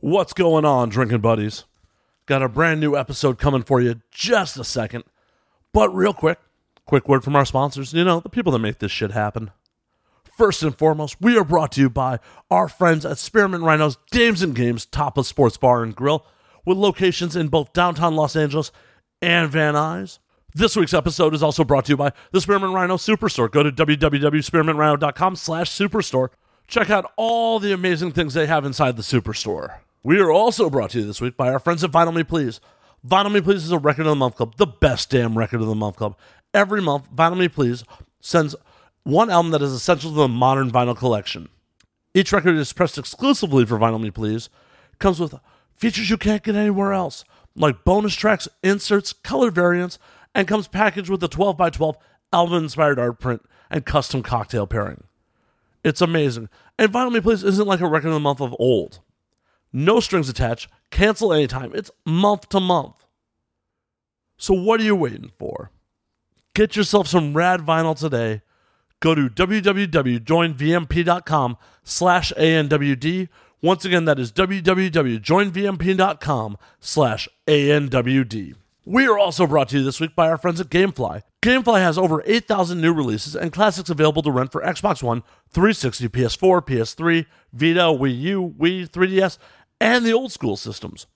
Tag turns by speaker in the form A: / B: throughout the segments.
A: What's going on, drinking buddies? Got a brand new episode coming for you just a second. But real quick, quick word from our sponsors, you know, the people that make this shit happen. First and foremost, we are brought to you by our friends at Spearmint Rhinos Dames and Games Topless Sports Bar and Grill, with locations in both downtown Los Angeles and Van Nuys. This week's episode is also brought to you by the Spearmint Rhino Superstore. Go to www.spearmintrhino.com slash superstore. Check out all the amazing things they have inside the superstore. We are also brought to you this week by our friends at Vinyl Me Please. Vinyl Me Please is a record of the month club, the best damn record of the month club. Every month, Vinyl Me Please sends one album that is essential to the modern vinyl collection. Each record is pressed exclusively for Vinyl Me Please. Comes with features you can't get anywhere else, like bonus tracks, inserts, color variants, and comes packaged with a 12x12 album inspired art print and custom cocktail pairing. It's amazing. And Vinyl Me Please isn't like a record of the month of old. No strings attached, cancel anytime. It's month to month. So what are you waiting for? Get yourself some rad vinyl today go to www.joinvmp.com slash anwd once again that is www.joinvmp.com slash anwd we are also brought to you this week by our friends at gamefly gamefly has over 8000 new releases and classics available to rent for xbox one 360 ps4 ps3 vita wii u wii 3ds and the old school systems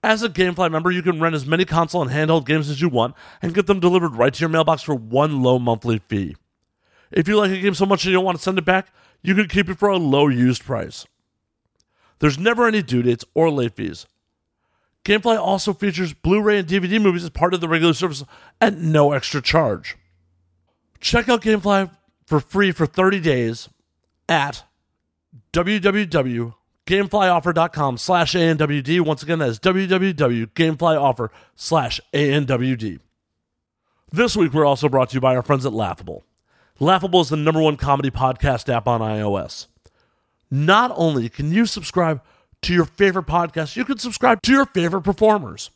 A: as a Gamefly member, you can rent as many console and handheld games as you want and get them delivered right to your mailbox for one low monthly fee. If you like a game so much and you don't want to send it back, you can keep it for a low used price. There's never any due dates or late fees. Gamefly also features Blu ray and DVD movies as part of the regular service at no extra charge. Check out Gamefly for free for 30 days at www.gameflyoffer.com slash ANWD. Once again, that is www.gameflyoffer slash ANWD. This week, we're also brought to you by our friends at Laughable. Laughable is the number one comedy podcast app on iOS. Not only can you subscribe to your favorite podcast, you can subscribe to your favorite performers.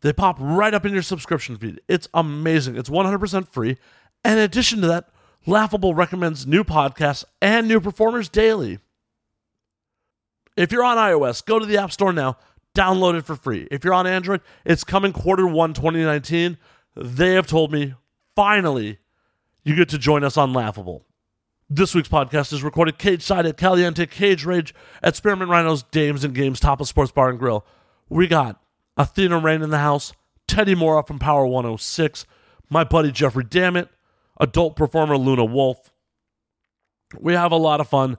A: They pop right up in your subscription feed. It's amazing. It's 100% free. And in addition to that, Laughable recommends new podcasts and new performers daily. If you're on iOS, go to the App Store now, download it for free. If you're on Android, it's coming quarter one 2019. They have told me finally you get to join us on Laughable. This week's podcast is recorded cage side at Caliente Cage Rage at Spearmint Rhinos Dames and Games Topless Sports Bar and Grill. We got Athena Rain in the house, Teddy Mora from Power 106, my buddy Jeffrey Dammit, adult performer Luna Wolf. We have a lot of fun.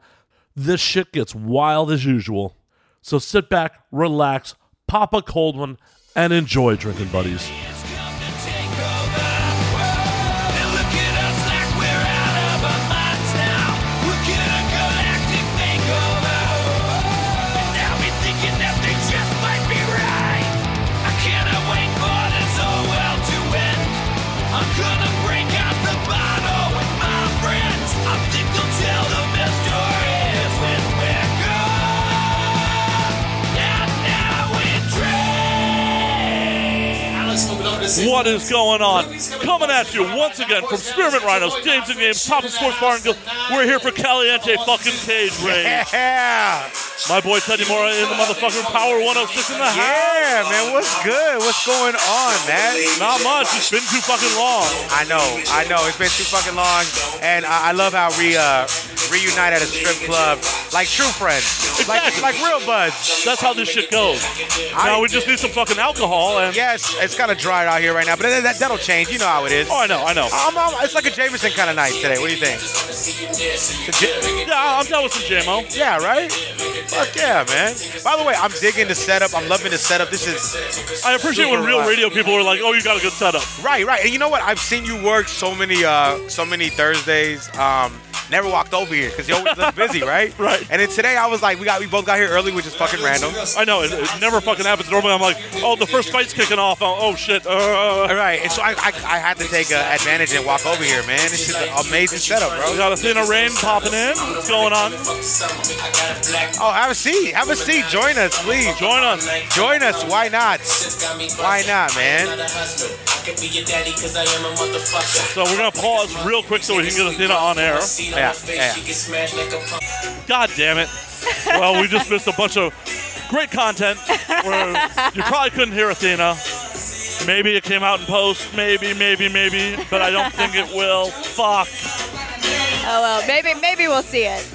A: This shit gets wild as usual. So sit back, relax, pop a cold one, and enjoy drinking, buddies.
B: It's come to take over. They look at us like we're out of our minds now. We're gonna galactic makeover. And now we're thinking that they just might be right. I cannot wait for this whole world to end. I'm gonna break out the bottle with my friends. I think they'll tell them their stories when we're gone. And now we drink.
A: What is going on? Coming at you once again from Spearmint Rhinos, James and Games, Top of Sports Bar and Grill. We're here for Caliente fucking Cage Range.
C: Yeah,
A: My boy Teddy Mora in the motherfucking Power 106 in the house.
C: yeah, man. What's good? What's going on, man?
A: Not much. It's been too fucking long.
C: I know, I know. It's been too fucking long, and I, I love how we uh, reunite at a strip club like true friends,
A: Exactly.
C: like like real buds.
A: That's how this shit goes. Now we just need some fucking alcohol and.
C: Yes, it's kind of dried out here right now, but that, that, that'll change. You know how it is.
A: Oh, I know, I know.
C: I'm, I'm, it's like a Jameson kind of night today. What do you think? It's a Ja-
A: Yeah, I'm down with some JMO.
C: Yeah, right? Fuck yeah, man. By the way, I'm digging the setup. I'm loving the setup. This is
A: I appreciate when real radio people are like, oh, you got a good setup.
C: Right, right. And you know what? I've seen you work so many, uh, so many Thursdays. Um, never walked over here because you always look busy, right?
A: Right.
C: And then today I was like, we got, we both got here early, which is fucking random.
A: I know, it, it never fucking happens. Normally I'm like, oh, the first fight's kicking off. Oh, oh shit. Uh,
C: All right. And so I, I, I had to take uh, advantage and walk over here, man. This is an amazing setup,
A: We
C: bro.
A: got a thin of rain popping in. What's going on?
C: Oh, have a seat. Have a seat. Join us, please.
A: Join us.
C: Join us. Why not? Why not, man?
B: So
A: So we're gonna pause real quick so we can get Athena on air.
C: Yeah, yeah.
A: God damn it! Well, we just missed a bunch of great content. Where you probably couldn't hear Athena. Maybe it came out in post. Maybe, maybe, maybe. But I don't think it will. Fuck.
D: Oh well, maybe maybe we'll see it.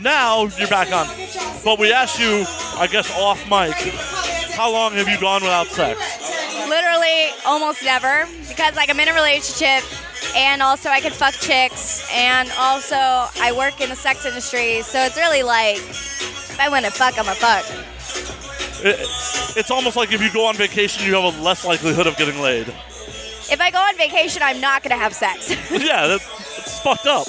A: Now you're back on. But we asked you, I guess, off mic, how long have you gone without sex?
D: Literally, almost never because like I'm in a relationship, and also I can fuck chicks, and also I work in the sex industry, so it's really like if I want to fuck, I'm a fuck.
A: It, it's almost like if you go on vacation, you have a less likelihood of getting laid.
D: If I go on vacation, I'm not gonna have sex. if
A: Yeah, that, it's fucked up.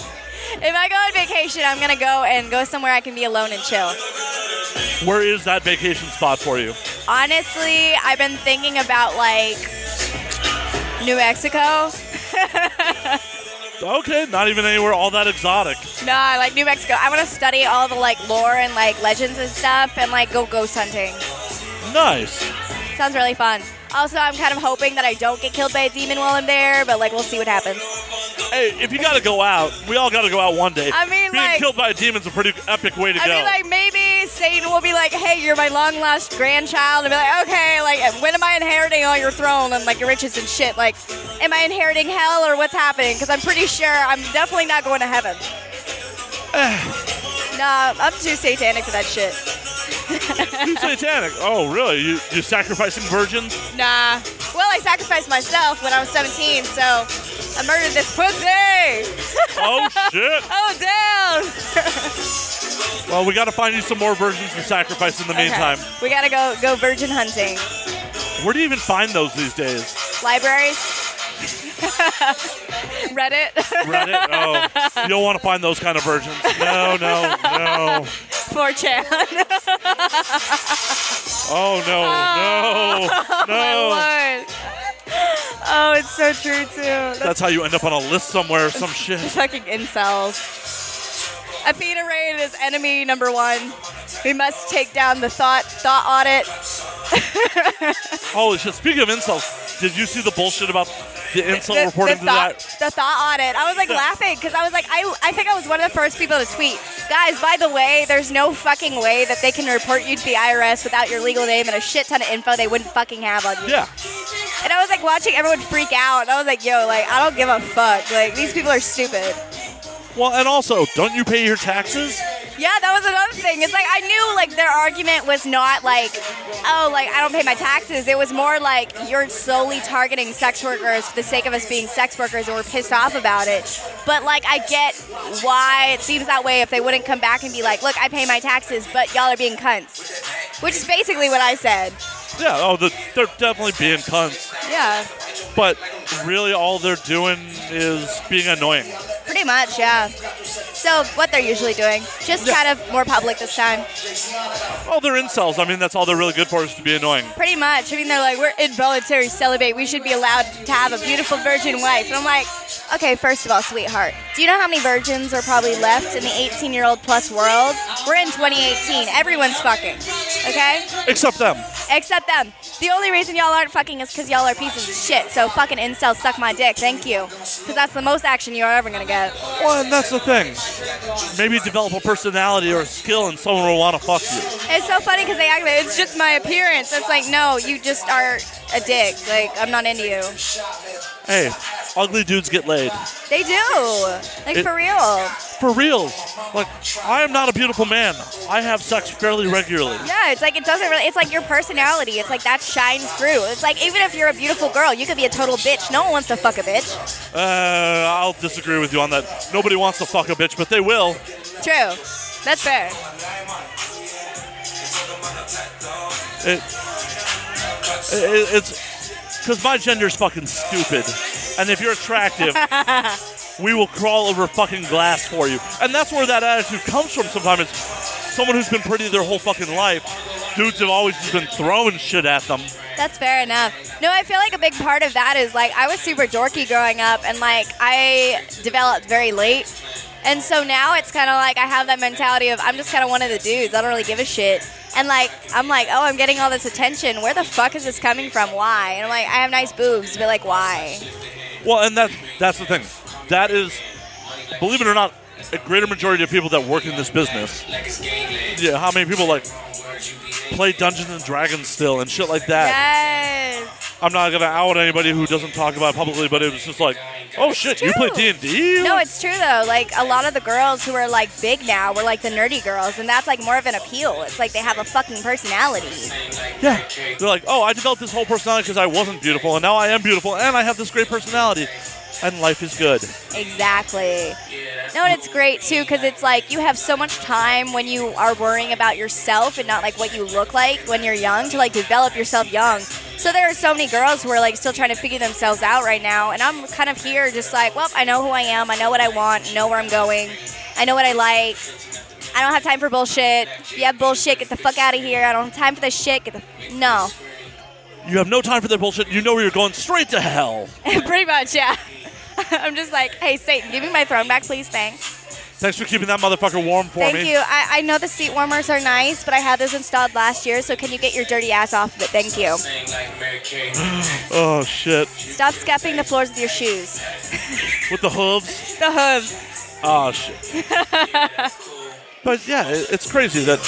D: I go on vacation, I'm gonna go and go somewhere I can be alone and chill.
A: Where is that vacation spot for you?
D: Honestly, I've been thinking about like New Mexico.
A: Okay, not even anywhere all that exotic.
D: No, I like New Mexico. I want to study all the like lore and like legends and stuff, and like go ghost hunting.
A: Nice.
D: Sounds really fun. Also, I'm kind of hoping that I don't get killed by a demon while I'm there, but like we'll see what happens.
A: Hey, if you gotta go out, we all gotta go out one day.
D: I mean,
A: being
D: like-
A: killed by a demon's a pretty epic way to
D: I
A: go.
D: mean, like maybe Satan will be like, "Hey, you're my long lost grandchild," and be like, "Okay, like when am I inheriting all your throne and like your riches and shit? Like, am I inheriting hell or what's happening? Because I'm pretty sure I'm definitely not going to heaven." nah, I'm too satanic for that shit.
A: Who's satanic. Oh, really? You, you're sacrificing virgins?
D: Nah. Well, I sacrificed myself when I was 17, so I murdered this pussy.
A: Oh shit!
D: Oh, damn.
A: Well, we gotta find you some more virgins to sacrifice in the meantime.
D: Okay. We gotta go go virgin hunting.
A: Where do you even find those these days?
D: Libraries. Reddit.
A: Reddit? Oh, you don't want to find those kind of virgins. No, no, no.
D: 4chan.
A: Oh no, no, no.
D: My lord. Oh, it's so true too. That's,
A: That's how you end up on a list somewhere, some shit.
D: fucking incels. Athena Raid is enemy number one. We must take down the thought thought audit.
A: Holy shit! Speaking of insults, did you see the bullshit about the insult
D: the,
A: reporting
D: the
A: to
D: thought,
A: that?
D: The thought audit. I was like laughing because I was like, I, I think I was one of the first people to tweet, guys. By the way, there's no fucking way that they can report you to the IRS without your legal name and a shit ton of info they wouldn't fucking have on you.
A: Yeah.
D: And I was like watching everyone freak out, and I was like, yo, like I don't give a fuck. Like these people are stupid.
A: Well, and also, don't you pay your taxes?
D: Yeah, that was another thing. It's like I knew like their argument was not like, oh, like I don't pay my taxes. It was more like you're solely targeting sex workers for the sake of us being sex workers, and we're pissed off about it. But like I get why it seems that way. If they wouldn't come back and be like, look, I pay my taxes, but y'all are being cunts, which is basically what I said.
A: Yeah. Oh, the, they're definitely being cunts.
D: Yeah,
A: But really, all they're doing is being annoying.
D: pretty much. Yeah. So what they're usually doing, just kind of more public this time.
A: Oh, they're incels. I mean, that's all they're really good for is to be annoying.
D: Pretty much. I mean, they're like, we're involuntary celibate. We should be allowed to have a beautiful virgin wife. And I'm like, okay, first of all, sweetheart, do you know how many virgins are probably left in the 18 year old plus world? We're in 2018. Everyone's fucking. Okay?
A: Except them.
D: Except them. The only reason y'all aren't fucking is because y'all are pieces of shit. So fucking incels suck my dick. Thank you. Because that's the most action you're ever going to get.
A: Well, and that's the thing. Maybe develop a personality or a skill, and someone will want to fuck you.
D: It's so funny because they act like it's just my appearance. It's like, no, you just are a dick. Like, I'm not into you.
A: Hey, ugly dudes get laid.
D: They do. Like,
A: It-
D: for real.
A: For real. Like, I am not a beautiful man. I have sex fairly regularly.
D: Yeah, it's like it doesn't really. It's like your personality. It's like that shines through. It's like even if you're a beautiful girl, you could be a total bitch. No one wants to fuck a bitch.
A: Uh, I'll disagree with you on that. Nobody wants to fuck a bitch, but they will.
D: True. That's fair.
A: It, it, it's because my gender's fucking stupid, and if you're attractive, we will crawl over fucking glass for you. And that's where that attitude comes from. Sometimes it's someone who's been pretty their whole fucking life. Dudes have always just been throwing shit at them.
D: That's fair enough. No, I feel like a big part of that is like I was super dorky growing up, and like I developed very late. And so now it's kind of like I have that mentality of I'm just kind of one of the dudes. I don't really give a shit. And like I'm like, oh, I'm getting all this attention. Where the fuck is this coming from? Why? And I'm like, I have nice boobs, but like, why?
A: Well, and that's that's the thing. That is, believe it or not, a greater majority of people that work in this business, yeah, how many people like play Dungeons and Dragons still and shit like that?
D: Yes.
A: I'm not gonna out anybody who doesn't talk about it publicly, but it was just like, oh shit, you play
D: true.
A: D and D?
D: No, it's true though. Like a lot of the girls who are like big now were like the nerdy girls, and that's like more of an appeal. It's like they have a fucking personality.
A: Yeah. They're like, oh, I developed this whole personality because I wasn't beautiful, and now I am beautiful, and I have this great personality, and life is good.
D: Exactly. No, and it's great too because it's like you have so much time when you are worrying about yourself and not like what you look like when you're young to like develop yourself young. So there are so many girls who are like still trying to figure themselves out right now, and I'm kind of here just like, well, I know who I am, I know what I want, I know where I'm going, I know what I like. I don't have time for bullshit. If you have bullshit, get the fuck out of here. I don't have time for this shit. Get the no,
A: You have no time for their bullshit. You know where you're going straight to hell.
D: pretty much, yeah. I'm just like, hey, Satan, give me my throne back, please, thanks.
A: Thanks for keeping that motherfucker warm for
D: Thank
A: me.
D: you. I, I know the seat warmers are nice, but I had those installed last year, so can you get your dirty ass off of it? Thank you.
A: Oh shit,
D: Stop scuffing the floors with your shoes.
A: with the hooves.
D: The hooves.
A: Oh shit. but yeah, it, it's crazy that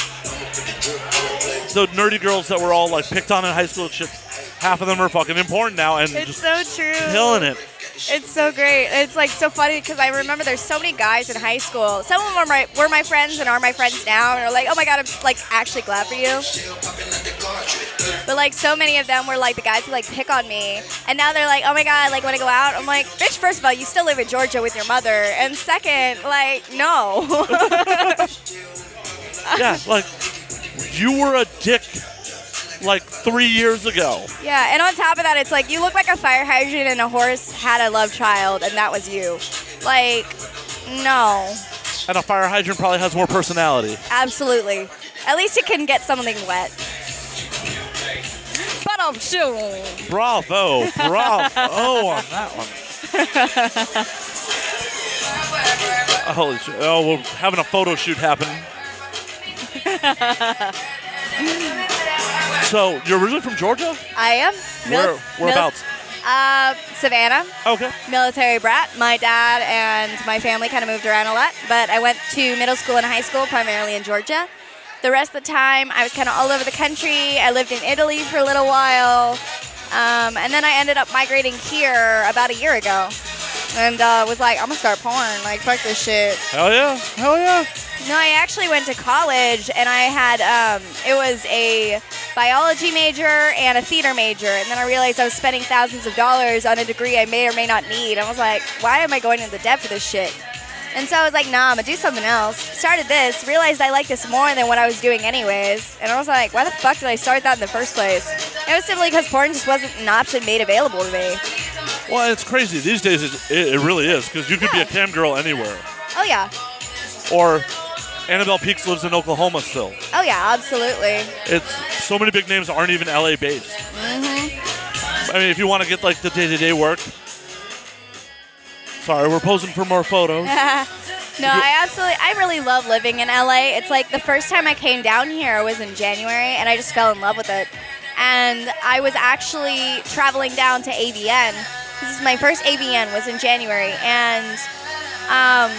A: the nerdy girls that were all like picked on in high school and shit, half of them are fucking important now and
D: It's
A: just
D: so true.
A: killing it.
D: It's so great. It's like so funny because I remember there's so many guys in high school. Some of them were my, were my friends and are my friends now, and are like, oh my god, I'm like actually glad for you. But like so many of them were like the guys who like pick on me, and now they're like, oh my god, like want to go out? I'm like, bitch, first of all, you still live in Georgia with your mother, and second, like no.
A: Yeah, like you were a dick like three years ago.
D: Yeah, and on top of that, it's like you look like a fire hydrant and a horse had a love child, and that was you. Like, no,
A: And a fire hydrant probably has more personality.
D: absolutely. At least it can get something wet. But I'm sure.
A: Bravo, bravo on that one. Holy shit. Oh, we're having a photo shoot happen. so, you're originally from Georgia?
D: I am.
A: Where,
D: mili-
A: whereabouts?
D: mili- Uh, Savannah,
A: Okay.
D: military brat. My dad and my family kind of moved around a lot, but I went to middle school and high school primarily in Georgia. The rest of the time, I was kind of all over the country. I lived in Italy for a little while. Um, and then I ended up migrating here about a year ago, and uh, was like, I'm gonna start porn. Like, fuck this shit.
A: Hell yeah. Hell yeah.
D: No, I actually went to college, and I had um, it was a biology major and a theater major, and then I realized I was spending thousands of dollars on a degree I may or may not need. I was like, why am I going into the debt for this shit? And so I was like, nah, I'm gonna do something else. Started this, realized I like this more than what I was doing anyways, and I was like, why the fuck did I start that in the first place? It was simply because porn just wasn't an option made available to me.
A: Well, it's crazy. These days, it, it, it really is, because you could be a cam girl anywhere.
D: Oh yeah,
A: Or Annabelle Peaks lives in Oklahoma still.
D: oh yeah, absolutely.
A: It's so many big names aren't even LA based. I mean, if you want to get like the day to day work. Sorry, we're posing for more photos.
D: No, I absolutely, I really love living in LA. It's like the first time I came down here was in January, and I just fell in love with it. And I was actually traveling down to ABN. This is my first ABN was in January, and um,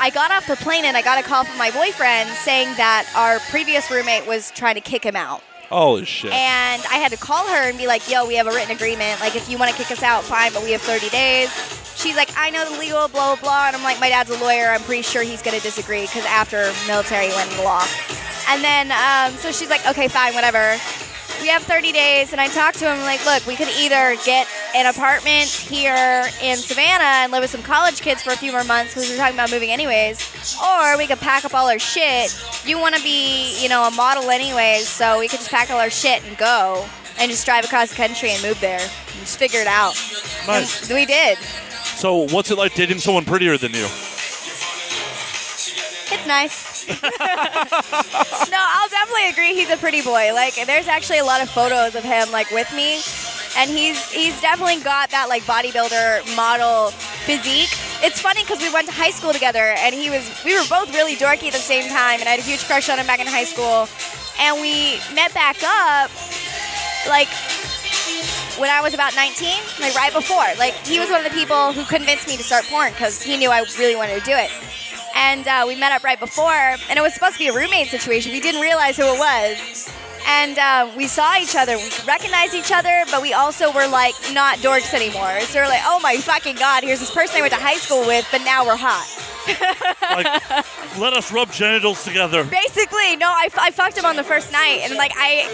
D: I got off the plane and I got a call from my boyfriend saying that our previous roommate was trying to kick him out.
A: Holy shit.
D: And I had to call her and be like, yo, we have a written agreement. Like, if you want to kick us out, fine, but we have 30 days. She's like, I know the legal, blah, blah, blah. And I'm like, my dad's a lawyer. I'm pretty sure he's going to disagree because after military went into law. And then, um, so she's like, okay, fine, whatever. We have 30 days. And I talked to him, like, look, we could either get an apartment here in Savannah and live with some college kids for a few more months because we were talking about moving anyways, or we could pack up all our shit. You want to be, you know, a model anyways, so we could just pack all our shit and go and just drive across the country and move there and just figure it out.
A: Nice.
D: And we did.
A: So, what's it like dating someone prettier than you?
D: It's nice. no, I'll definitely agree. He's a pretty boy. Like, there's actually a lot of photos of him like with me, and he's he's definitely got that like bodybuilder model physique. It's funny because we went to high school together, and he was we were both really dorky at the same time, and I had a huge crush on him back in high school, and we met back up, like. When I was about 19, like right before, like he was one of the people who convinced me to start porn because he knew I really wanted to do it. and uh, we met up right before, and it was supposed to be a roommate situation. We didn't realize who it was. And uh, we saw each other, we recognized each other, but we also were like not dorks anymore. So we're like, oh my fucking god, here's this person I went to high school with, but now we're hot.
A: Like, let us rub genitals together.
D: Basically, no, I, I fucked him on the first night, and like I,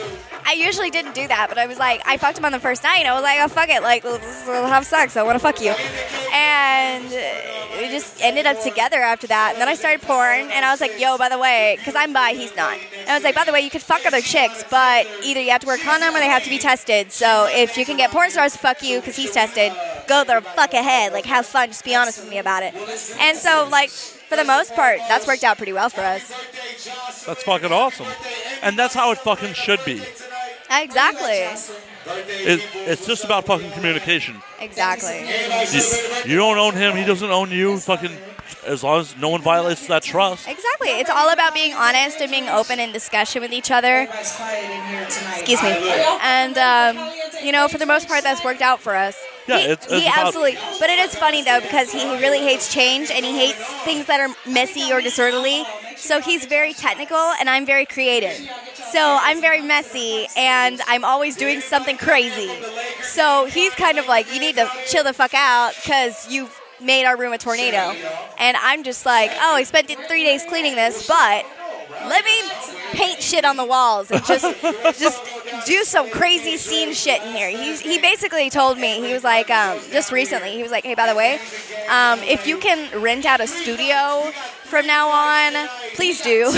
D: I usually didn't do that, but I was like, I fucked him on the first night, and I was like, oh fuck it, like let's, we'll have sex, I want to fuck you, and uh, we just ended up together after that. And then I started porn, and I was like, yo, by the way, because I'm bi, he's not, and I was like, by the way, you could fuck other chicks, but either you have to wear a condom or they have to be tested. So if you can get porn stars to fuck you because he's tested, go the fuck ahead, like have fun, just be honest with me about it. And so like. For the most part, that's worked out pretty well for us.
A: That's fucking awesome. And that's how it fucking should be.
D: Exactly.
A: It, it's just about fucking communication.
D: Exactly.
A: You, you don't own him, he doesn't own you. Fucking, as long as no one violates that trust.
D: Exactly. It's all about being honest and being open in discussion with each other. Excuse me. And um, you know, for the most part, that's worked out for us.
A: Yeah,
D: he,
A: it's- it's
D: he
A: about-
D: absolutely. But it is funny though because he really hates change and he hates things that are messy or disorderly. So he's very technical and I'm very creative. So I'm very messy and I'm always doing something crazy. So he's kind of like, you need to chill the fuck out because you've made our room a tornado. And I'm just like, oh, I spent three days cleaning this, but let me paint shit on the walls and just just do some crazy scene shit in here. He, he basically told me he was like um, just recently he was like, hey, by the way, um, if you can rent out a studio from now on, please do.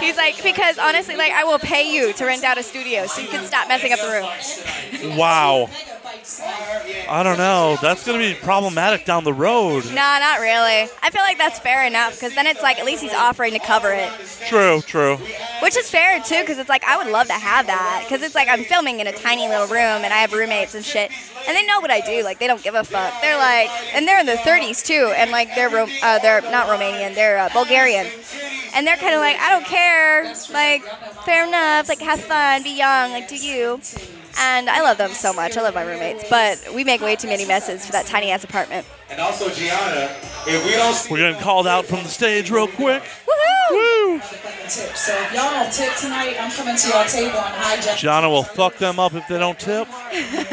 D: He's like because honestly, like I will pay you to rent out a studio so you can stop messing up the room.
A: Wow. I don't know. That's going to be problematic down the road.
D: No, not really. I feel like that's fair enough because then it's like at least he's offering to cover it.
A: True, true.
D: Which is fair too, because it's like I would love to have that, because it's like I'm filming in a tiny little room and I have roommates and shit, and they know what I do. Like they don't give a fuck. They're like, and they're in their 30s too, and like they're Ro- uh, they're not Romanian, they're uh, Bulgarian, and they're kind of like, I don't care. Like fair enough. Like have fun, be young, like do you. And I love them so much. I love my roommates, but we make way too many messes for that tiny ass apartment.
E: And also, Gianna, if we don't see
A: We're getting called out from the stage real quick.
D: Woohoo!
A: Woo!
F: tip. So if y'all don't tip tonight, I'm coming to your table and hijack.
A: Jonna will fuck them up if they don't tip.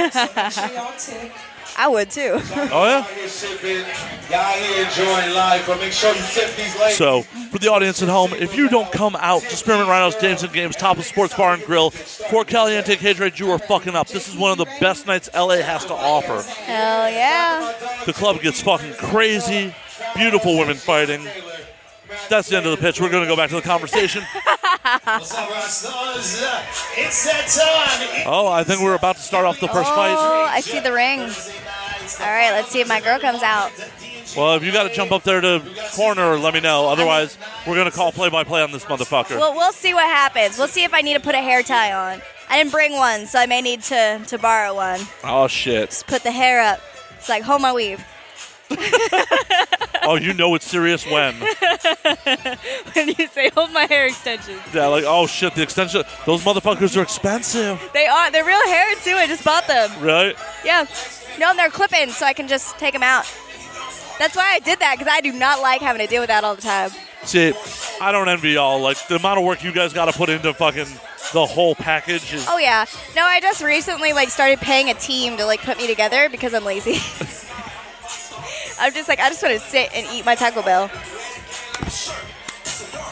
F: Y'all tip.
D: I would too.
A: Oh, yeah?
E: this shit, man, y'all here enjoying life, but make sure you tip these ladies.
A: So, for the audience at home, if you don't come out to Spearman Rhinos, James and Games, Top of Sports Bar and Grill, Fort Caliente, Cage Rage, you are fucking up. This is one of the best nights LA has to offer.
D: Hell yeah.
A: The club gets fucking crazy. Beautiful women fighting. That's the end of the pitch. We're going to go back to the conversation.
E: It's that time.
A: Oh, I think we're about to start off the first fight.
D: Oh, I see the ring. All right, let's see if my girl comes out.
A: Well, if you got to jump up there to corner, let me know. Otherwise, we're going to call play by play on this motherfucker.
D: Well, we'll see what happens. We'll see if I need to put a hair tie on. I didn't bring one, so I may need to, to borrow one.
A: Oh, shit.
D: Just put the hair up. It's like, hold my weave.
A: Oh, you know it's serious when.
D: When you say, hold my hair extensions.
A: Yeah, like, oh, shit, the extension. Those motherfuckers are expensive,
D: They are, they're real hair too. I just bought them.
A: right?
D: Yeah. No, and they're clipping, so I can just take them out. That's why I did that, because I do not like having to deal with that all the time.
A: See, I don't envy y'all. Like, the amount of work you guys got to put into fucking the whole package is.
D: Oh, yeah. No, I just recently, like, started paying a team to, like, put me together because I'm lazy. I'm just like, I just want to sit and eat my Taco Bell.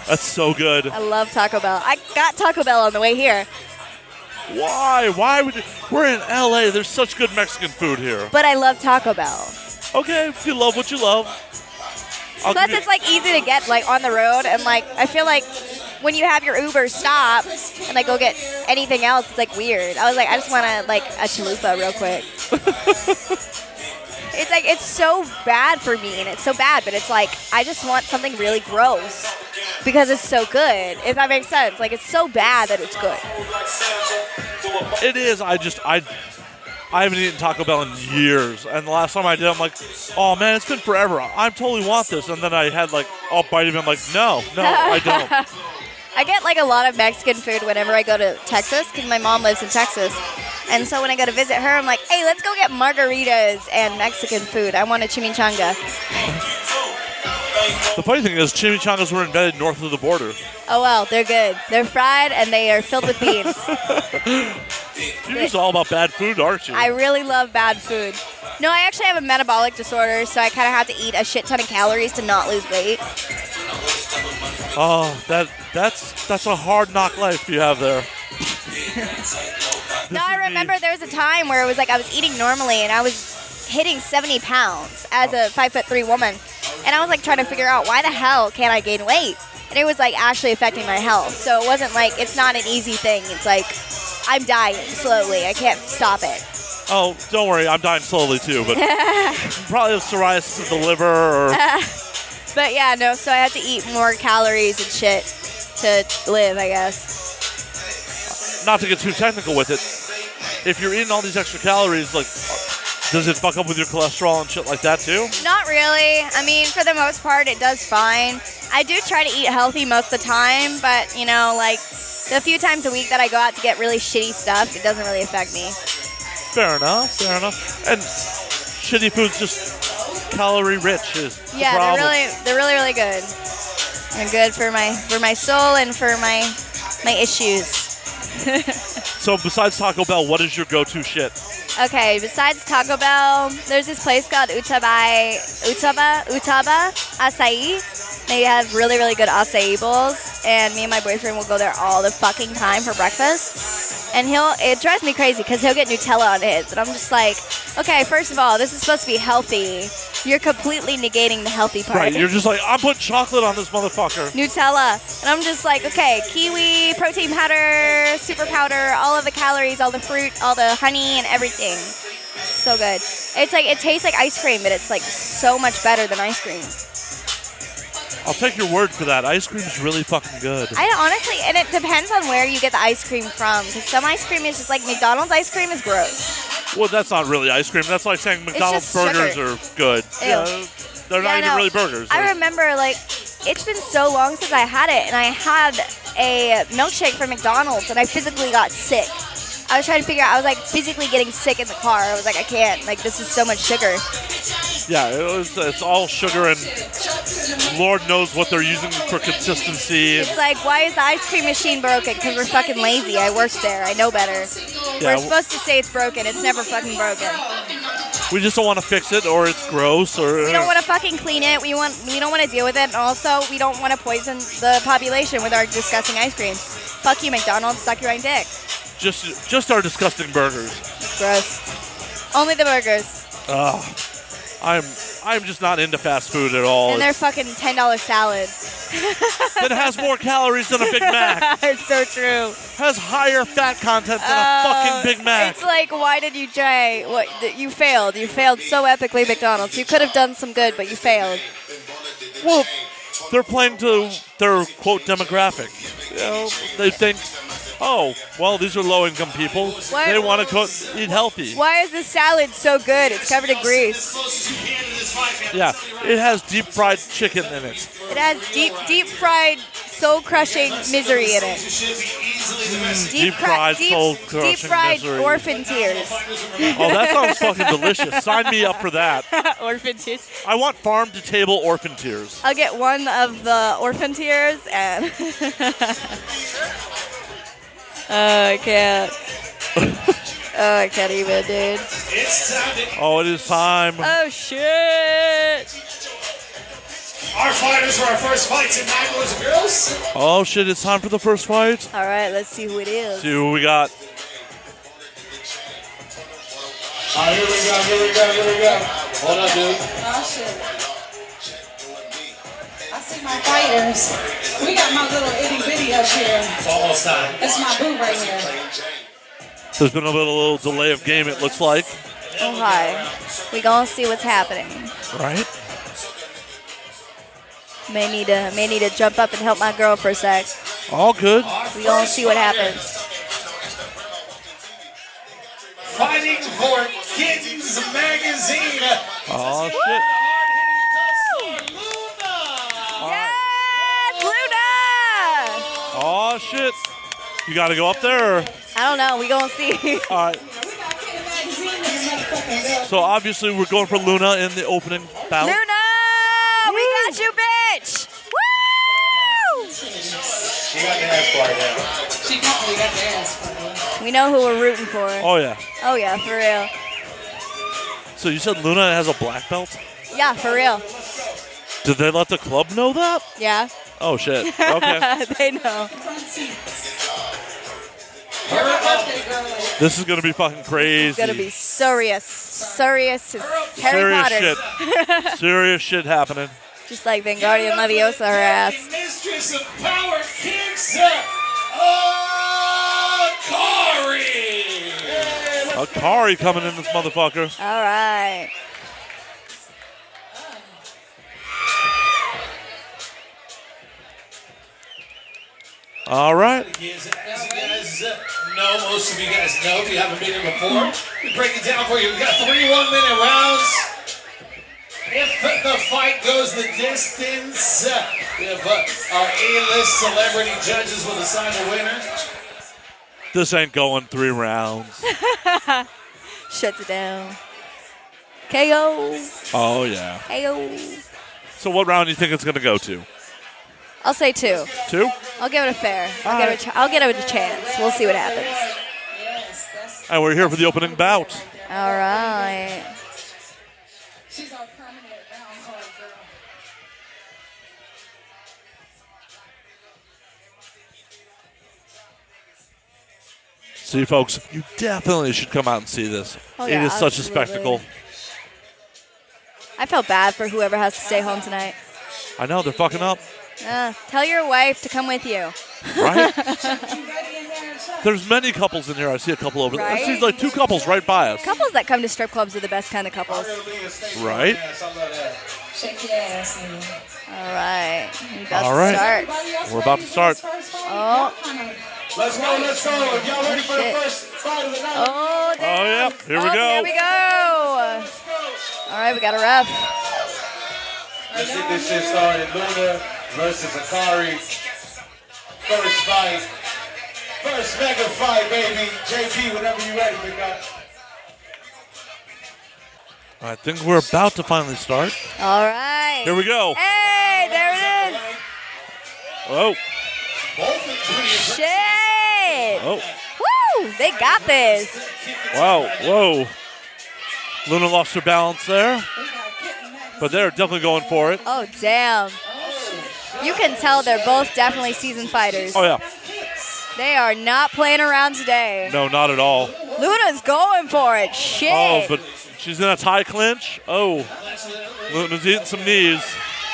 A: That's so good.
D: I love Taco Bell. I got Taco Bell on the way here,
A: Why? Why would you? We're in LA. There's such good Mexican food here.
D: but I love Taco Bell.
A: Okay, if you love what you love. I'll
D: Plus,
A: give you-
D: it's like easy to get like on the road, and like I feel like when you have your Uber stop and like go get anything else, it's like weird. I was like, I just want to like a chalupa real quick. it's like it's so bad for me, and it's so bad, but it's like I just want something really gross because it's so good. If that makes sense, like it's so bad that it's good.
A: It is. I just I I haven't eaten Taco Bell in years, and the last time I did, I'm like, oh man, it's been forever. I totally want this, and then I had like a bite of it. I'm like, no, no, I don't.
D: I get like a lot of Mexican food whenever I go to Texas because my mom lives in Texas. And so when I go to visit her, I'm like, hey, let's go get margaritas and Mexican food. I want a chimichanga.
A: The funny thing is, chimichangas were invented north of the border.
D: Oh well, they're good. They're fried and they are filled with beans.
A: You're just all about bad food, aren't you?
D: I really love bad food. No, I actually have a metabolic disorder, so I kind of have to eat a shit ton of calories to not lose weight.
A: oh, that that's that's a hard knock life you have there.
D: No, I remember there was a time where it was like I was eating normally and I was hitting 70 pounds as a five foot three woman, and I was like trying to figure out why the hell can't I gain weight? And it was like actually affecting my health. So it wasn't like it's not an easy thing. It's like I'm dying slowly. I can't stop it.
A: Oh, don't worry, I'm dying slowly too, but probably have psoriasis of the liver or
D: But yeah, no, so I had to eat more calories and shit to live, I guess.
A: not to get too technical with it, if you're eating all these extra calories, like, does it fuck up with your cholesterol and shit like that too?
D: Not really. I mean, for the most part, it does fine. I do try to eat healthy most of the time, but you know, like the few times a week that I go out to get really shitty stuff, it doesn't really affect me.
A: Fair enough, fair enough. And shitty food's just calorie rich is the
D: Yeah, they're
A: problem.
D: really, they're really, really good. They're good for my for my soul and for my my issues.
A: So besides Taco Bell, what is your go-to shit?
D: Okay, besides Taco Bell, there's this place called Utabai, Utaba, Utaba Acai. They have really, really good acai bowls, and me and my boyfriend will go there all the fucking time for breakfast. And he'll, it drives me crazy because he'll get Nutella on his, and I'm just like, okay, first of all, this is supposed to be healthy. You're completely negating the healthy part.
A: Right, you're just like, I'm putting chocolate on this motherfucker.
D: Nutella. And I'm just like, okay, kiwi, protein powder, super powder, all of the calories, all the fruit, all the honey, and everything. So good. It's like, it tastes like ice cream, but it's like so much better than ice cream.
A: I'll take your word for that. Ice cream's really fucking good.
D: I honestly, and it depends on where you get the ice cream from. Because some ice cream is just like McDonald's ice cream is gross.
A: Well, that's not really ice cream. That's like saying McDonald's
D: just
A: burgers
D: sugar.
A: are good.
D: Ew.
A: Yeah, they're
D: Yeah,
A: not
D: I
A: even
D: know.
A: really burgers.
D: I
A: They're-
D: remember, like, it's been so long since I had it, and I had a milkshake from McDonald's, and I physically got sick. I was trying to figure out, I was like physically getting sick in the car. I was like, I can't, like, this is so much sugar.
A: Yeah, it was, it's all sugar and Lord knows what they're using for consistency.
D: It's like, why is the ice cream machine broken? Because we're fucking lazy. I work there, I know better.
A: Yeah,
D: we're supposed to say it's broken, it's never fucking broken.
A: we just don't want to fix it or it's gross or
D: We don't want to fucking clean it. We want we don't want to deal with it, and also we don't want to poison the population with our disgusting ice cream. Fuck you, McDonald's. Suck your own dick.
A: just just our disgusting burgers.
D: Gross. Only the burgers.
A: Ugh. I'm I'm just not into fast food at all.
D: And they're fucking ten dollar salads.
A: It has more calories than a Big Mac.
D: it's so true. Oh,
A: has higher fat content than a fucking Big Mac.
D: Uh, It's like, why did you try? What th- you failed. You failed so epically, McDonald's. You could have done some good, but you failed.
A: Well, they're playing to their quote demographic. You know, they think, oh, well, these are low income people.
D: Why-
A: They want to cook, eat healthy.
D: Why is this salad so good? It's covered in grease.
A: Yeah, it has deep fried chicken in it.
D: It has deep, deep fried, soul crushing misery in it.
A: Mm, Deep
D: cru-
A: fried,
D: deep-
A: soul-crushing
D: deep fried
A: misery.
D: orphan tears.
A: Oh, that sounds fucking delicious. Sign me up for that.
D: orphan tears.
A: I want farm to table orphan tears.
D: I'll get one of the orphan tears and. oh, I can't. oh, I can't even, dude.
A: Oh, it is time.
D: Oh shit!
E: Our fighters for our first fights in Magnus Girls.
A: Oh shit, it's time for the first fight.
D: All right, let's see who it is.
A: See who we got.
G: All right, here we go, here we go, here we go. Hold up, dude.
F: Oh, shit. I see my fighters. We got my little itty bitty up here.
E: It's almost time.
F: That's my boo right here.
A: There's been a little, little delay of game, it looks like.
D: Oh hi. We gonna see what's happening.
A: Right?
D: May need to may need to jump up and help my girl for a sec.
A: All good.
D: We gonna see what happens.
E: Fighting for Kittens Magazine.
A: Oh shit.
E: Hard-hitting contest for
D: Yes, Luna.
E: Luna.
A: Oh shit. You gotta go up there. Or?
D: I don't know. We gonna see.
A: All right.
F: We got Kid Magazine in this motherfucking bill.
A: So obviously we're going for Luna in the opening bout.
D: Luna, we got you,
H: She got the ass part down.
F: She definitely got the ass. probably.
D: We know who we're rooting for.
A: Oh yeah.
D: Oh yeah, for real.
A: So you said Luna has a black belt?
D: Yeah, for real.
A: Did they let the club know that?
D: Yeah.
A: Oh shit. Okay.
D: they know.
F: Front seats. You're a birthday girl.
A: this is gonna be fucking crazy.
D: It's gonna be serious. Serious as Harry
A: serious
D: Potter.
A: shit. serious shit happening.
D: Just like Vanguardian Leviosa her ass.
E: Mistress of Power kicks Uh, her. Akari.
A: Akari coming in this motherfucker.
D: All right.
A: All right.
E: Yes, as you guys uh, know, most of you guys know if you haven't been here before, we break it down for you. We've got three one minute rounds. If the fight goes the distance, if uh, our A list celebrity judges will decide the winner.
A: This ain't going three rounds.
D: Shuts it down. KO.
A: Oh yeah.
D: KO.
A: So what round do you think it's gonna go to?
D: I'll say two.
A: Two?
D: I'll give it a fair. I'll give it a ch- I'll give it a chance. We'll see what happens.
F: Yes, that's.
A: And we're here for the opening bout.
D: All right.
F: She's our permanent round hole girl.
A: See folks, you definitely should come out and see this.
D: Oh,
A: it
D: yeah,
A: is such a
D: absolutely.
A: spectacle.
D: I felt bad for whoever has to stay home tonight.
A: I know they're fucking up,
D: Uh, tell your wife to come with you.
A: right?
F: You ready in there, Chuck?
A: There's many couples in here. I see a couple over there. I
D: Right?
A: see like two couples right by us.
D: Couples that come to strip clubs are the best kind of couples.
A: Right?
H: Yes, I love that.
F: Shake your ass. in.
D: All right. We're about
A: All
D: to
A: right.
D: start.
F: Everybody else
A: We're about
F: ready
A: to
F: for
A: start.
F: this first fight?
D: Oh.
F: Y'all kinda-
H: Let's go, let's go. If y'all ready for the
D: Shit.
H: first fight of the night,
D: Oh,
A: Oh yeah,
D: damn.
A: here we
D: Oh, There
A: go.
D: we go. All right, we got a ref.
H: let's get this shit started. Luna versus Akari. First fight. First mega fight, baby. JP, whenever you ready, big guy.
A: I think we're about to finally start.
D: All right.
A: Here we go.
D: Hey, there it is.
A: Oh,
H: Both of pretty
D: Shit.
A: oh,
D: Woo, they got this.
A: wow, whoa. Luna lost her balance there,
F: We got kitten nuggets.
A: but they're definitely going for it.
D: Oh, damn. You can tell they're both definitely seasoned fighters.
A: Oh yeah,
D: They are not playing around today.
A: no, not at all.
D: Luna's going for it. Shit.
A: Oh, but she's in a tie clinch. Oh, Luna's eating some knees.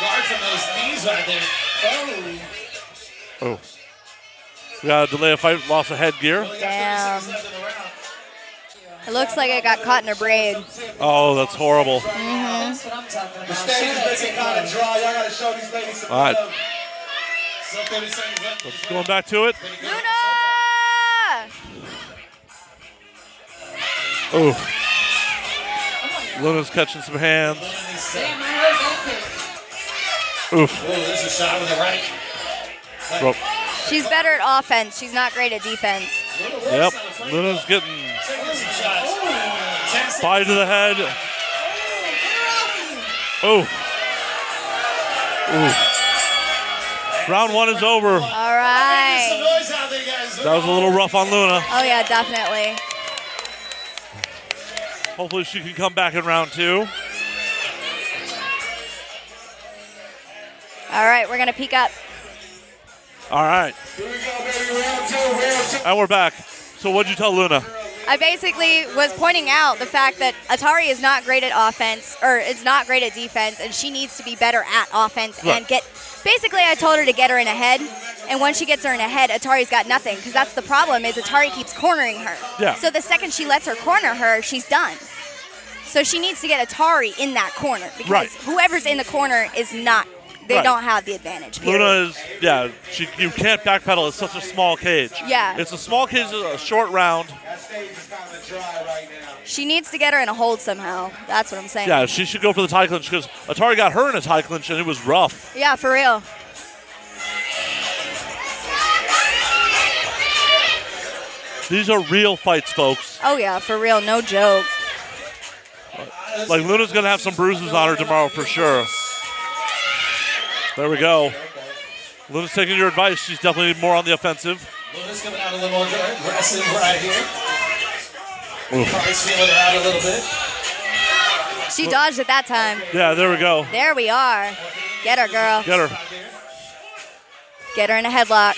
E: Guards on those knees right there. Oh,
A: Oh, we got a delay of fight. Lost of headgear.
D: damn. It looks like it got caught in her braid.
A: Oh, that's horrible.
F: That's what I'm talking
I: Oh,
F: about.
H: Stage
F: Shut up,
H: is looking kind of
F: Tiffany.
H: dry. Y'all gotta show these ladies some
A: All right.
H: love.
E: so 30 seconds left.
A: Going back to it.
D: Luna!
A: Oh, Luna's catching some hands.
F: Damn, I heard that
A: Oof.
E: Oh, there's a shot with the right.
A: Rope.
D: She's better at offense. She's not great at defense.
A: Yep. Luna's getting
E: There's some shots. Ten seconds.
A: body to the head. Oh. Ooh. Round one is over. That
D: All right.
E: Some noise out there, guys.
A: was a little rough on Luna.
D: Oh, yeah, definitely.
A: Hopefully she can come back in round two.
D: All right, we're going to peek up.
A: All right.
H: Here we go, baby. Round two, round two.
A: And we're back. So what'd you tell Luna?
D: I basically was pointing out the fact that Atari is not great at offense, or is not great at defense, and she needs to be better at offense and
A: Right.
D: get. Basically, I told her to get her in a head, and once she gets her in a head, Atari's got nothing because that's the problem. Is Atari keeps cornering her.
A: Yeah.
D: So the second she lets her corner her, she's done. So she needs to get Atari in that corner because
A: Right.
D: whoever's in the corner is not. They
A: Right. uh,
D: don't have the advantage. period.
A: Luna is, yeah, she, you can't backpedal. It's such a small cage.
D: Yeah.
A: It's a small cage, a short round.
H: That stage is kind of dry right now.
D: She needs to get her in a hold somehow. That's what I'm saying.
A: Yeah, she should go for the tie clinch because Atari got her in a tie clinch and it was rough.
D: Yeah, for real.
A: These are real fights, folks.
D: Oh yeah, for real. No joke.
A: Like Luna's gonna have some bruises on her tomorrow for sure. There we go. Luna's taking your advice. She's definitely more on the offensive.
I: Luna's coming out a little more aggressive right here. Probably feeling her out a little bit.
D: She dodged at that time.
A: Yeah, there we go.
D: There we are. Get her, girl.
A: Get her.
D: Get her in a headlock.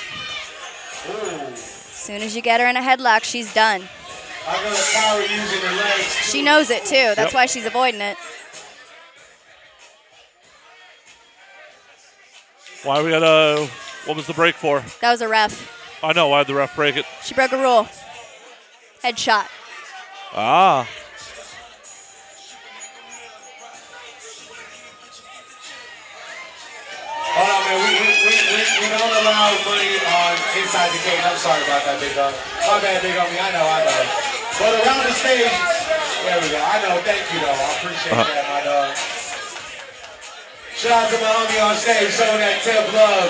D: Soon as you get her in a headlock, she's done.
E: I know the power using the legs.
D: She knows it too.
A: Yep.
D: That's why she's avoiding it.
A: Why we got a? What was the break for?
D: That was a ref.
A: I know why the ref break it.
D: She broke a rule. Headshot.
A: Ah,
E: Hold on, man. We, we, we, we, we don't allow money on inside the gate. I'm sorry about that, big dog. My bad, big homie. I know, I know. But around the stage, there we go. I know. Thank you, though. I appreciate that, my dog. Shout out to my homie on stage showing that tip love.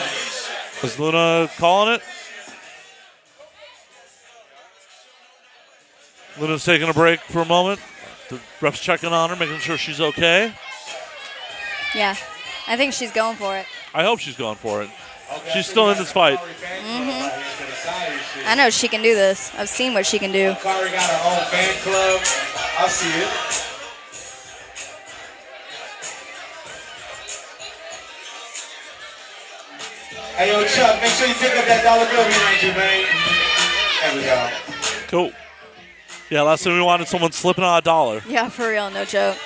A: is Luna calling it? Luna's taking a break for a moment. The ref's checking on her, making sure she's okay.
D: Yeah. I think she's going for it.
A: I hope she's going for it. She's still in this fight.
D: I know she can do this. I've seen what she can do.
E: Kari got her own fan club. I see it. Hey, yo, Chuck, make sure you pick up that dollar bill behind you, man. There we go.
A: Cool. Yeah, last thing we wanted someone slipping on a dollar.
D: Yeah, for real, no joke.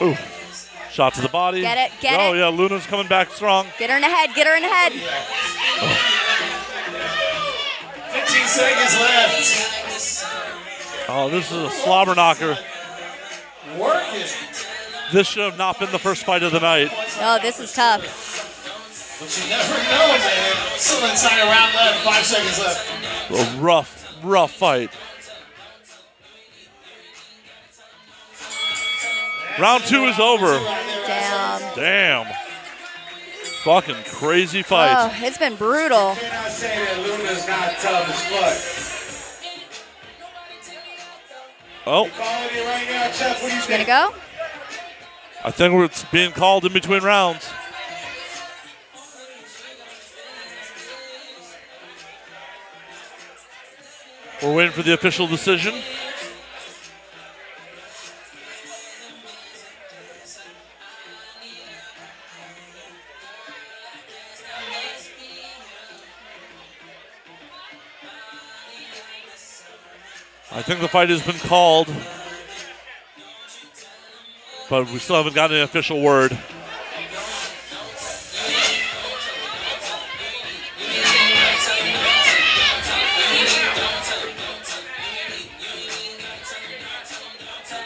A: Ooh. Shot to the body.
D: Get it, get
A: oh,
D: it.
A: yeah, Luna's coming back strong.
D: Get her in the head. Get her in the head.
I: 15 seconds left.
A: Oh, this is a slobber knocker.
I: Working.
A: This should have not been the first fight of the night.
D: Oh, this is tough.
I: But you never know, man. Still an entire round left. Five seconds left.
A: A rough, rough fight. Round two is over.
D: Damn.
A: Damn. Fucking crazy fight.
D: Oh, it's been brutal.
E: Can I say that Luna's not tough as fuck?
A: Oh,
E: Calling it right now, Chuck. What do you
D: Gonna
E: think?
D: go?
A: I think we're it's being called in between rounds. We're waiting for the official decision. I think the fight has been called, but we still haven't gotten an official word.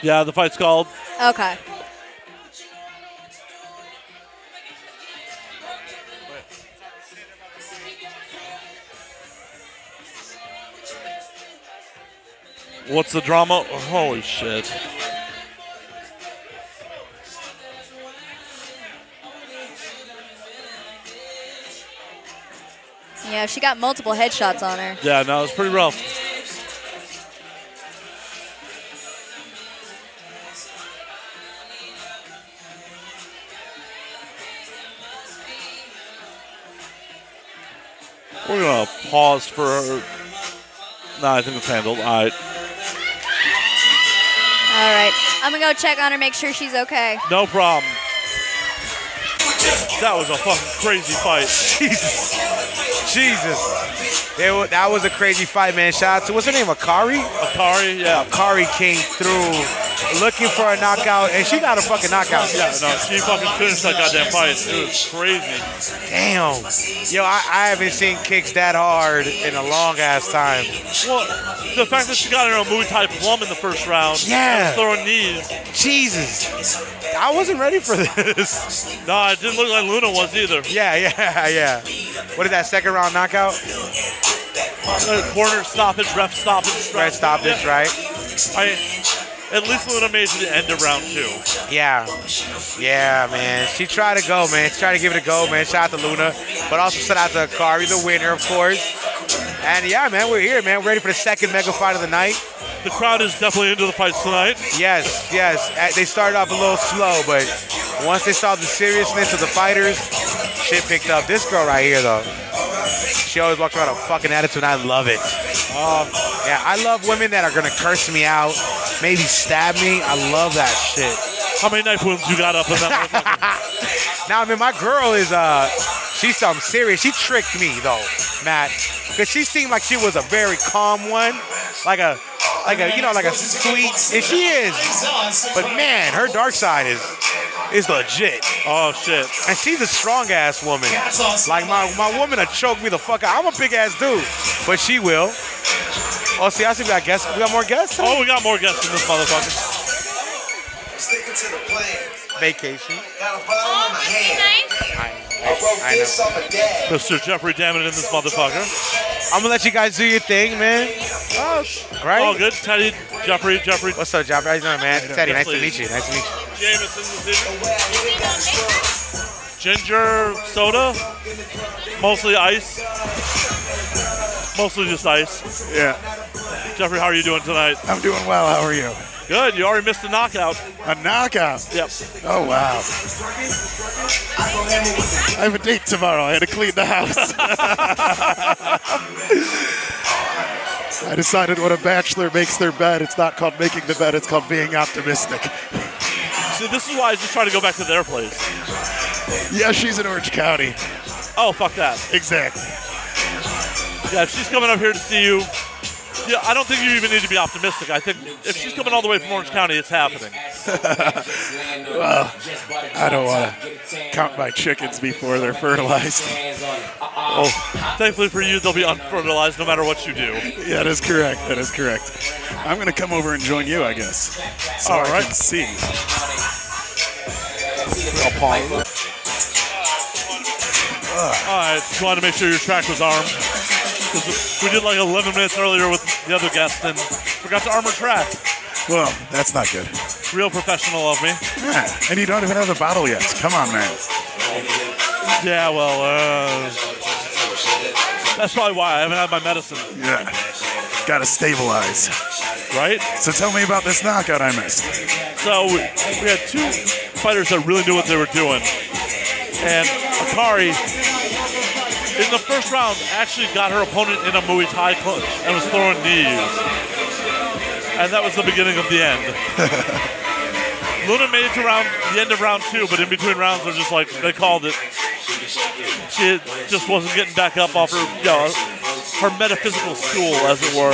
A: Yeah, the fight's called.
D: Okay.
A: What's the drama? Holy shit.
D: Yeah, she got multiple headshots on her.
A: Yeah, no, it's pretty rough. We're gonna pause for. No, I think it's handled. All right,
D: All right. I'm gonna go check on her, make sure she's okay.
A: no problem. That was a fucking crazy fight.
C: Jesus. Jesus. There wa- that was a crazy fight, man. Shout out to, what's her name, Akari?
A: Akari, yeah,
C: Akari came through looking for a knockout, and she got a fucking knockout.
A: yeah, no, she fucking finished that goddamn fight. It was crazy.
C: Damn. Yo, I, I haven't seen kicks that hard in a long ass time.
A: Well, the fact that she got her a Muay Thai plum in the first round,
C: Yeah.
A: and was throwing knees.
C: Jesus. I wasn't ready for this.
A: No, it didn't look like Luna was either.
C: Yeah, yeah, yeah. What is that, second round knockout?
A: Uh, corner stoppage, ref stoppage,
C: Red stoppage,
A: Yeah.
C: right?
A: I, at least Luna made it to the end of round two.
C: Yeah. Yeah, man. She tried to go, man. She tried to give it a go, man. Shout out to Luna. But also shout out to Akari, the winner, of course. And yeah, man, we're here, man. We're ready for the second mega fight of the night.
A: The crowd is definitely into the fights tonight.
C: Yes, yes. Uh, They started off a little slow, but once they saw the seriousness of the fighters, shit picked up. This girl right here, though, she always walks around with a fucking attitude. and I love it. Um, yeah, I love women that are gonna curse me out, maybe stab me. I love that shit.
A: How many knife wounds you got up in that motherfucker?
C: Now, I mean, my girl is uh, she's something serious. She tricked me though, Matt, because she seemed like she was a very calm one, like a, like a, you know, like a sweet. And she is, but man, her dark side is, is legit.
A: Oh shit.
C: And she's a strong ass woman. Like my, my woman will choke me the fuck out. I'm a big ass dude, but she will. Oh, see, I see. We got guests. We got more guests.
A: Oh, we got more guests in this motherfucker.
J: Sticking to the plan.
C: Vacation.
J: Got a bottle in my hand.
C: I,
J: I wrote
C: I know.
J: this, I'm a dad.
A: Mr. Jeffrey Dammit in this motherfucker.
C: I'm gonna let you guys do your thing, man. Oh, right.
A: All good. Teddy, Jeffrey, Jeffrey,
C: What's up, Job? How you doing, man? Teddy, nice to meet you. Nice to meet you.
A: Jameson, this evening. ginger soda, mostly ice, mostly just ice.
K: Yeah,
A: Jeffrey, how are you doing tonight?
K: I'm doing well. How are you?
A: Good. You already missed the knockout.
K: A knockout.
A: Yep.
K: Oh wow. I have a date tomorrow. I had to clean the house. I decided when a bachelor makes their bed, it's not called making the bed, it's called being optimistic.
A: See, this is why I just try to go back to their place.
K: Yeah, she's in Orange County.
A: Oh, fuck that.
K: Exactly.
A: Yeah, if she's coming up here to see you, yeah, I don't think you even need to be optimistic. I think if she's coming all the way from Orange County, it's happening.
K: I don't want to count my chickens before they're fertilized.
A: Thankfully for you, they'll be unfertilized no matter what you do.
K: Yeah, that is correct. That is correct. I'm gonna come over and join you, I guess. So I can see.
A: All right, just wanted to make sure your track was armed. 'Cause we did like 11 minutes earlier with the other guest and forgot to arm her track.
K: Well, that's not good.
A: Real professional of me.
K: Yeah, and you don't even have the bottle yet. Come on, man.
A: Yeah, well, uh, that's probably why I haven't had my medicine,
K: Yeah. Gotta stabilize.
A: right?
K: So tell me about this knockout I missed.
A: So we, we had two fighters that really knew what they were doing. And Akari, in the first round, actually got her opponent in a Muay Thai clinch and was throwing knees. And that was the beginning of the end. Luna made it to round the end of round two, but in between rounds, they're just like, they called it. She just wasn't getting back up off her, you know, her metaphysical stool, as it were.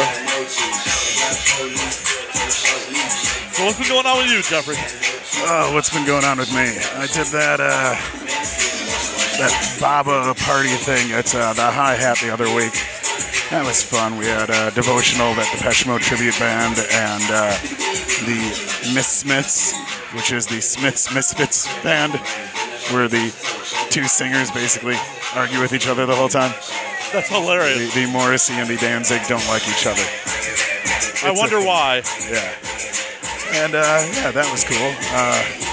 A: So what's been going on with you, Jeffrey?
K: Oh, what's been going on with me? I did that uh that Baba party thing at uh, the Hi Hat the other week. That was fun. We had a devotional, that Depeche Mode tribute band, and uh, the Miss Smiths, which is the Smiths Misfits band, where the two singers basically argue with each other the whole time.
A: That's hilarious.
K: The, the Morrissey and the Danzig don't like each other.
A: I wonder why.
K: Yeah. And uh, yeah, that was cool. Uh,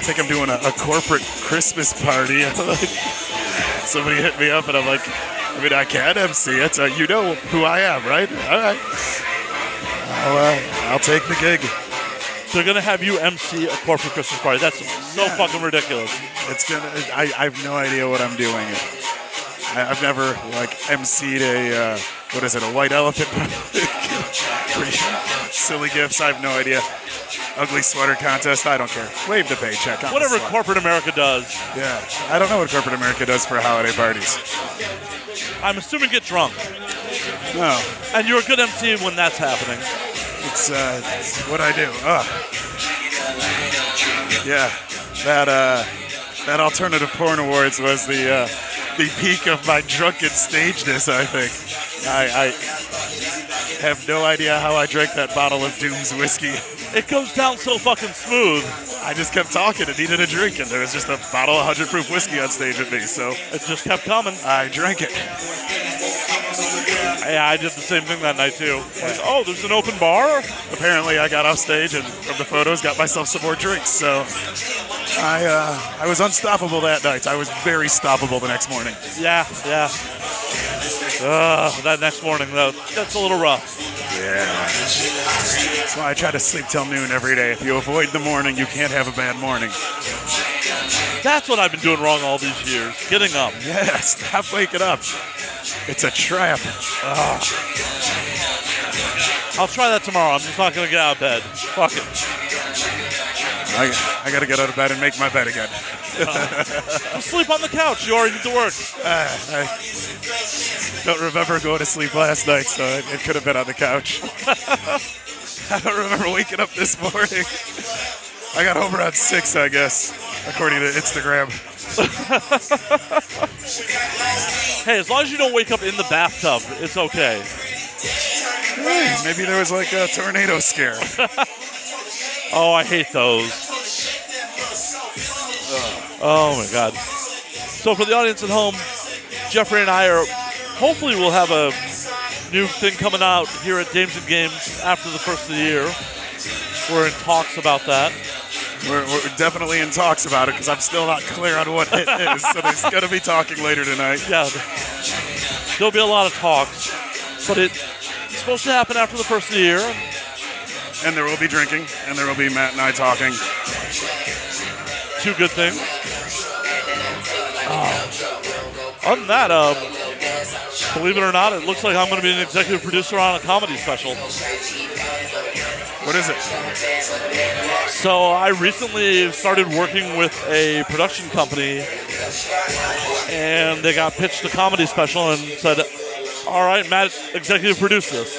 K: I think I'm doing a, a corporate Christmas party. Somebody hit me up and I'm like, I mean, I can MC it. Uh, you know who I am, right? All right. I'll, uh, I'll take the gig.
A: They're gonna have you MC a corporate Christmas party. That's so
K: Yeah.
A: fucking ridiculous.
K: It's gonna. I, I have no idea what I'm doing. I, I've never like emceed a uh, what is it? A white elephant? party. Silly gifts. I have no idea. Ugly sweater contest. I don't care. Wave the paycheck. I'm a
A: Whatever
K: slut.
A: corporate America does,
K: Yeah, I don't know what corporate America does for holiday parties.
A: I'm assuming get drunk.
K: No,
A: And you're a good MC when that's happening.
K: it's, uh, it's what I do. Ugh. Yeah, that uh, that alternative porn awards was the uh, the peak of my drunken stagedness. I think I, I have no idea how I drank that bottle of Doom's whiskey.
A: It goes down so fucking smooth.
K: I just kept talking and needed a drink, and there was just a bottle of 100 proof whiskey on stage with me, so
A: It just kept coming.
K: I drank it.
A: Yeah, I did the same thing that night too. Like, oh, there's an open bar.
K: apparently I got off stage and from the photos got myself some more drinks. So I uh, I was unstoppable that night. I was very stoppable the next morning.
A: Yeah, yeah. Ugh, that next morning though, that's a little rough.
K: That's why I try to sleep till noon every day. If you avoid the morning, you can't have a bad morning.
A: That's what I've been doing wrong all these years. Getting up.
K: Yeah, stop waking up. It's a trap. Ugh.
A: I'll try that tomorrow. I'm just not gonna get out of bed. Fuck it.
K: I, I gotta get out of bed and make my bed again.
A: I'll sleep on the couch. You already did the work.
K: I don't remember going to sleep last night, so it, it could have been on the couch. I don't remember waking up this morning. I got home around 6, I guess, according to Instagram.
A: Hey, as long as you don't wake up in the bathtub, it's okay.
K: Hey, maybe there was like a tornado scare.
A: Oh, I hate those. Oh my god. So for the audience at home, Jeffrey and I are hopefully we'll have a new thing coming out here at Games and Games after the first of the year. We're in talks about that.
K: We're, we're definitely in talks about it because I'm still not clear on what it is, so there's gonna be talking later tonight.
A: Yeah. There'll be a lot of talks. But it, it's supposed to happen after the first of the year.
K: And there will be drinking, and there will be Matt and I talking.
A: Two good things. Other than that, um, believe it or not, it looks like I'm going to be an executive producer on a comedy special.
K: What is it?
A: So I recently started working with a production company, and they got pitched a comedy special and said, "All right, Matt, executive produce this."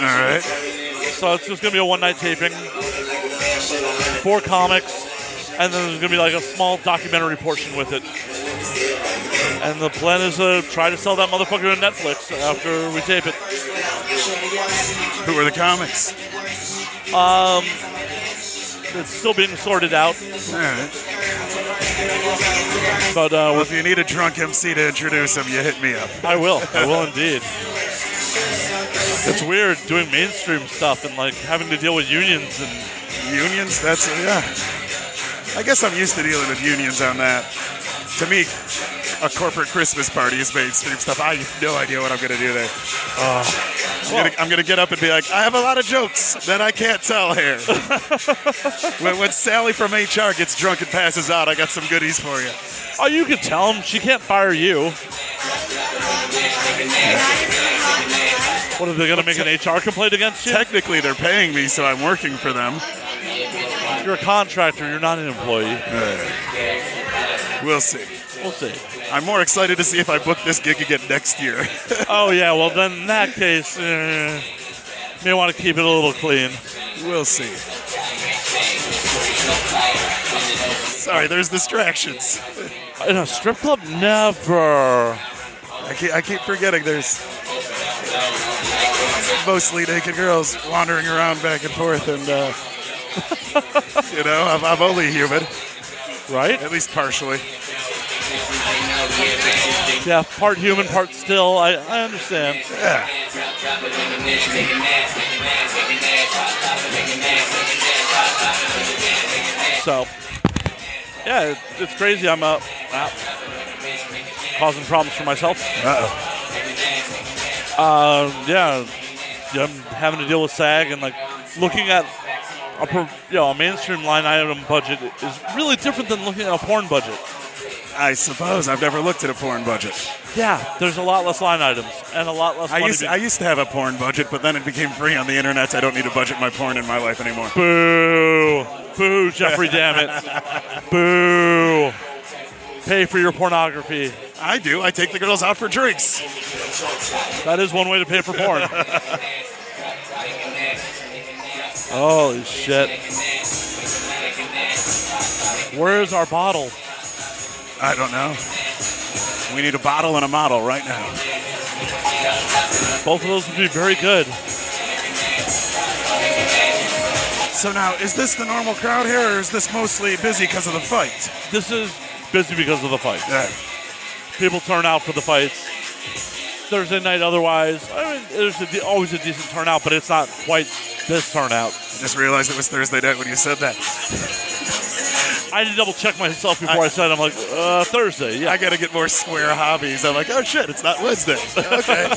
K: All right.
A: So it's just going to be a one-night taping, four comics, and then there's going to be like a small documentary portion with it. And the plan is to try to sell that motherfucker to Netflix after we tape it.
K: Who are the comics?
A: It's still being sorted out,
K: All right.
A: but uh,
K: Well,
A: we're
K: if you need a drunk MC to introduce him, you hit me up.
A: I will. I will indeed. It's weird doing mainstream stuff and like having to deal with unions and
K: Unions? That's yeah. I guess I'm used to dealing with unions on that. To me, a corporate Christmas party is mainstream stuff. I have no idea what I'm gonna do there. Uh, I'm, gonna, I'm gonna get up and be like, I have a lot of jokes that I can't tell here. when, when Sally from HR gets drunk and passes out, I got some goodies for you.
A: oh, you can tell them she can't fire you. What are they gonna make an HR complaint against you?
K: Technically, they're paying me, so I'm working for them.
A: You're a contractor. You're not an employee.
K: We'll see.
A: We'll see.
K: I'm more excited to see if I book this gig again next year.
A: Oh yeah. Well, then in that case, eh, may want to keep it a little clean.
K: We'll see. Sorry, there's distractions.
A: In a strip club, never.
K: I keep, I keep forgetting there's mostly naked girls wandering around back and forth, and uh, you know, I'm, I'm only human,
A: Right?
K: at least partially.
A: Yeah. Part human, part still. I, I understand. So, yeah, it, it's crazy. I'm uh, uh, causing problems for myself.
K: Uh-oh.
A: Uh, yeah, yeah, I'm having to deal with SAG and like looking at a per, you know a mainstream line item budget is really different than looking at a porn budget.
K: I suppose I've never looked at a porn budget.
A: Yeah, there's a lot less line items and a lot less.
K: I
A: money
K: used,
A: being-
K: I used to have a porn budget, but then it became free on the internet. I don't need to budget my porn in my life anymore.
A: Boo! Boo, Jeffrey, damn it. Boo! Pay for your pornography.
K: I do. I take the girls out for drinks.
A: That is one way to pay for porn. Holy shit. Where's our bottle?
K: I don't know. We need a bottle and a model right now.
A: Both of those would be very good.
K: So now, is this the normal crowd here, or is this mostly busy because of the fight?
A: This is busy because of the fight.
K: Yeah.
A: People turn out for the fights. Thursday night, otherwise, I mean, there's a de- always a decent turnout, but it's not quite this turnout.
K: I just realized it was Thursday night when you said that.
A: I had to double check myself before I, said, I'm like, uh, Thursday, yeah.
K: I got to get more square hobbies. I'm like, oh shit, it's not Wednesday. Okay.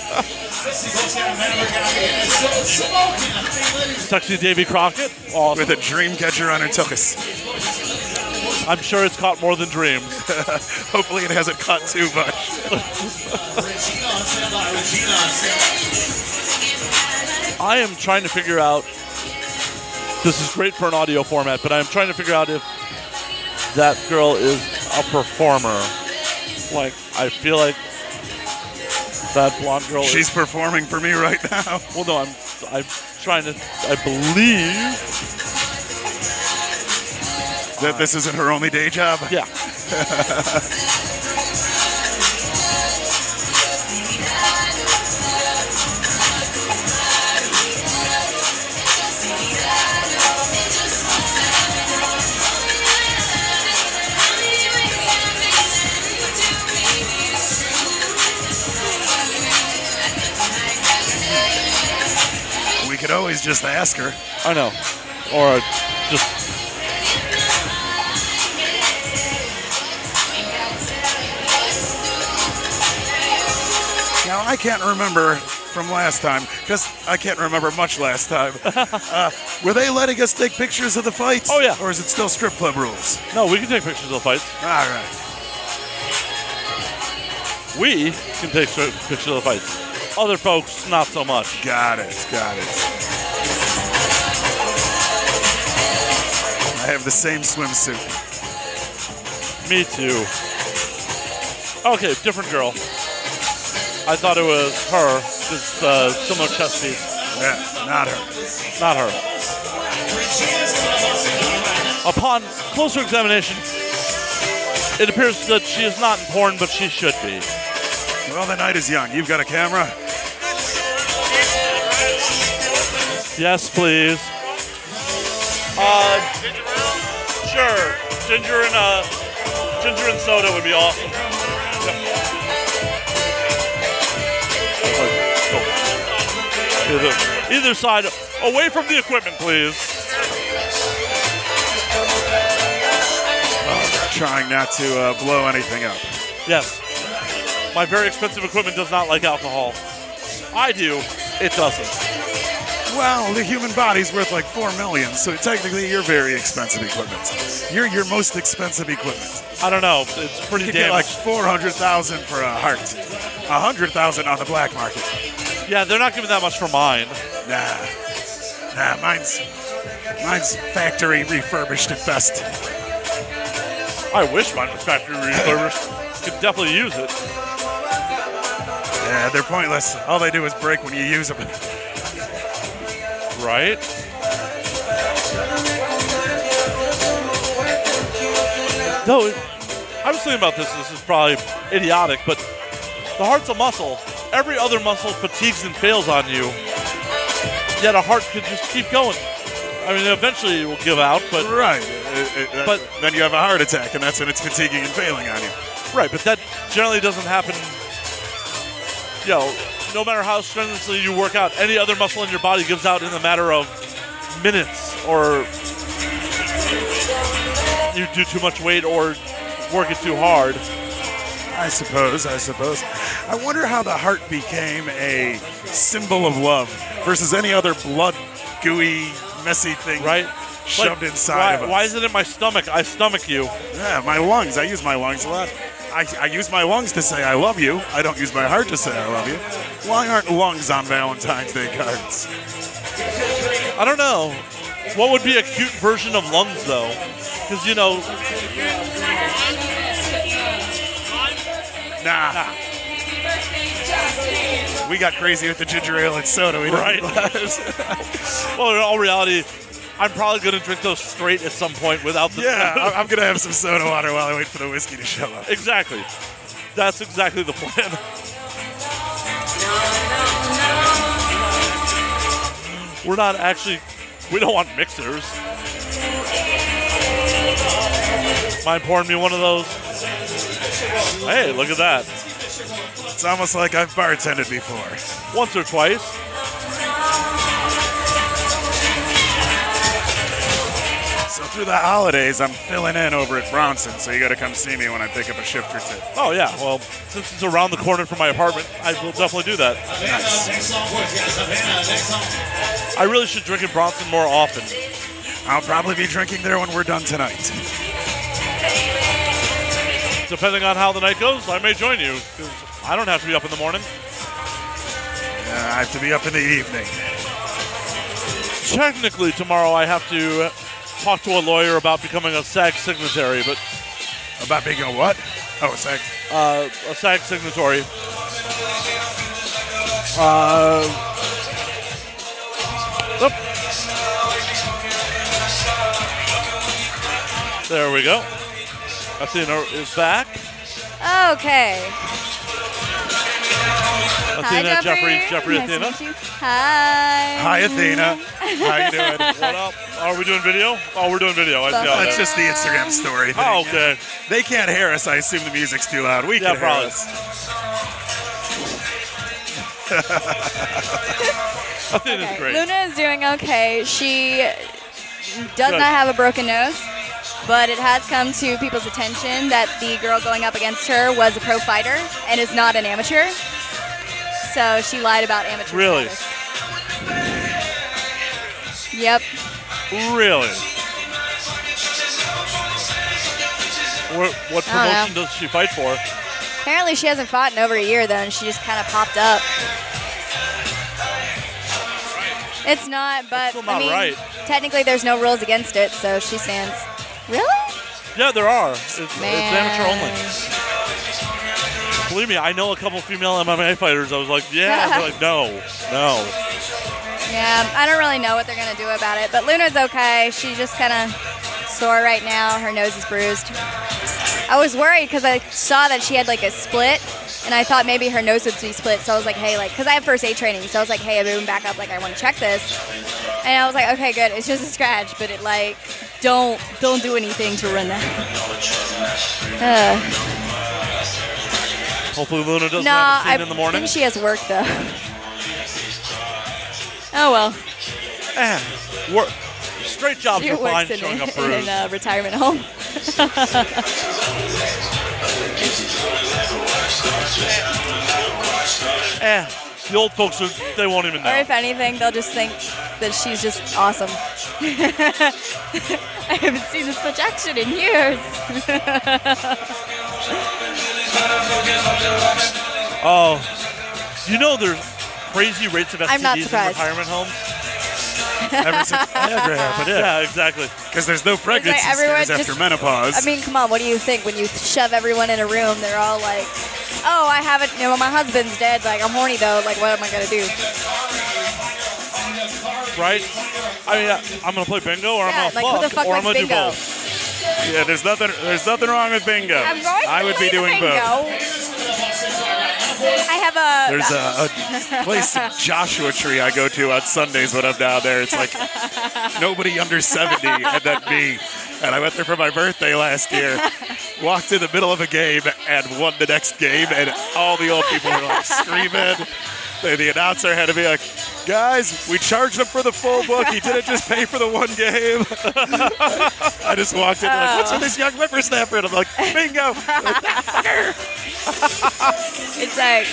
A: Sexy Davy Crockett, awesome.
K: With a dream catcher on her tuchus.
A: I'm sure it's caught more than dreams.
K: Hopefully, it hasn't caught too much.
E: Regina on standby. Regina on standby.
A: I am trying to figure out. This is great for an audio format, but I'm trying to figure out if that girl is a performer. Like, I feel like that blonde girl.
K: She's
A: is,
K: performing for me right now.
A: Well, no, I'm. I'm trying to. I believe
K: That this isn't her only day job.
A: Yeah.
K: we could always just ask her.
A: I know. Or just.
K: Now I can't remember from last time because I can't remember much last time. uh, were they letting us take pictures of the fights? Oh yeah. Or is it still strip club rules?
A: No, we can take pictures of the fights.
K: All right.
A: We can take certain pictures of the fights. Other folks, not so much.
K: Got it. Got it. I have the same swimsuit.
A: Me too. Okay, different girl. I thought it was her. Just uh, similar chest piece.
K: Yeah, not her.
A: Not her. Upon closer examination, it appears that she is not in porn, but she should be.
K: Well, the night is young. You've got a camera.
A: Yes, please. Uh, sure. Ginger and uh, ginger and soda would be awesome. Either, either side, away from the equipment, please.
K: Trying not to uh, blow anything up.
A: Yes. My very expensive equipment does not like alcohol. I do. It doesn't.
K: Well, the human body's worth like four million, so technically you're very expensive equipment. You're your most expensive equipment.
A: I don't know. It's pretty
K: You
A: damn.
K: get like four hundred thousand for a heart, a hundred thousand on the black market.
A: yeah, they're not giving that much for mine.
K: Nah, nah, mine's mine's factory refurbished at best.
A: I wish mine was factory refurbished. Could definitely use it.
K: Yeah, Uh, they're pointless. All they do is break when you use them.
A: Right? No, it, I was thinking about this. This is probably idiotic, but the heart's a muscle. Every other muscle fatigues and fails on you. Yet a heart could just keep going. I mean, eventually it will give out, but
K: Right, uh, uh, uh,
A: But-
K: then you have a heart attack, and that's when it's fatiguing and failing on you.
A: right. But that generally doesn't happen. You know, no matter how strenuously you work out, any other muscle in your body gives out in the matter of minutes or you do too much weight or work it too hard.
K: I suppose, I suppose. I wonder how the heart became a symbol of love versus any other blood, gooey, messy thing
A: right?
K: shoved
A: Like,
K: inside
A: why,
K: of us.
A: Why is it in my stomach? I stomach you.
K: Yeah, my lungs. I use my lungs a lot. I, I use my lungs to say I love you. I don't use my heart to say I love you. Why aren't lungs on Valentine's Day cards?
A: I don't know. What would be a cute version of lungs, though? Because, you know,
K: Nah. We got crazy with the ginger ale and soda. We
A: Right.
K: Don't
A: well, in all reality, I'm probably going to drink those straight at some point without the.
K: yeah, I- I'm gonna have some soda water while I wait for the whiskey to show up.
A: exactly. That's exactly the plan. We're not actually. We don't want mixers. Mind pouring me one of those? Hey, look at that.
K: It's almost like I've bartended before.
A: once or twice.
K: So through the holidays, I'm filling in over at Bronson. So you got to come see me when I pick up a shift or two.
A: Oh yeah, well, since it's around the corner from my apartment, I will definitely do that.
E: Havana, next song for us, guys. Havana, next song.
A: I really should drink in Bronson more often.
K: I'll probably be drinking there when we're done tonight.
A: Depending on how the night goes, I may join you. 'cause I don't have to be up in the morning.
K: Yeah, I have to be up in the evening.
A: Technically, tomorrow I have to talk to a lawyer about becoming a SAG signatory, but
K: about being a what? Oh, a SAG.
A: Uh, a SAG signatory. Uh, oop. There we go. Athena is back.
D: Okay. Hi,
A: Athena, Jeffrey, Jeffrey,
D: nice to
A: Athena.
D: meet you. Hi.
K: Hi, Athena. How you doing?
A: What up? Are we doing video? Oh, we're doing video. I see. how that-
K: That's just the Instagram story. Thing.
A: Oh, okay.
K: They can't hear us. I assume the music's too loud. We
A: Yeah,
K: can
A: probably.
K: hear us.
A: Athena's
D: Okay,
A: great.
D: Luna is doing okay. She does
A: Good.
D: not have a broken nose, but it has come to people's attention that the girl going up against her was a pro fighter and is not an amateur. So she lied about amateur.
A: Really?
D: status. Yep.
A: Really? What, what
D: I don't know.
A: promotion does she fight for?
D: Apparently, she hasn't fought in over a year, though, and she just kind of popped up. It's not, but
A: still
D: I
A: not
D: mean,
A: right.
D: technically, there's no rules against it, so she stands. Really?
A: Yeah, there are. It's, it's amateur
D: Man.
A: only. Believe me, I know a couple female MMA fighters. I was like, yeah. They're like, no, no.
D: Yeah, I don't really know what they're gonna do about it, but Luna's okay. She's just kind of sore right now. Her nose is bruised. I was worried because I saw that she had like a split, and I thought maybe her nose would be split. So I was like, hey, like, because I have first aid training, so I was like, hey, I'm moving back up. Like, I want to check this, and I was like, okay, good. It's just a scratch, but it like don't don't do anything to ruin that.
A: Hopefully Luna
D: Uh,
A: doesn't
D: no,
A: have a
D: I
A: scene in the morning.
D: think she has work though. Oh well,
A: Eh, wor- straight jobs
D: she
A: are fine
D: works in,
A: showing
D: a,
A: up
D: in
A: bruised.
D: a retirement home.
A: Eh, the old folks, are, they won't even know.
D: Or if anything, they'll just think that she's just awesome. I haven't seen this much action in years.
A: oh, you know there's crazy rates of STDs
D: I'm not
A: in
D: surprised.
A: retirement homes?
K: Ever since Viagra happened, yeah.
A: Yeah, exactly.
K: Because there's no pregnancy
D: It's like everyone
K: scares after
D: just-
K: menopause.
D: I mean, come on, what do you think when you shove everyone in a room? They're all like, oh, I haven't, you know, my husband's dead. Like, I'm horny though. Like, what am I going to do?
A: Right? I mean, I- I'm going to play bingo or
D: Yeah,
A: I'm
D: like,
A: going
D: who
A: to
D: the
A: fuck,
D: fuck
A: or I'm going
D: likes
A: to do
D: bingo?
A: both.
K: yeah, there's nothing. There's nothing wrong with bingo.
D: I'm going
K: I
D: to
K: would
D: play
K: be
D: the
K: doing
D: bingo.
K: both.
D: I have a.
K: There's a, a place in Joshua Tree I go to on Sundays when I'm down there. It's like nobody under 70, and then me. And I went there for my birthday last year. Walked in the middle of a game and won the next game, and all the old people were like screaming. The, the announcer had to be like, "Guys, we charged him for the full book. He didn't just pay for the one game." I just walked in like, "What's with this young whippersnapper?" And I'm like, "Bingo!"
D: It's like,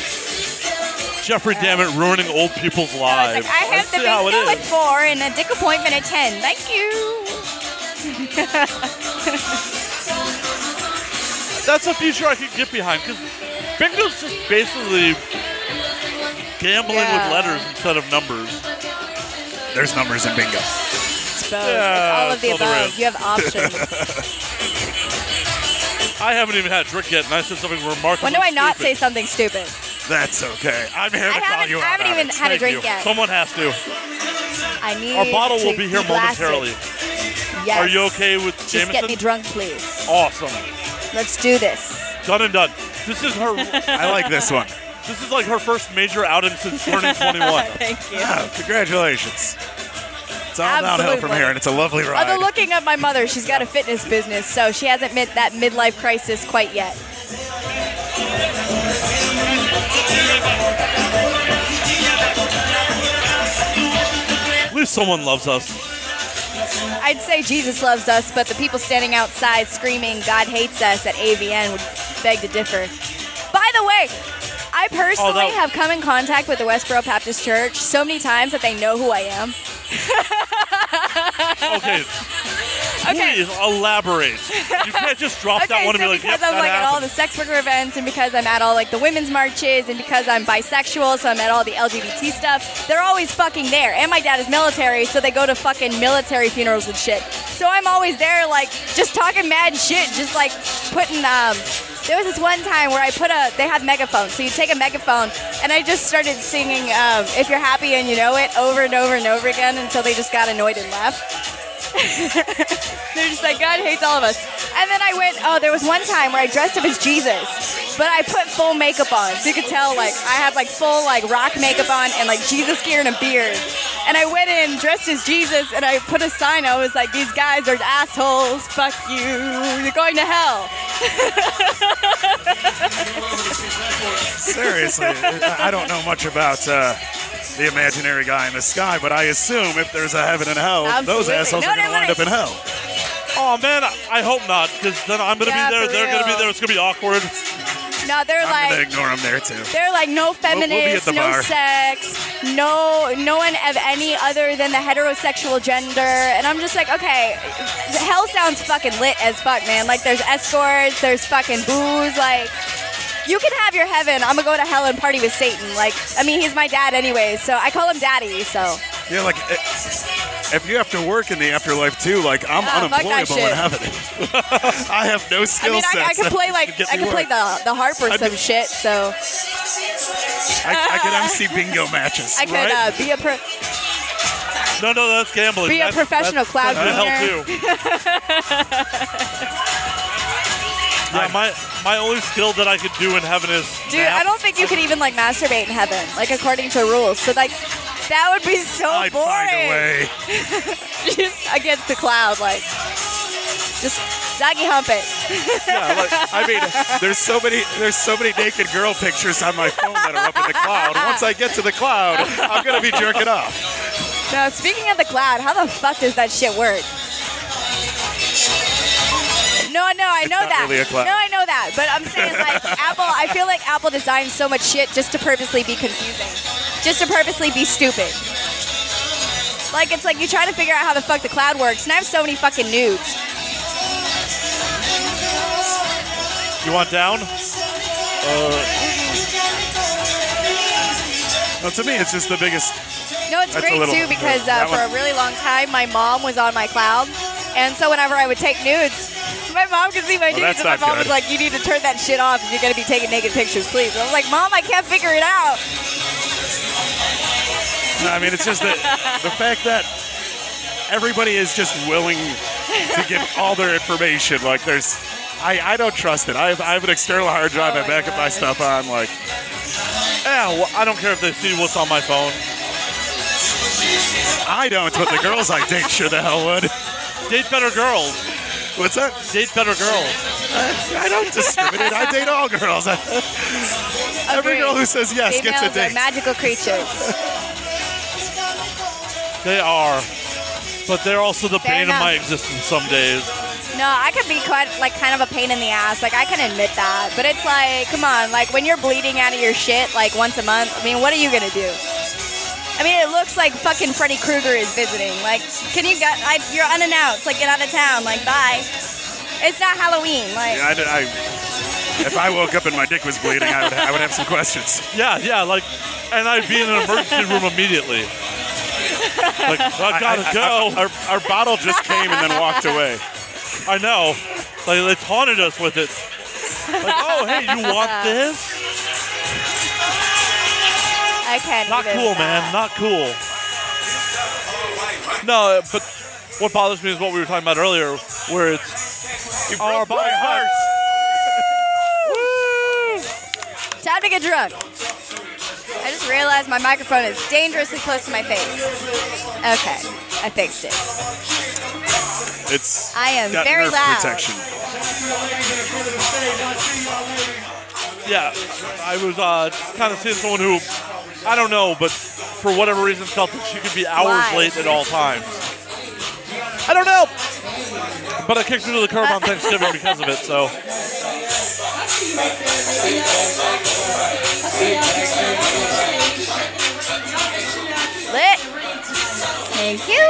A: Jeffrey, damn it, ruining old people's
D: I,
A: lives.
D: was like, I have
A: Let's
D: the
A: see how it
D: bingo at
A: is.
D: 4 and a dick appointment at 10. Thank you.
A: That's a feature I could get behind because bingo's just basically gambling
D: Yeah.
A: with letters instead of numbers.
K: There's numbers in bingo.
D: It's both.
A: Yeah,
D: it's all of the
A: it's all there
D: above.
A: is.
D: You have options.
A: I haven't even had a drink yet, and I said something remarkable.
D: when do I not say something stupid?
K: That's okay. I'm here to
D: I
K: call
D: haven't,
K: you
D: I
K: out.
D: haven't
K: on
D: even
K: it.
D: had a drink yet.
A: Someone has to.
D: I need.
A: Our bottle
D: to
A: will be here
D: be blasted.
A: momentarily.
D: Yes.
A: Are you okay with
D: Just
A: Jameson?
D: get me drunk, please.
A: Awesome.
D: Let's do this.
A: Done and done. This is her.
K: I like this one.
A: this is like her first major outing since turning 21.
D: Thank you.
K: Oh, congratulations. It's all downhill from
D: Absolutely.
K: here, and it's a lovely ride.
D: Although looking at my mother, she's got a fitness business, so she hasn't met that midlife crisis quite yet.
A: At least someone loves us.
D: I'd say Jesus loves us, but the people standing outside screaming "God hates us" at AVN would beg to differ. By the way, I personally
A: Oh, that-
D: have come in contact with the Westboro Baptist Church so many times that they know who I am.
A: Okay, Please elaborate. You can't just drop
D: okay,
A: that one and
D: so
A: be like,
D: because
A: yep,
D: I'm
A: that
D: like at all
A: happened.
D: the sex worker events, and because I'm at all like the women's marches, and because I'm bisexual, so I'm at all the LGBT stuff. They're always fucking there, and my dad is military, so they go to fucking military funerals and shit. So I'm always there, like just talking mad shit, just like putting um. There was this one time where I put a. They have megaphones, so you take a megaphone, and I just started singing um, "If You're Happy and You Know It" over and over and over again until they just got annoyed and left. They're just like, God hates all of us. And then I went, oh, there was one time where I dressed up as Jesus, but I put full makeup on. So you could tell, like, I had, like, full, like, rock makeup on and, like, Jesus gear and a beard. And I went in dressed as Jesus and I put a sign. I was like, these guys are assholes. Fuck you. You're going to hell.
K: Seriously, I I don't know much about uh, the imaginary guy in the sky, but I assume if there's a heaven and hell, those
D: Absolutely.
K: assholes
D: No,
K: are going
D: no,
K: to
D: no,
K: wind
D: no.
K: up in hell.
A: Oh man, I- I hope not, because then I'm gonna
D: Yeah,
A: be there.
D: for
A: They're gonna
D: real.
A: be there. It's gonna be awkward.
D: No, they're
K: I'm going
D: like,
K: to ignore them there too.
D: They're like no
K: we'll be at
D: feminists,
K: the
D: no
K: bar.
D: sex, no no one of any other than the heterosexual gender. And I'm just like, okay, the hell sounds fucking lit as fuck, man. Like there's escorts, there's fucking booze, like you can have your heaven. I'm gonna go to hell and party with Satan. Like, I mean, he's my dad anyway, so I call him daddy. So
K: Yeah, like i- if you have to work in the afterlife too, like I'm
D: Ah, fuck that
K: unemployable in
D: shit.
K: heaven. I have no
D: I
K: skill
D: mean,
K: sets.
D: I, I could
K: that
D: play like
K: get
D: I
K: me
D: could play
K: work.
D: the the harp or
K: I
D: some
K: did-
D: shit. So
K: I, I could MC bingo matches.
D: I could
K: right?
D: uh, be a pro-
A: No, no, that's gambling.
D: Be a
A: That's-
D: professional
A: that's,
D: cloud
A: that's the
D: gamer.
A: hell too. yeah, my my only skill that I could do in heaven is
D: Dude,
A: nap.
D: I don't think you could even like masturbate in heaven, like according to rules. So like, that would be so
K: I'd
D: boring.
K: find a way.
D: Just against the cloud, like just doggy hump it.
K: Yeah, like, I mean, there's so many there's so many naked girl pictures on my phone that are up in the cloud. Once I get to the cloud, I'm gonna be jerking off.
D: Now, speaking of the cloud, how the fuck does that shit work? No, no, I know
K: not
D: that.
K: really a cloud.
D: No, I know that. But I'm saying like Apple. I feel like Apple designs so much shit just to purposely be confusing, just to purposely be stupid. Like it's like you try to figure out how the fuck the cloud works, and I have so many fucking nudes.
A: You want down?
K: Well, to me, it's just the biggest.
D: No, it's
K: That's a
D: great
K: little-
D: too because uh,
K: that
D: for a
K: one-
D: really long time, my mom was on my cloud, and so whenever I would take nudes, my mom could see my nudes,
K: that's
D: and my
K: not
D: mom
K: good.
D: was like, "You need to turn that shit off. If you're gonna be taking naked pictures, please." I was like, "Mom, I can't figure it out."
K: No, I mean, it's just that the fact that everybody is just willing to give all their information. Like, there's, I, I don't trust it. I have, I have an external hard drive.
D: Oh
K: I
D: my
K: back up my
D: God.
K: stuff on. Like,
A: Yeah, Eh, well, I don't care if they see what's on my phone.
K: I don't, but the girls I date sure the hell would.
A: Date better girls.
K: What's that?
A: Date better girls.
K: I don't discriminate. I date all girls. Every
D: Agreed.
K: girl who says yes gets
D: Females
K: a
D: are
K: date.
D: magical creatures.
A: They are. But they're also the
D: Fair
A: bane
D: enough.
A: of my existence some days.
D: No, I could be quite like kind of a pain in the ass. Like I can admit that, but it's like, come on, like when you're bleeding out of your shit like once a month. I mean, what are you gonna do? I mean, it looks like fucking Freddy Krueger is visiting. Like, can you get? I, you're unannounced. Like, get out of town. Like, bye. It's not Halloween. Like,
K: I, I, if I woke up and my dick was bleeding, I would, I would have some questions.
A: Yeah, yeah, like, and I'd be in an emergency room immediately. Like, I gotta
K: I-
A: go.
K: I- our, our bottle just came and then walked away.
A: I know. Like they taunted us with it. Like, oh hey, you want this?
D: I can't.
A: Not
D: even
A: cool,
D: with
A: man.
D: that.
A: Not cool. No, but what bothers me is what we were talking about earlier, where it's
K: You
A: our
K: broke my heart.
D: Time to get drunk. I just realized my microphone is dangerously close to my face. Okay, I fixed it.
K: It's
D: I am
K: got
D: very
K: nerve
D: loud.
K: protection.
A: yeah. I was uh, kind of seeing someone who I don't know, but for whatever reason felt that she could be hours
D: Why?
A: late at all times. I don't know. But I kicked her to the curb on Thanksgiving because of it. So
D: Lit. Thank you.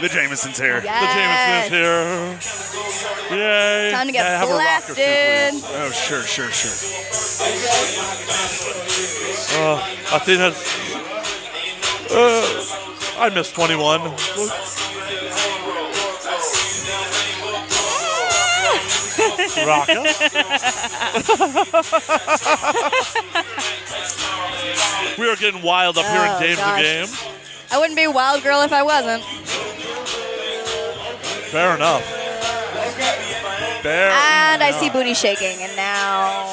K: The Jameson's here.
D: Yes.
A: The Jameson's here. Yay.
D: Time to get
A: Can I have a rocker, too,
D: blasted.
A: please?
K: Oh, sure, sure, sure.
A: Uh, I think that's. Uh, I missed 21. Rocker. we are getting wild up here
D: Oh,
A: in Dave's
D: gosh.
A: game.
D: I wouldn't be a wild girl if I wasn't.
A: Fair enough. Fair.
D: And I see booty shaking, and now.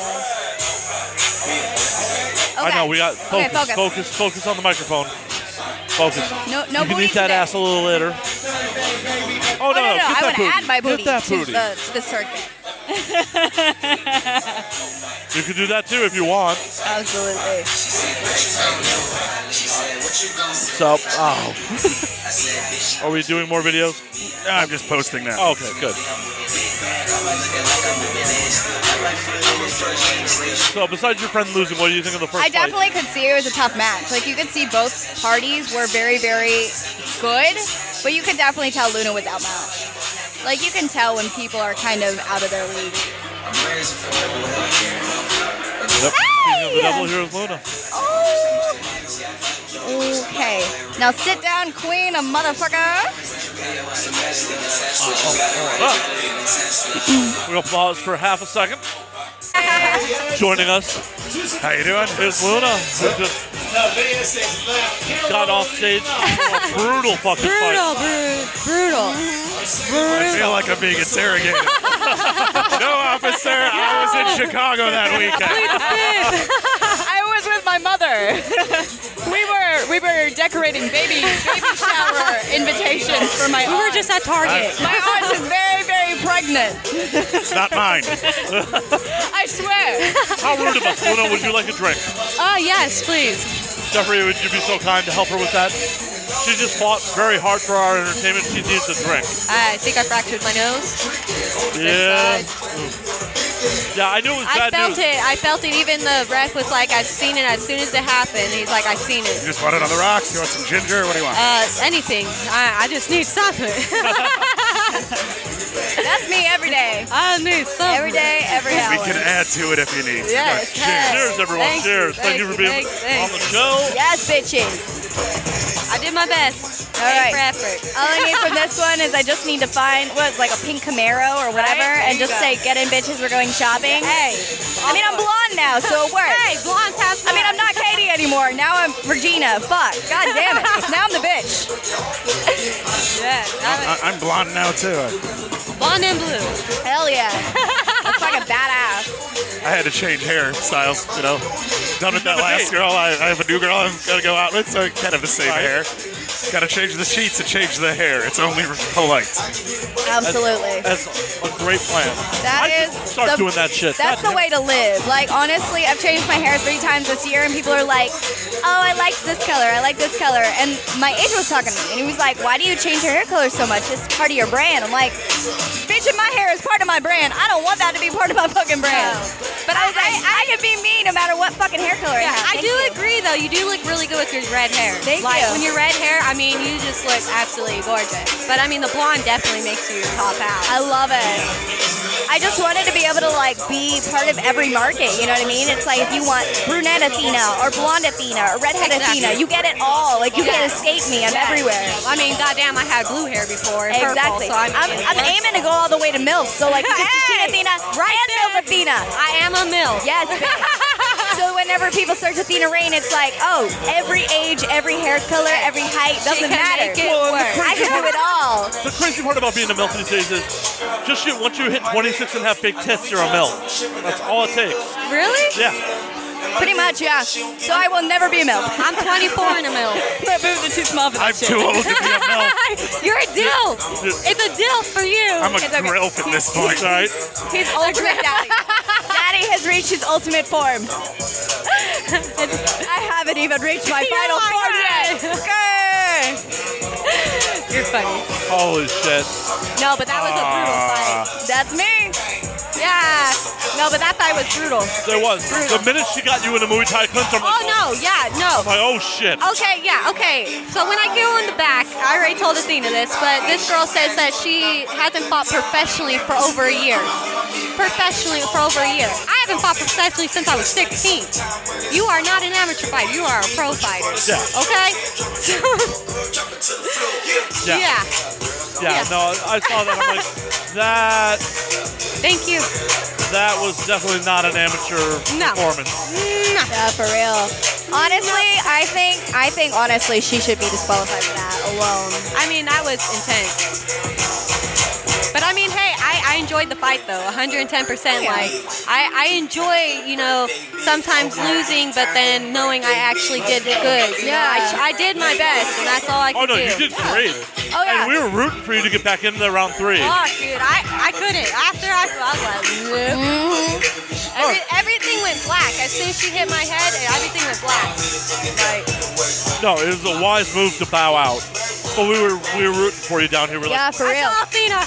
D: Okay.
A: I know we got
D: Okay,
A: focus,
D: focus.
A: focus, focus, on the microphone. Focus.
D: No- no
A: you can
D: booty
A: eat that
D: today.
A: ass a little later. Oh,
D: Oh, no, no,
A: get
D: I
A: that
D: want to
A: booty.
D: add my booty,
A: Get that
D: to
A: booty.
D: the, to the circuit.
A: You can do that too if you want.
D: Absolutely.
A: So, oh. are we doing more videos?
K: I'm just posting that.
A: Oh, okay, good. So, besides your friend losing, what do you think of the first
D: I
A: fight?
D: definitely could see it was a tough match. Like you could see both parties were very, very good, but you could definitely tell Luna was outmatched. Like you can tell when people are kind of out of their league.
A: Yep. Speaking of the
D: Hey!
A: devil, here's Luna.
D: Oh. Okay. Now sit down, queen, a motherfucker.
A: Ah. We're going to pause for half a second. Joining us
K: How you doing?
A: is Luna, who just got off stage. Brutal fucking fight.
D: brutal.
K: I feel like I'm being interrogated. no, officer, I was in Chicago that weekend.
D: I was with my mother. we were we were decorating baby baby shower invitations for my. We were just at Target. My aunt is very very pregnant.
K: It's not mine.
D: I swear.
A: How rude of us. Luna, would you like a drink?
F: Oh, yes, please.
A: Jeffrey, would you be so kind to help her with that? She just fought very hard for our entertainment. She needs a drink.
F: I think I fractured my nose.
A: Yeah.
F: This
A: Yeah, I knew it was
F: I
A: bad
F: felt
A: news.
F: it. I felt it. Even the ref was like, I've seen it as soon as it happened. He's like, I've seen
K: You
F: it.
K: just want it on the rocks? You want some ginger? What do you want?
F: Uh, anything. I, I just need something.
D: That's me every day.
F: I need something.
D: Every day, every
K: we
D: hour.
K: can add to it if you need.
D: Yes, yes.
A: Cheers, everyone.
F: Thank you,
A: Cheers. Thank,
F: thank
A: you for
F: you,
A: being
F: thank you,
A: on
F: thank
A: the show.
D: Yes, bitches.
F: I did my best.
D: All right.
F: For effort.
D: All I need from this one is I just need to find what's like a pink Camaro or whatever,
F: Right?
D: and just say, "Get in, bitches. We're going shopping." Hey. I mean, I'm blonde now, so it works.
F: Hey, blonde has
D: I mean, I'm not Katie anymore. Now I'm Regina. Fuck. God damn it. Now I'm the bitch.
F: Yeah.
K: I- I'm blonde now, too.
F: Blonde and blue.
D: Hell yeah. That's like a badass.
K: I had to change hair styles, you know. Done with that last girl. I, I have a new girl I'm going to go out with, so I kind of the same hair. Got to change the sheets and change the hair. It's only polite.
D: Absolutely.
A: That's a great plan.
D: That
A: I
D: is
A: should start
D: the-
A: doing that shit.
D: That's
A: God
D: the way to live. Like, honestly, I've changed my hair three times this year, and people are like, oh, I liked this color, I like this color. And my agent was talking to me, and he was like, why do you change your hair color so much? It's part of your brand. I'm like, bitch, my hair is part of my brand. I don't want that to be part of my fucking brand. But I was like, I, can be me no matter what fucking hair color
F: Yeah,
D: I have.
F: I
D: Thank
F: do
D: you.
F: agree though. You do look really good with your red hair.
D: Thank
F: like,
D: you.
F: When your red hair, I mean, you just look absolutely gorgeous. But I mean, the blonde definitely makes you top out.
D: I love it. I just wanted to be able to like be part of every market. You know what I mean? It's like if you want brunette Athena or blonde Athena or redhead
F: Exactly.
D: Athena, you get it all. Like you can't
F: Yes.
D: escape me. I'm everywhere.
F: I mean, goddamn, I had blue hair before. and
D: Exactly.
F: Purple, so I mean,
D: I'm, I'm aiming to go all the way to MILF. So like you can see Teen
F: Hey!
D: Athena
F: Right
D: and MILF
F: there.
D: Athena.
F: I am a mill.
D: Yes. babe. so whenever people search Athena Rain, it's like, oh, every age, every hair color, every height doesn't
F: can
D: matter.
F: make it Well, and the work.
D: I can do it all.
A: The crazy part about being a MILF these days is just you, once you hit 26 and a half big tits, you're a MILF. That's all it takes.
F: Really?
A: Yeah.
D: Pretty much, yeah. So I will never be a MILF.
F: I'm 24 and a mill.
D: My boobs are too small for
K: I'm too old to be a male.
F: You're a dill. It's a dill for you.
K: I'm a
D: It's okay.
K: grilf at this point.
A: It's all right.
D: He's ultimate daddy. daddy has reached his ultimate form. I haven't even reached my final
F: Oh my
D: form
F: God.
D: yet. Okay.
F: You're funny.
A: Holy shit.
K: Ah.
F: No, but that was a brutal fight.
D: That's me.
F: Yeah.
D: No, but that fight was brutal.
A: There was. The minute she got you in a Muay Thai clinch, I'm like,
D: Oh no, Uh, yeah, no.
A: I'm like, oh shit.
D: Okay, yeah, okay. So when I go in the back, I already told Athena this, but this girl says that she hasn't fought professionally for over a year. Professionally for over a year. I haven't fought professionally since I was 16. You are not an amateur fighter. You are a pro fighter.
A: Yeah.
D: Okay. So,
A: Yeah.
D: yeah.
A: Yeah,
D: Yeah.
A: no, I saw that. I'm like, that
D: Thank you.
A: that was definitely not an amateur
L: No.
A: performance.
D: Mm.
L: Yeah, for real. Honestly, I think I think honestly she should be disqualified for that alone.
D: I mean, that was intense. But I mean, hey, I, I enjoyed the fight though, 110%.
L: Oh,
D: Like, I, I enjoy, you know, sometimes losing, but then knowing I actually did good. Yeah, I, I did my best, and that's all I could
A: Oh no,
D: do.
A: you did great.
D: Oh,
A: And
D: yeah. Uh.
A: we were rooting for you to get back into the round three.
D: Fuck, dude, I, I couldn't. After I, I was like, nope.
L: Mm-hmm.
D: Every, everything went black. As soon as she hit my head, everything went black. Like,
A: No, it was a wise move to bow out. But we were we were rooting for you down here. We're like,
D: for real. I saw Athena.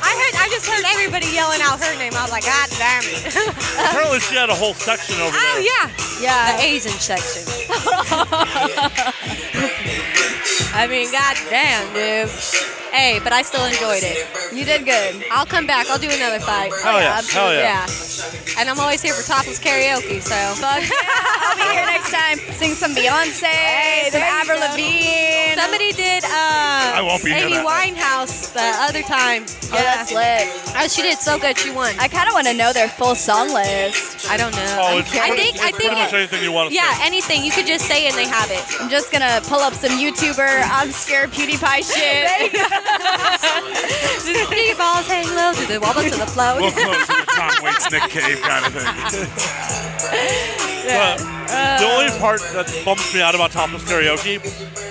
D: I heard. I just heard everybody yelling out her name. I was like, God damn it.
A: apparently she had a whole section over
D: oh
A: there.
D: yeah, yeah. The Asian section. I mean, god damn, dude. Hey, but I still enjoyed it. You did good. I'll come back. I'll do another fight.
A: Hell yeah, hell yeah.
D: yeah. And I'm always here for topless karaoke, so.
L: I'll be here next time. Sing some Beyonce, some Avril Lavigne.
D: Somebody did uh,
A: I won't be near
D: Amy
A: that.
D: Winehouse the other time. Yeah.
L: Oh, that's lit.
D: Oh, she did so good. She won.
L: I kind of want to know their full song list.
D: I don't know.
A: Oh, it's
D: I
A: pretty,
D: think.
A: it's
D: I
A: pretty
D: think.
A: much
D: It,
A: anything you want to
D: yeah,
A: say.
D: anything you could just say and they have it.
L: I'm just gonna pull up some YouTuber obscure PewDiePie shit.
D: Three balls hang low, do they wobble to the float?
K: We'll close with a Tom Waits, Nick Cave kind of thing.
A: But the only part that bumps me out about topless karaoke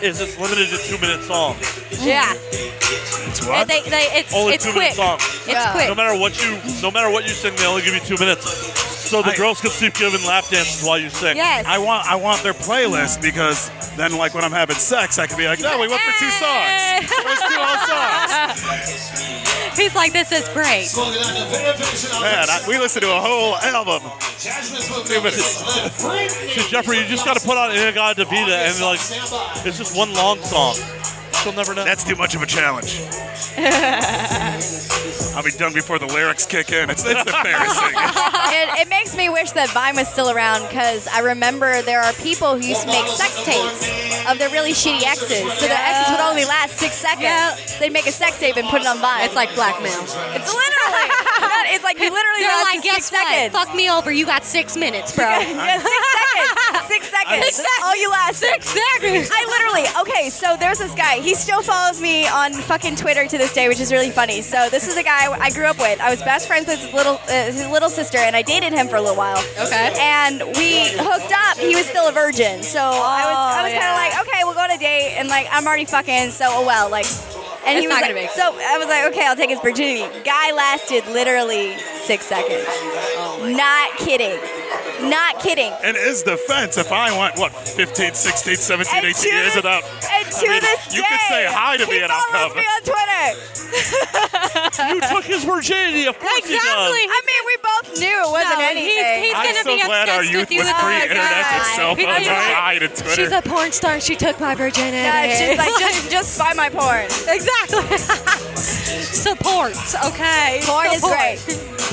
A: is it's limited to two minute songs.
D: yeah,
K: It's what?
D: they, they, it's
A: Only
D: it's
A: two
D: quick.
A: minute songs.
D: It's
L: Yeah.
D: quick.
A: No matter what you no matter what you sing, they only give you two minutes. So the
K: I-
A: girls can keep giving lap dances while you sing.
D: yes.
K: I want I want their playlist because then like when I'm having sex I can be like, no, we went for two songs. It was two whole songs.
D: Eh. He's like, this is great.
E: Smoking on the benefits and
K: Man, I, we listened to a whole album.
E: Jasmine smoking on the
K: minutes.
A: So Jeffrey, you just gotta put on Inagada Davida and like it's just one long song. She'll never know.
K: That's too much of a challenge. I'll be done before the lyrics kick in. It's, it's embarrassing.
L: it, it makes me wish that Vine was still around because I remember there are people who used to make sex tapes of their really shitty exes. So their exes would only last six seconds. They'd make a sex tape and put it on Vine.
D: It's like blackmail.
L: it's literally, not- it's like you literally
D: They're
L: last
D: like,
L: for
D: guess
L: six
D: what?
L: seconds.
D: Fuck me over. You got six minutes, bro.
L: Yeah, six seconds. Six seconds.
D: Six sec-
L: Oh, you last.
D: six seconds.
L: I literally okay. So there's this guy. He still follows me on fucking Twitter to this day, which is really funny. So this is a guy I grew up with. I was best friends with his little uh, his little sister, and I dated him for a little while.
D: Okay.
L: And we hooked up. He was still a virgin, so I was I was
D: Oh, yeah.
L: kind of like, okay, we'll go on a date, and like I'm already fucking, so oh well, like.
D: It's
L: And he was
D: not
L: like,
D: gonna make
L: so I was like, okay, I'll take his virginity. Guy lasted literally six seconds.
D: Oh
L: Not kidding. Not kidding.
K: In his defense, if I went, what, 15, 16, 17, 18
L: to
K: years
L: this-
K: without.
L: And to
K: mean,
L: this
K: you
L: day,
K: could say hi to me
L: he
K: and I'll
L: follows
K: come.
L: me on Twitter.
A: you took his virginity, of course he does.
D: Exactly.
L: I mean, we both knew it
D: No,
L: wasn't
D: he's-
L: anything.
D: he's
K: I'm
D: gonna
K: so
D: be
K: glad our
D: obsessed
K: youth
D: with you
K: was
D: with- Oh,
K: pre-internet
L: God.
K: and cell
D: He's
K: phones.
D: like,
K: Hi to Twitter.
D: She's a porn star. She took my virginity.
L: Yeah, she's like, just, just buy my porn.
D: exactly. Support. Okay.
L: Porn is
D: Support.
L: great.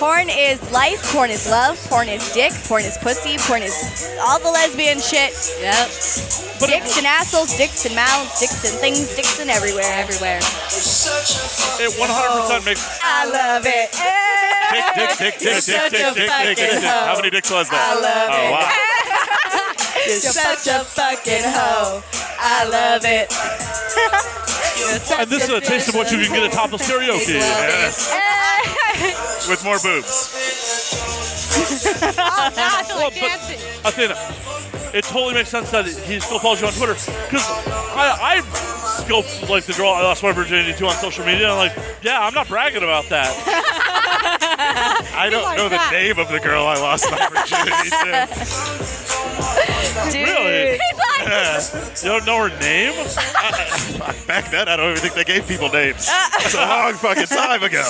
L: Porn is life. Porn is love. Porn is dick. Porn is pussy. Porn is all the lesbian shit.
D: Yep.
L: dicks and assholes. Dicks and mouths. Dicks and things. Dicks and everywhere.
D: Everywhere.
A: It 100% makes
L: I love it. Eh.
K: Dick, dick, dick, dick, dick, dick, dick, dick, dick, dick. How many dicks was that? oh, wow.
L: You're such a fucking hoe. I love it.
A: And this is a taste of what you can get at Topless Karaoke.
K: Yes.
L: Eh.
K: With more boobs.
A: Well, but Athena, it totally makes sense that he still follows you on Twitter because I, I scoped like the girl I lost my virginity to on social media. and I'm like, yeah, I'm not bragging about that. I don't know the name of the girl I lost my virginity to.
B: Dude.
A: Really?
B: He's like-
A: Yeah. You don't know her name? Fuck, Back then, I don't even think they gave people names. That's a long fucking time ago.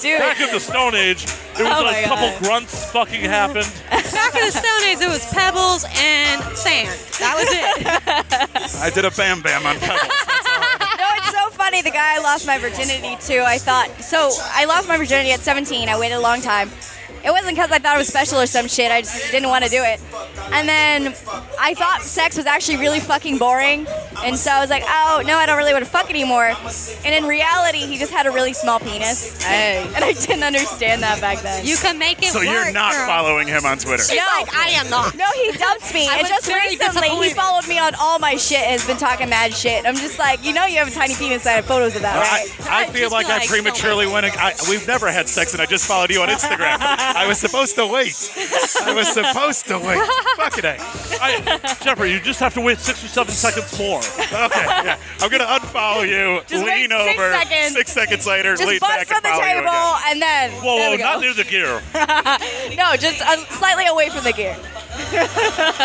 D: Dude.
A: Back in the Stone Age, it was
D: Oh
A: like a
D: my
A: couple
D: God.
A: grunts fucking happened.
D: Back in the Stone Age, it was pebbles and sand. That was it.
K: I did a bam bam on Pebble.
L: no, it's so funny. The guy I lost my virginity to, I thought. So I lost my virginity at 17. I waited a long time. It wasn't because I thought it was special or some shit. I just didn't want to do it. And then I thought sex was actually really fucking boring. And so I was like, oh, no, I don't really want to fuck anymore. And in reality, he just had a really small penis. And I didn't understand that back then.
D: You can make it
K: So you're not following him on Twitter.
L: no. I am not. No, he dumped me. and just recently, he followed me on all my shit and has been talking mad shit. I'm just like, you know, you have a tiny penis. I have photos of that, right?
K: I, I feel like, I prematurely went. I, we've never had sex, and I just followed you on Instagram. I was supposed to wait. I was supposed to wait. Fucking it. eh?
A: I, Jeffrey, you just have to wait six or seven seconds more.
K: Okay, yeah. I'm gonna unfollow you.
A: Just wait
K: lean
A: six
K: over.
A: seconds.
K: Six seconds later, lean
L: Just
K: back
L: bust from
K: and
L: the
K: follow you
L: table
K: again.
L: and then.
A: Whoa,
L: there
A: whoa,
L: we
A: not
L: go.
A: near the gear.
L: no, just uh, slightly away from the gear.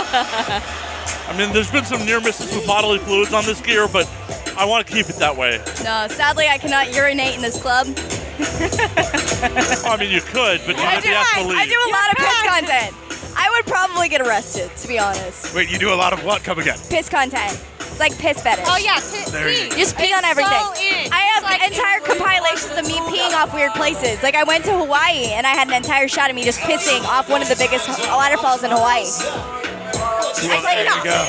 A: I mean, there's been some near misses with bodily fluids on this gear, but I want to keep it that way.
L: No, sadly, I cannot urinate in this club.
A: I mean, you could, but you
L: I
A: would
L: do,
A: be asked
L: I,
A: to leave.
L: I do a lot of piss content. I would probably get arrested, to be honest.
K: Wait, you do a lot of what? Come again.
L: Piss content. It's like piss fetish.
D: Oh, yeah,
K: There you go.
L: Just pee on everything. I have entire compilations of me peeing off weird places. Like I went to Hawaii and I had an entire shot of me just pissing off one of the biggest waterfalls in Hawaii.
K: Well, there you go.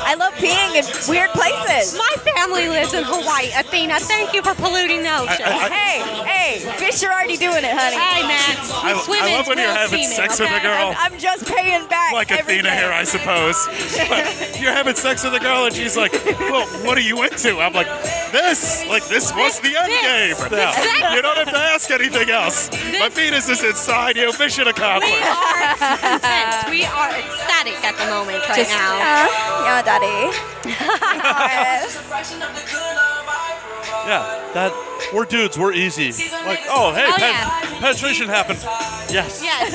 L: I love peeing in weird places.
D: My family lives in Hawaii. Athena, thank you for polluting the ocean.
K: I- I-
L: hey, hey, fish are already doing it, honey.
D: Hey, man.
K: I- I
D: swimming
K: love when you're
D: will
K: having
D: semen,
K: sex with a
D: okay?
K: girl.
L: I'm, I'm just paying back.
K: Like
L: every
K: Athena
L: day.
K: here, I suppose. But you're having sex with a girl, and she's like, "Well, what are you into?" I'm like, "This, like, this was the end game. Now. You don't have to ask anything else. My penis is inside you. Mission
D: We
K: accomplished."
D: are content. We are ecstatic at the moment right
L: Just,
D: now.
L: uh, yeah, daddy.
A: Yeah, that we're dudes. We're easy. Like, oh hey,
D: Oh,
A: pen-
D: yeah.
A: penetration happened. Yes.
D: Yes.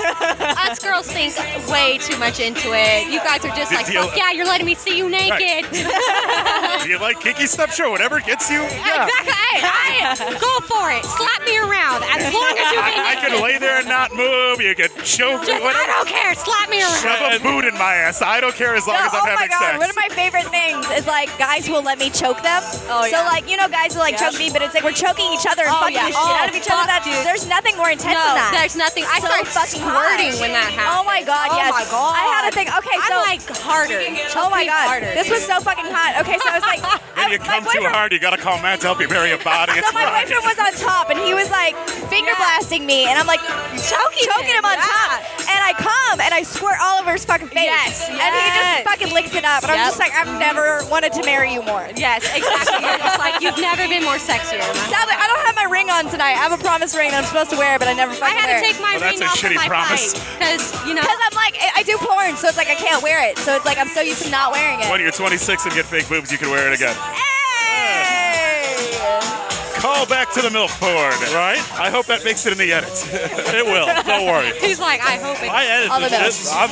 D: Us girls think way too much into it. You guys are just
K: Did
D: like,
K: you-
D: fuck yeah, you're letting me see you naked.
K: Do you like Kiki Step Show? Whatever gets you. Yeah.
D: Exactly. Hey, I- go for it. Slap me around as long as you
K: I, I
D: get
K: could
D: naked.
K: lay there and not move. You could choke me.
D: Just, I
K: Whatever.
D: don't care. Slap me around.
K: Shove a boot in my ass. I don't care as long
L: No,
K: as I'm
L: oh my
K: having
L: god,
K: sex.
L: one of my favorite things is like guys will let me choke them. Oh
D: yeah.
L: So like you know guys will like choke me, but it's like we're choking each other and
D: Oh,
L: fucking
D: yeah.
L: the shit
D: Oh,
L: out of each other.
D: fuck,
L: That's,
D: dude.
L: there's nothing more intense
D: No,
L: than that.
D: there's nothing. I
L: So
D: started
L: fucking
D: squirting
L: hot.
D: when that happened.
L: Oh my god,
D: Oh
L: yes.
D: my God.
L: I had a thing. Okay,
D: I'm
L: so
D: like harder.
L: Oh my
D: Choking
L: god,
D: harder,
L: this
D: dude.
L: was so fucking hot. Okay, so I was like,
K: When
L: I,
K: you
L: my
K: come too
L: boyfriend
K: hard, you gotta call Matt to help you bury a body. It's
L: so my
K: rocket.
L: boyfriend was on top, and he was like finger blasting me, and I'm like choking, him on top, and I come and I squirt all over his fucking face,
D: Yes,
L: and he just
D: yes.
L: fucking licks it up, and I'm
D: Yep.
L: just like I've never wanted to marry you more.
D: Yes, exactly. You're just like, you've never been more sexier.
L: Sadly, I don't have my ring on tonight. I have a promise ring that I'm supposed to wear, but I never
D: I
L: fucking
D: had
L: wear
D: to take my
K: Well, that's
D: ring
K: a
D: off
K: shitty
D: of my
K: promise.
D: because you know.
L: because I'm like I I do porn, so it's like I can't wear it. So it's like I'm so used to not wearing
K: When
L: it.
K: you're 26 and get fake boobs, you can wear it again.
L: Hey!
K: Call back to the milk porn. Right? I hope that makes it in the edit.
A: It will. Don't worry.
D: He's like, I hope it.
A: I edit
L: All the
A: this shit.
L: best.
A: I'm,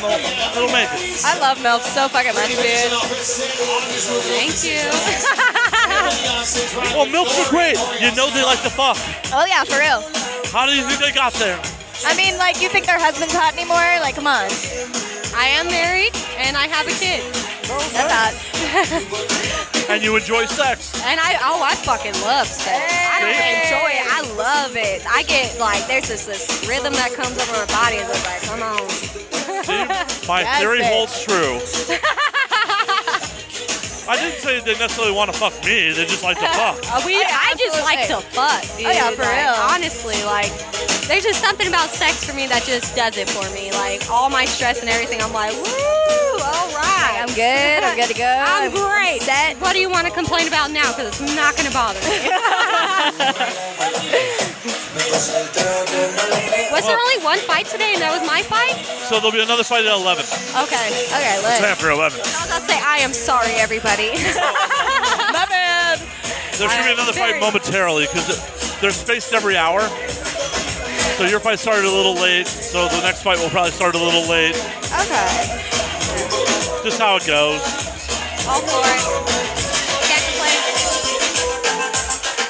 A: it'll make it.
L: I love milk so fucking much, dude.
D: Thank you.
A: Well, milks are great. You know they like to fuck.
L: Oh yeah, for real.
A: How do you think they got there?
L: I mean, like you think their husband's hot anymore? Like, come on,
D: I am married and I have a kid.
L: that's hot.
A: And you enjoy sex.
D: And I oh I fucking love sex. I don't enjoy it. I love it. I get like there's just this rhythm that comes over my body and it's like, come on.
A: My
L: Yes,
A: theory
L: babe.
A: holds true. I didn't say they necessarily want to fuck me. They just like to fuck.
D: Uh, we,
L: Oh, yeah,
D: I just
L: absolutely.
D: like to fuck. Dude.
L: Oh, yeah, for
D: Like,
L: real.
D: Honestly, like there's just something about sex for me that just does it for me. Like all my stress and everything, I'm like, woo, all right.
L: I'm good. I'm good to go.
D: I'm great.
L: set.
D: What do you want to complain about now? Because it's not going to bother me. was there only one fight today, and that was my fight?
A: So there'll be another fight at 11.
D: Okay.
L: Okay,
K: It's
L: look.
K: after
D: I
K: 11.
D: was about to say, I am sorry, everybody.
L: My bad.
A: There should be
D: I'm
A: another fight
D: very-
A: momentarily because they're spaced every hour. So your fight started a little late. So the next fight will probably start a little late.
L: Okay.
A: Just how it goes.
D: All for it.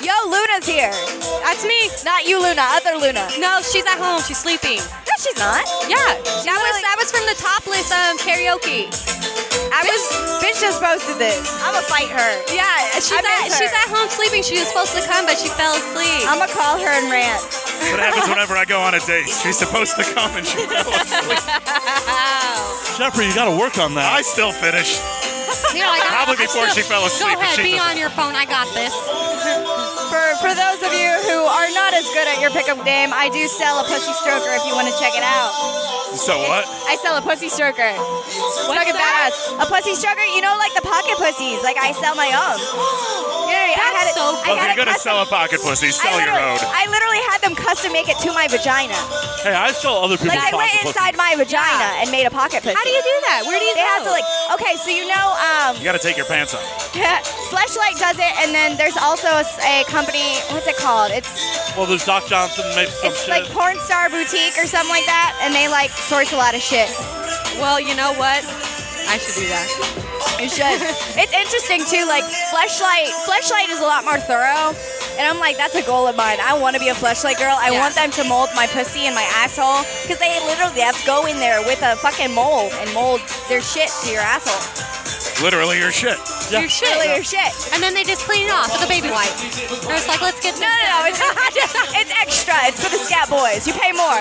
L: Yo, Luna's here.
D: That's me.
L: Not you, Luna. Other Luna.
D: No, she's at home. She's sleeping.
L: No, she's not.
D: Yeah, that was that was from the topless um, karaoke. I was
L: bitch just posted this. I'ma fight her.
D: yeah, she's
L: I
D: at
L: miss her.
D: she's at home sleeping. She was supposed to come, but she fell asleep.
L: I'ma call her and rant.
K: What happens whenever I go on a date? She's supposed to come and she fell asleep.
A: Jeffrey, you got to work on that.
K: I still finish.
D: You're like, I-
K: Probably
D: I
K: before she
D: still-
K: fell
D: Go
K: asleep, but
D: ahead,
K: she
D: be on
K: doesn't-
D: your phone. I got this.
L: For for those of you who are not as good at your pickup game, I do sell a pussy stroker if you want to check it out.
K: So what?
L: I sell a pussy stroker. What's Fucking
D: that?
L: badass. A pussy stroker, you know, like the pocket pussies. Like I sell my own. Literally, I had it.
D: so
L: I
K: Well, if
L: had
K: you're
L: it
K: gonna
L: custom-
K: sell a pocket pussy,
L: I
K: sell your
L: literally-
K: own.
L: I literally had them custom make it to my vagina.
A: Hey, I sell other people's
L: Like I went
A: pocket pussy.
L: inside my vagina
D: Yeah.
L: and made a pocket pussy.
D: How do you do that? Where do you
L: They
D: go?
L: have to like. Okay, so you know, um,
K: You gotta take your pants off.
L: Fleshlight does it, and then there's also a, s- a company. What's it called? It's
A: Well, there's Doc Johnson makes some
L: it's
A: shit.
L: like porn star boutique or something like that, and they like source a lot of shit.
D: well, you know what? I should do that.
L: You should. it's interesting too. Like Fleshlight, Fleshlight is a lot more thorough, and I'm like, that's a goal of mine. I want to be a Fleshlight girl. I
D: Yeah.
L: want them to mold my pussy and my asshole because they literally have to go in there with a fucking mold and mold their shit to your asshole.
K: Literally your shit.
A: Yeah.
D: Your shit.
L: Literally your shit.
D: And then they just clean it off with a baby wipe. They're just like, let's get this.
L: No, no,
D: done.
L: no. It's, it's extra. It's for the scat boys. You pay more.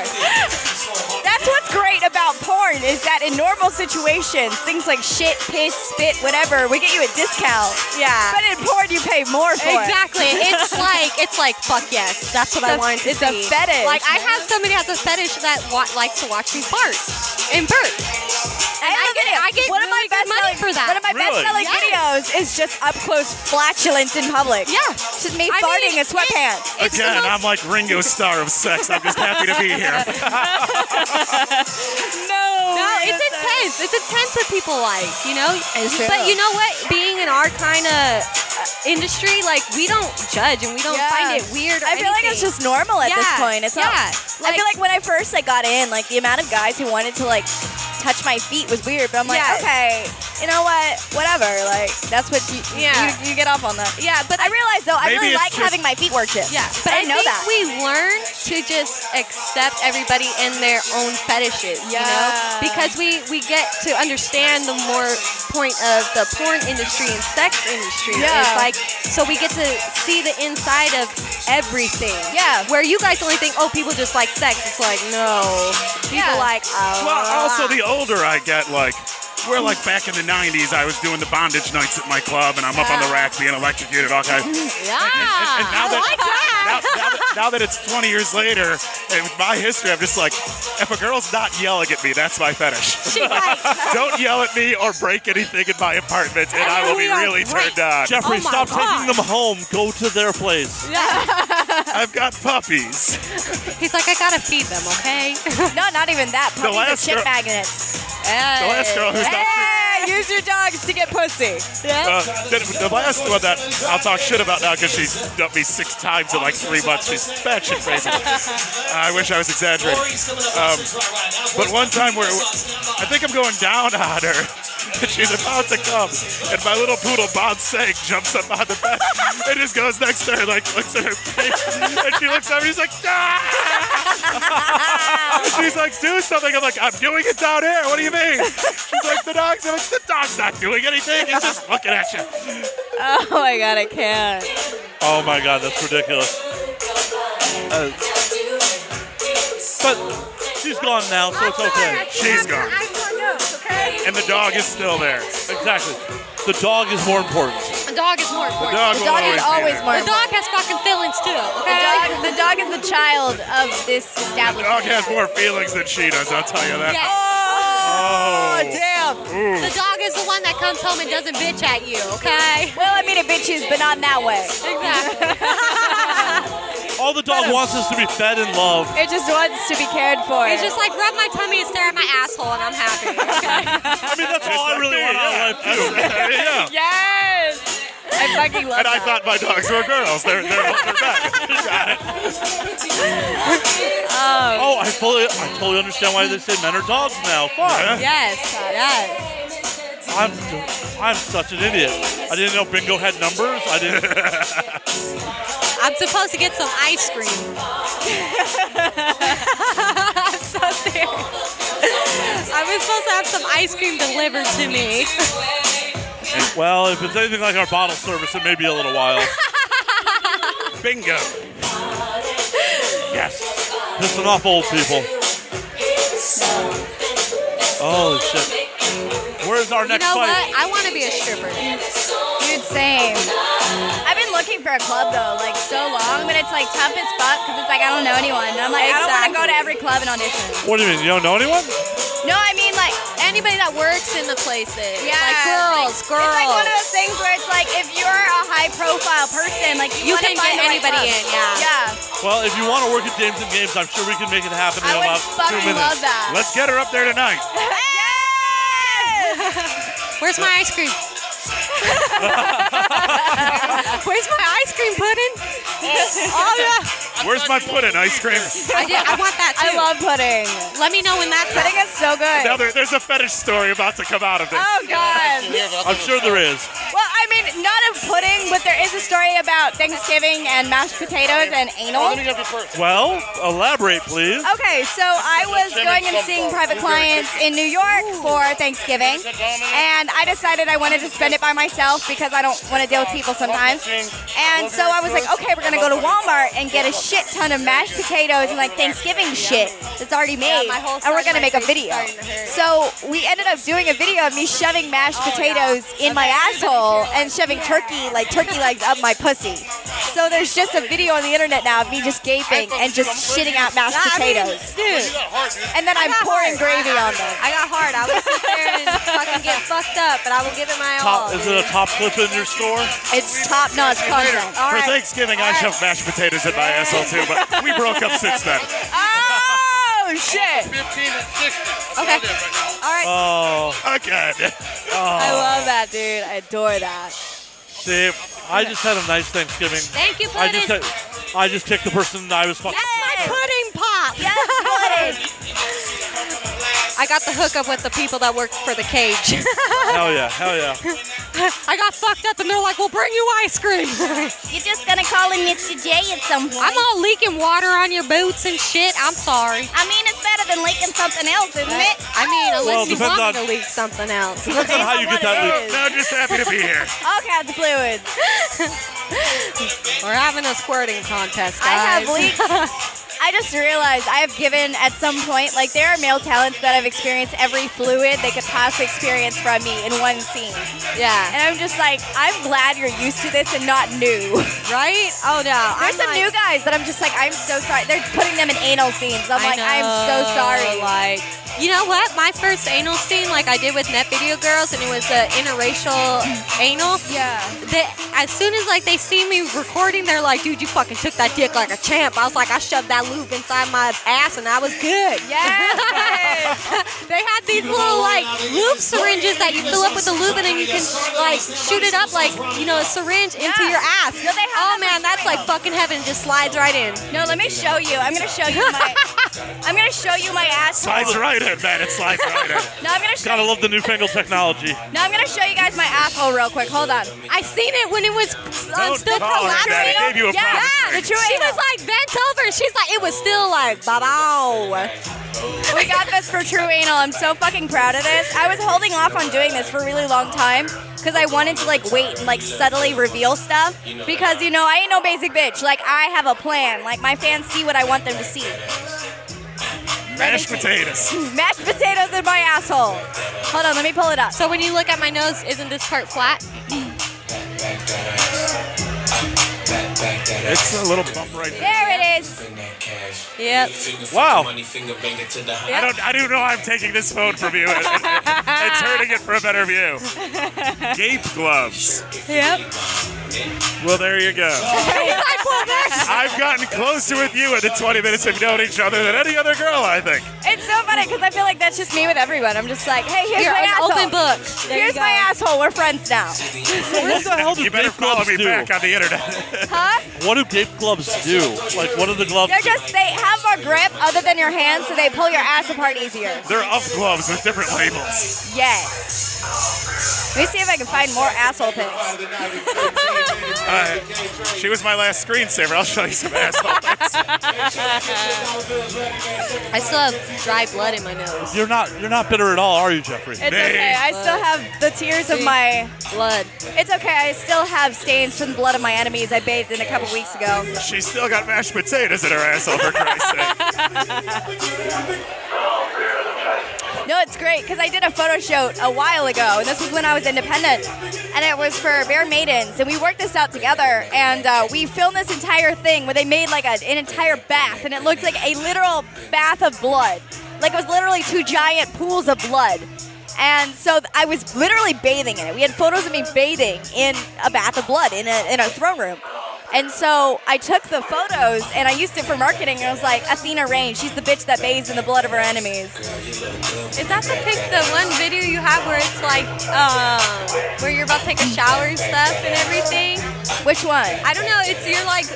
L: That's what's great about porn is that in normal situations, things like shit, piss, spit, whatever, we get you a discount.
D: Yeah.
L: But in porn, you pay more for it.
D: Exactly. It's like it's like fuck yes. That's what I
L: It's a-
D: wanted to
L: it's a
D: see.
L: fetish.
D: Like I have somebody has a fetish that wa- likes to watch me fart and burp.
L: And I,
D: get it. I get
L: one
D: really
L: of my
D: good money
L: best-selling-
D: for that.
L: One of my
A: Really?
L: best-selling
D: Yes.
L: videos is just up close flatulence in public.
D: Yeah.
L: It's just me
D: I mean,
L: farting in
D: it's-
L: sweatpants.
D: It's the
K: Again,
D: most-
K: I'm like Ringo Starr of sex. I'm just happy to be here.
L: no.
D: No, it's intense. It's intense what people like, you know. But you know what? Being in our kind of uh, industry, like we don't judge and we don't
L: Yeah.
D: find it weird. Or
L: I feel like it's
D: anything.
L: just normal at this
D: Yeah,
L: point. It's
D: yeah.
L: not. I feel like when I first like got in, like the amount of guys who wanted to like touch my feet was weird. But I'm like,
D: Yes.
L: okay, you know what? Whatever. Like that's what you
D: Yeah.
L: you, you get off on that.
D: yeah, but
L: I realized though, I
K: Maybe
L: really
K: it's
L: like
K: just-
L: having my feet worshipped.
D: Yeah, but
L: I,
D: I,
L: didn't know
D: think
L: that.
D: we learn to just accept everybody in their own fetishes, you know?
L: Yeah.
D: Because we, we get to understand the more point of the porn industry and sex industry.
L: Yeah.
D: It's like, so we get to see the inside of everything.
L: Yeah.
D: Where you guys only think, oh, people just like sex. It's like, no. People
L: Yeah.
D: like, oh.
K: Well, uh, also the older I get, like we're like back in the '90s. I was doing the bondage nights at my club, and I'm up on the rack being electrocuted, all kinds. And,
D: yeah.
K: and now
D: I
K: that,
D: like that.
K: Now, now that now that it's 20 years later, and with my history, I'm just like, if a girl's not yelling at me, that's my fetish.
D: She's like,
K: Don't yell at me or break anything in my apartment, and I will be
D: We are
K: really
D: great.
K: turned on.
A: Jeffrey,
D: Oh
A: stop
D: my God.
A: taking them home. Go to their place.
K: I've got puppies.
D: he's like, I gotta feed them, okay?
L: no, not even that. Puppies are
K: last
L: shit
K: girl-
L: magnets.
K: The last girl who's not.
L: Hey, use your dogs to get pussy.
K: Uh, the, the last one that I'll talk shit about now because she's dumped me six times in like three months. She's batshit crazy. I wish I was exaggerating. Um, but one time we're, I think I'm going down on her. and She's about to come, and my little poodle Bon Sang jumps up on the bed and just goes next to her, like looks at her face, and she looks at me. She's like, ah! She's like, do something. I'm like, I'm doing it down here. What do you mean? She's like, the dog's. I'm like, the dog's not doing anything. It's just looking at you.
L: Oh my god, I can't.
A: Oh my God, that's ridiculous. Uh, but she's gone now, so it's okay.
K: She's gone. And the dog is still there.
A: Exactly. The dog is more important.
D: The dog is more important.
K: Dog
L: The
K: will
L: dog
K: always
L: is always
K: be there.
L: more.
D: The dog has fucking feelings too.
L: The
D: Okay?
L: dog, the dog is the child of this
K: The
L: establishment.
K: dog has more feelings than she does. I'll tell you that.
D: Yes.
K: Oh.
L: Oh, damn.
D: The dog is the one that comes home and doesn't bitch at you. Okay.
L: Well, I mean, it bitches, but not in that way.
D: Exactly.
A: All the dog wants is to be fed and loved.
L: It just wants to be cared for.
D: It's just like rub my tummy and stare at my asshole, and I'm happy. Okay.
A: I mean, that's all I really want out of life, too.
K: yeah.
L: yes. I fucking love
A: and I
L: that.
A: thought my dogs were girls. They're, they're, they're men. Got it. Oh, I fully, I totally understand why they say men are dogs now. Fuck.
D: Yes, yes.
A: I'm, I'm such an idiot. I didn't know Bingo had numbers. I didn't.
D: I'm supposed to get some ice cream. I'm so serious. I was supposed to have some ice cream delivered to me.
A: Well, if it's anything like our bottle service, it may be a little while. Bingo. Yes. Pissing off old people. Holy shit. Where's our next
D: you know
A: fight?
D: what? I want to be a stripper.
L: Dude, same. I've been looking for a club though, like so long, but it's like tough as fuck because it's like I don't know anyone. And I'm like, I don't want to go to every club and audition.
A: What do you mean? You don't know anyone?
L: No, I mean like
D: Anybody that works in the places.
L: yeah,
D: Like girls,
L: like,
D: girls.
L: It's like one of those things where it's like if you're a high profile person, like
D: You
L: you, wanna
D: can
L: find
D: get
L: the right
D: anybody
L: club.
D: in, yeah.
L: Yeah.
A: Well, if you want to work at James and Games, I'm sure we can make it happen in
L: I would
A: about two
L: fucking
A: minutes.
L: love that.
A: Let's get her up there tonight.
D: Where's my ice cream? Where's my ice cream pudding? Oh, yeah.
K: Where's my pudding ice cream?
D: I, did, I want that
L: I
D: too.
L: love pudding.
D: Let me know when that's
L: Pudding is so good.
K: Now there, there's a fetish story about to come out of this.
L: Oh god.
A: I'm sure there is.
L: Well, I mean, not of pudding, but there is a story about Thanksgiving and mashed potatoes and
D: Oh,
L: anal.
A: Well, elaborate, please.
L: Okay, so I was going and seeing private clients in New York for Thanksgiving, and I decided I wanted to spend it by myself because I don't want to deal with people sometimes. And so I was like, okay, we're gonna go to Walmart and get a shit ton of mashed potatoes and like Thanksgiving shit that's already made,
D: my whole
L: and we're
D: side
L: gonna
D: of my
L: make a
D: face
L: video.
D: is starting to hurt.
L: So we ended up doing a video of me shoving mashed potatoes in my asshole and shoving turkey like turkey legs up my pussy. So there's just a video on the internet now of me just gaping and just shitting out mashed
D: I mean,
L: potatoes.
D: dude.
L: And then I'm
D: got
L: pouring
D: hard.
L: gravy on them.
D: I got hard. I would sit there and fucking get fucked up, but I will give it my all.
A: Top, is it a top clip in your store?
L: It's top notch content.
D: all
K: For
D: right.
K: Thanksgiving, I shoved mashed potatoes in my asshole too, but we broke up since then.
L: Oh shit!
D: Okay. All right.
A: Oh,
K: Okay.
L: I
D: Oh.
L: love that, dude. I adore that.
A: see, I just had a nice Thanksgiving.
D: Thank you,
A: I
D: pudding.
A: just, had, I just kicked the person that I was fucking.
D: That's my pudding pop.
L: Yes, pudding.
D: I got the hookup with the people that work for the cage.
A: Hell yeah, hell yeah.
D: I got fucked up, and they're like, "We'll bring you ice cream."
L: You're just gonna call him Mr. J at some point.
D: I'm all leaking water on your boots and shit. I'm sorry.
L: I mean, it's better than leaking something else, isn't it?
D: I mean, unless
A: Well,
D: you
A: depends
D: want
A: on-
D: me to leak something else.
A: Depends on how you get that. leak.
K: No, just happy to be here.
L: All kinds of fluids.
D: We're having a squirting contest, guys.
L: I have leaks. I just realized I have given at some point, like there are male talents that I've experienced every fluid they could possibly experience from me in one scene.
D: yeah.
L: And I'm just like, I'm glad you're used to this and not new.
D: Right? Oh no. I'm
L: There's some
D: like-
L: new guys that I'm just like, I'm so sorry. They're putting them in anal scenes. I'm
D: I
L: like, I'm so
D: know,
L: sorry.
D: Like, you know what? My first anal scene, like I did with Net Video Girls, and it was an interracial anal.
L: yeah.
D: That as soon as like they see me recording, they're like, "Dude, you fucking took that dick like a champ." I was like, "I shoved that lube inside my ass, and I was good."
L: Yes.
D: They had these little like lube syringes that you fill up with the lube, and then you can like shoot it up like you know a syringe into
L: Yeah.
D: your ass.
L: No, they
D: Oh
L: have that
D: man,
L: for
D: that's like
L: cereal.
D: fucking heaven. Just slides right in.
L: no, let me show you. I'm gonna show you my. I'm gonna show you my asshole.
K: Slides right in, man. It slides right in.
L: No, I'm gonna show.
A: Gotta love the newfangled technology.
L: No, I'm gonna show you guys my asshole real quick. Hold on.
D: I seen it when it was on
K: Don't
D: still
K: call her that. It
D: prolapsing.
K: gave you a
L: Yeah,
K: promise
L: yeah,
K: ring.
L: the true
D: She
L: anal.
D: was like bent over. and She's like, it was still like, ba bow.
L: We got this for True Anal. I'm so fucking proud of this. I was holding off on doing this for a really long time because I wanted to like wait and like subtly reveal stuff because you know I ain't no basic bitch. Like I have a plan. Like my fans see what I want them to see.
K: Mashed potatoes.
L: Mashed potatoes in my asshole. Hold on, let me pull it up.
D: So when you look at my nose, isn't this part flat?
K: It's a little bump right there.
L: There it is.
D: Yep.
A: Wow.
K: I don't. I do know I'm taking this phone from you and, and, and
L: Ah.
K: turning it for a better view. Gape gloves.
D: Yep.
K: Well, there you go.
D: I
K: I've gotten closer with you in the 20 minutes of knowing each other than any other girl, I think.
L: It's so funny because I feel like that's just me with everyone. I'm just like, hey, here's
D: You're
L: my
D: an
L: asshole.
D: open book. There you
L: Here's
D: go.
L: my asshole. We're friends now.
A: What the hell do
K: You better
A: vape
K: follow
A: clubs
K: me
A: do?
K: back on the internet.
L: huh?
A: What do vape clubs do? Like, what are the gloves?
L: They're just they have a grip other than your hands, so they pull your ass apart easier.
K: They're up gloves with different labels.
L: Yes. Let me see if I can find more asshole pics.
K: Uh, she was my last screensaver. I'll show you some asshole pics.
D: I still have dry blood in my nose.
A: You're not you're not bitter at all, are you, Jeffrey?
L: It's okay. I still have the tears of my
D: blood.
L: It's okay. I still have stains from the blood of my enemies I bathed in a couple weeks ago.
K: She still got mashed potatoes in her asshole, for Christ's sake.
L: No, it's great because I did a photo shoot a while ago, and this was when I was independent, and it was for Bare Maidens, and we worked this out together, and uh, we filmed this entire thing where they made like a, an entire bath, and it looked like a literal bath of blood, like it was literally two giant pools of blood. And so th- I was literally bathing in it. We had photos of me bathing in a bath of blood in a, in a throne room. And so I took the photos and I used it for marketing. And I was like, Athena Rain, she's the bitch that bathes in the blood of her enemies.
D: Is that the pic, the one video you have where it's like, um, where you're about to take a shower and stuff and everything?
L: Which one?
D: I don't know. It's you're like,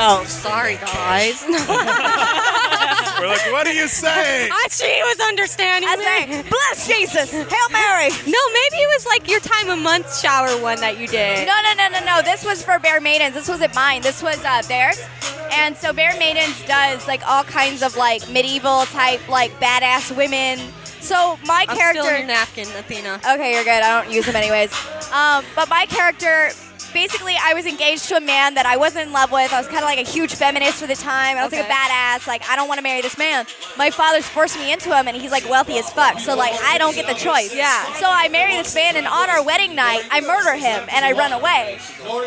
L: Oh,
D: sorry guys.
K: We're like, what do you say?
D: I she was understanding
L: I
D: me.
L: say, bless Jesus, Hail Mary.
D: No, maybe it was like your time of month shower one that you did.
L: No, no, no, no, no. This was for Bear Maidens. This wasn't mine. This was uh, theirs. And so Bear Maidens does like all kinds of like medieval type like badass women. So my
D: I'm
L: character.
D: still in your napkin, Athena.
L: Okay, you're good. I don't use them anyways. Um, but my character, basically, I was engaged to a man that I wasn't in love with. I was kind of like a huge feminist for the time. I was like a
D: Okay.
L: badass. Like, I don't want to marry this man. My father's forced me into him, and he's like wealthy as fuck. So, like, I don't get the choice.
D: Yeah.
L: So I marry this man, and on our wedding night, I murder him and I run away.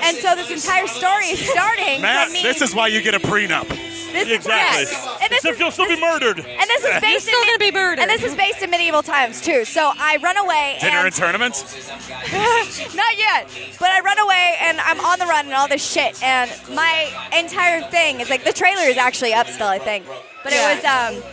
L: And so this entire story is starting
K: Matt,
L: from me.
K: this is why you get a prenup.
L: this
A: Exactly.
L: yes. And this
A: Except
L: is-
A: you'll still be murdered.
L: and this is based
D: still
L: in
D: gonna be murdered.
L: And this is based in medieval times too. So I run away
K: Dinner
L: and
K: and tournaments?
L: Not yet. But I run away and I'm on the run and all this shit. And my entire thing is like the trailer is actually up still, I think. But
D: Yeah.
L: it was, um,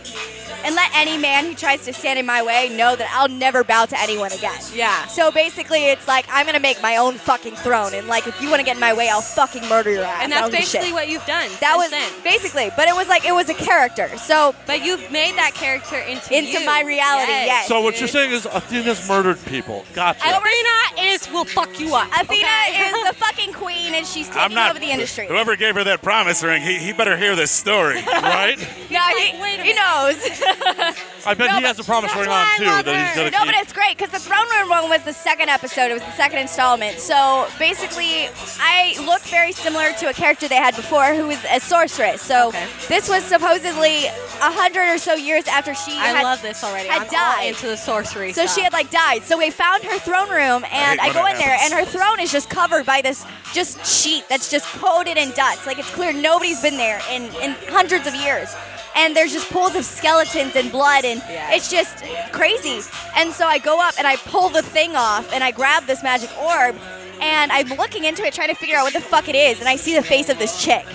L: and let any man who tries to stand in my way know that I'll never bow to anyone again.
D: Yeah.
L: So basically, it's like I'm gonna make my own fucking throne, and like if you want to get in my way, I'll fucking murder your ass.
D: And that's
L: I don't give a shit.
D: basically what you've done.
L: that was
D: since then.
L: basically, but it was like it was a character. So
D: But you've made that character into
L: Into
D: you.
L: my reality, yes.
A: So what you're saying is Athena's murdered people. Gotcha.
D: Athena is will fuck you up.
L: Athena
D: okay?
L: is the fucking queen, and she's
K: I'm
L: taking
K: not.
L: over the industry.
K: Whoever gave her that promise ring, he, he better hear this story.
A: Right?
L: Yeah,
D: Like,
L: he,
D: wait a
L: he knows.
A: I bet
L: No,
A: he has a
L: but
A: promise
D: that's
A: ring
D: why
A: on
D: I
A: too
D: love
A: that he's gonna
D: her.
L: No, but
A: keep.
L: it's great because the throne room one was the second episode. It was the second installment. So basically, I look very similar to a character they had before, who was a sorceress. So
D: Okay.
L: this was supposedly a hundred or so years after she
D: I
L: had.
D: love this already.
L: I
D: I'm all
L: died.
D: into the sorcery.
L: So she had like died. So we found her throne room, and I,
K: hate when
L: go
K: that
L: in there,
K: happens.
L: and her throne is just covered by this just sheet that's just coated in dust. Like it's clear nobody's been there in in hundreds of years. And there's just pools of skeletons and blood, and
D: Yeah.
L: it's just crazy. And so I go up and I pull the thing off, and I grab this magic orb, and I'm looking into it, trying to figure out what the fuck it is, and I see the face of this chick.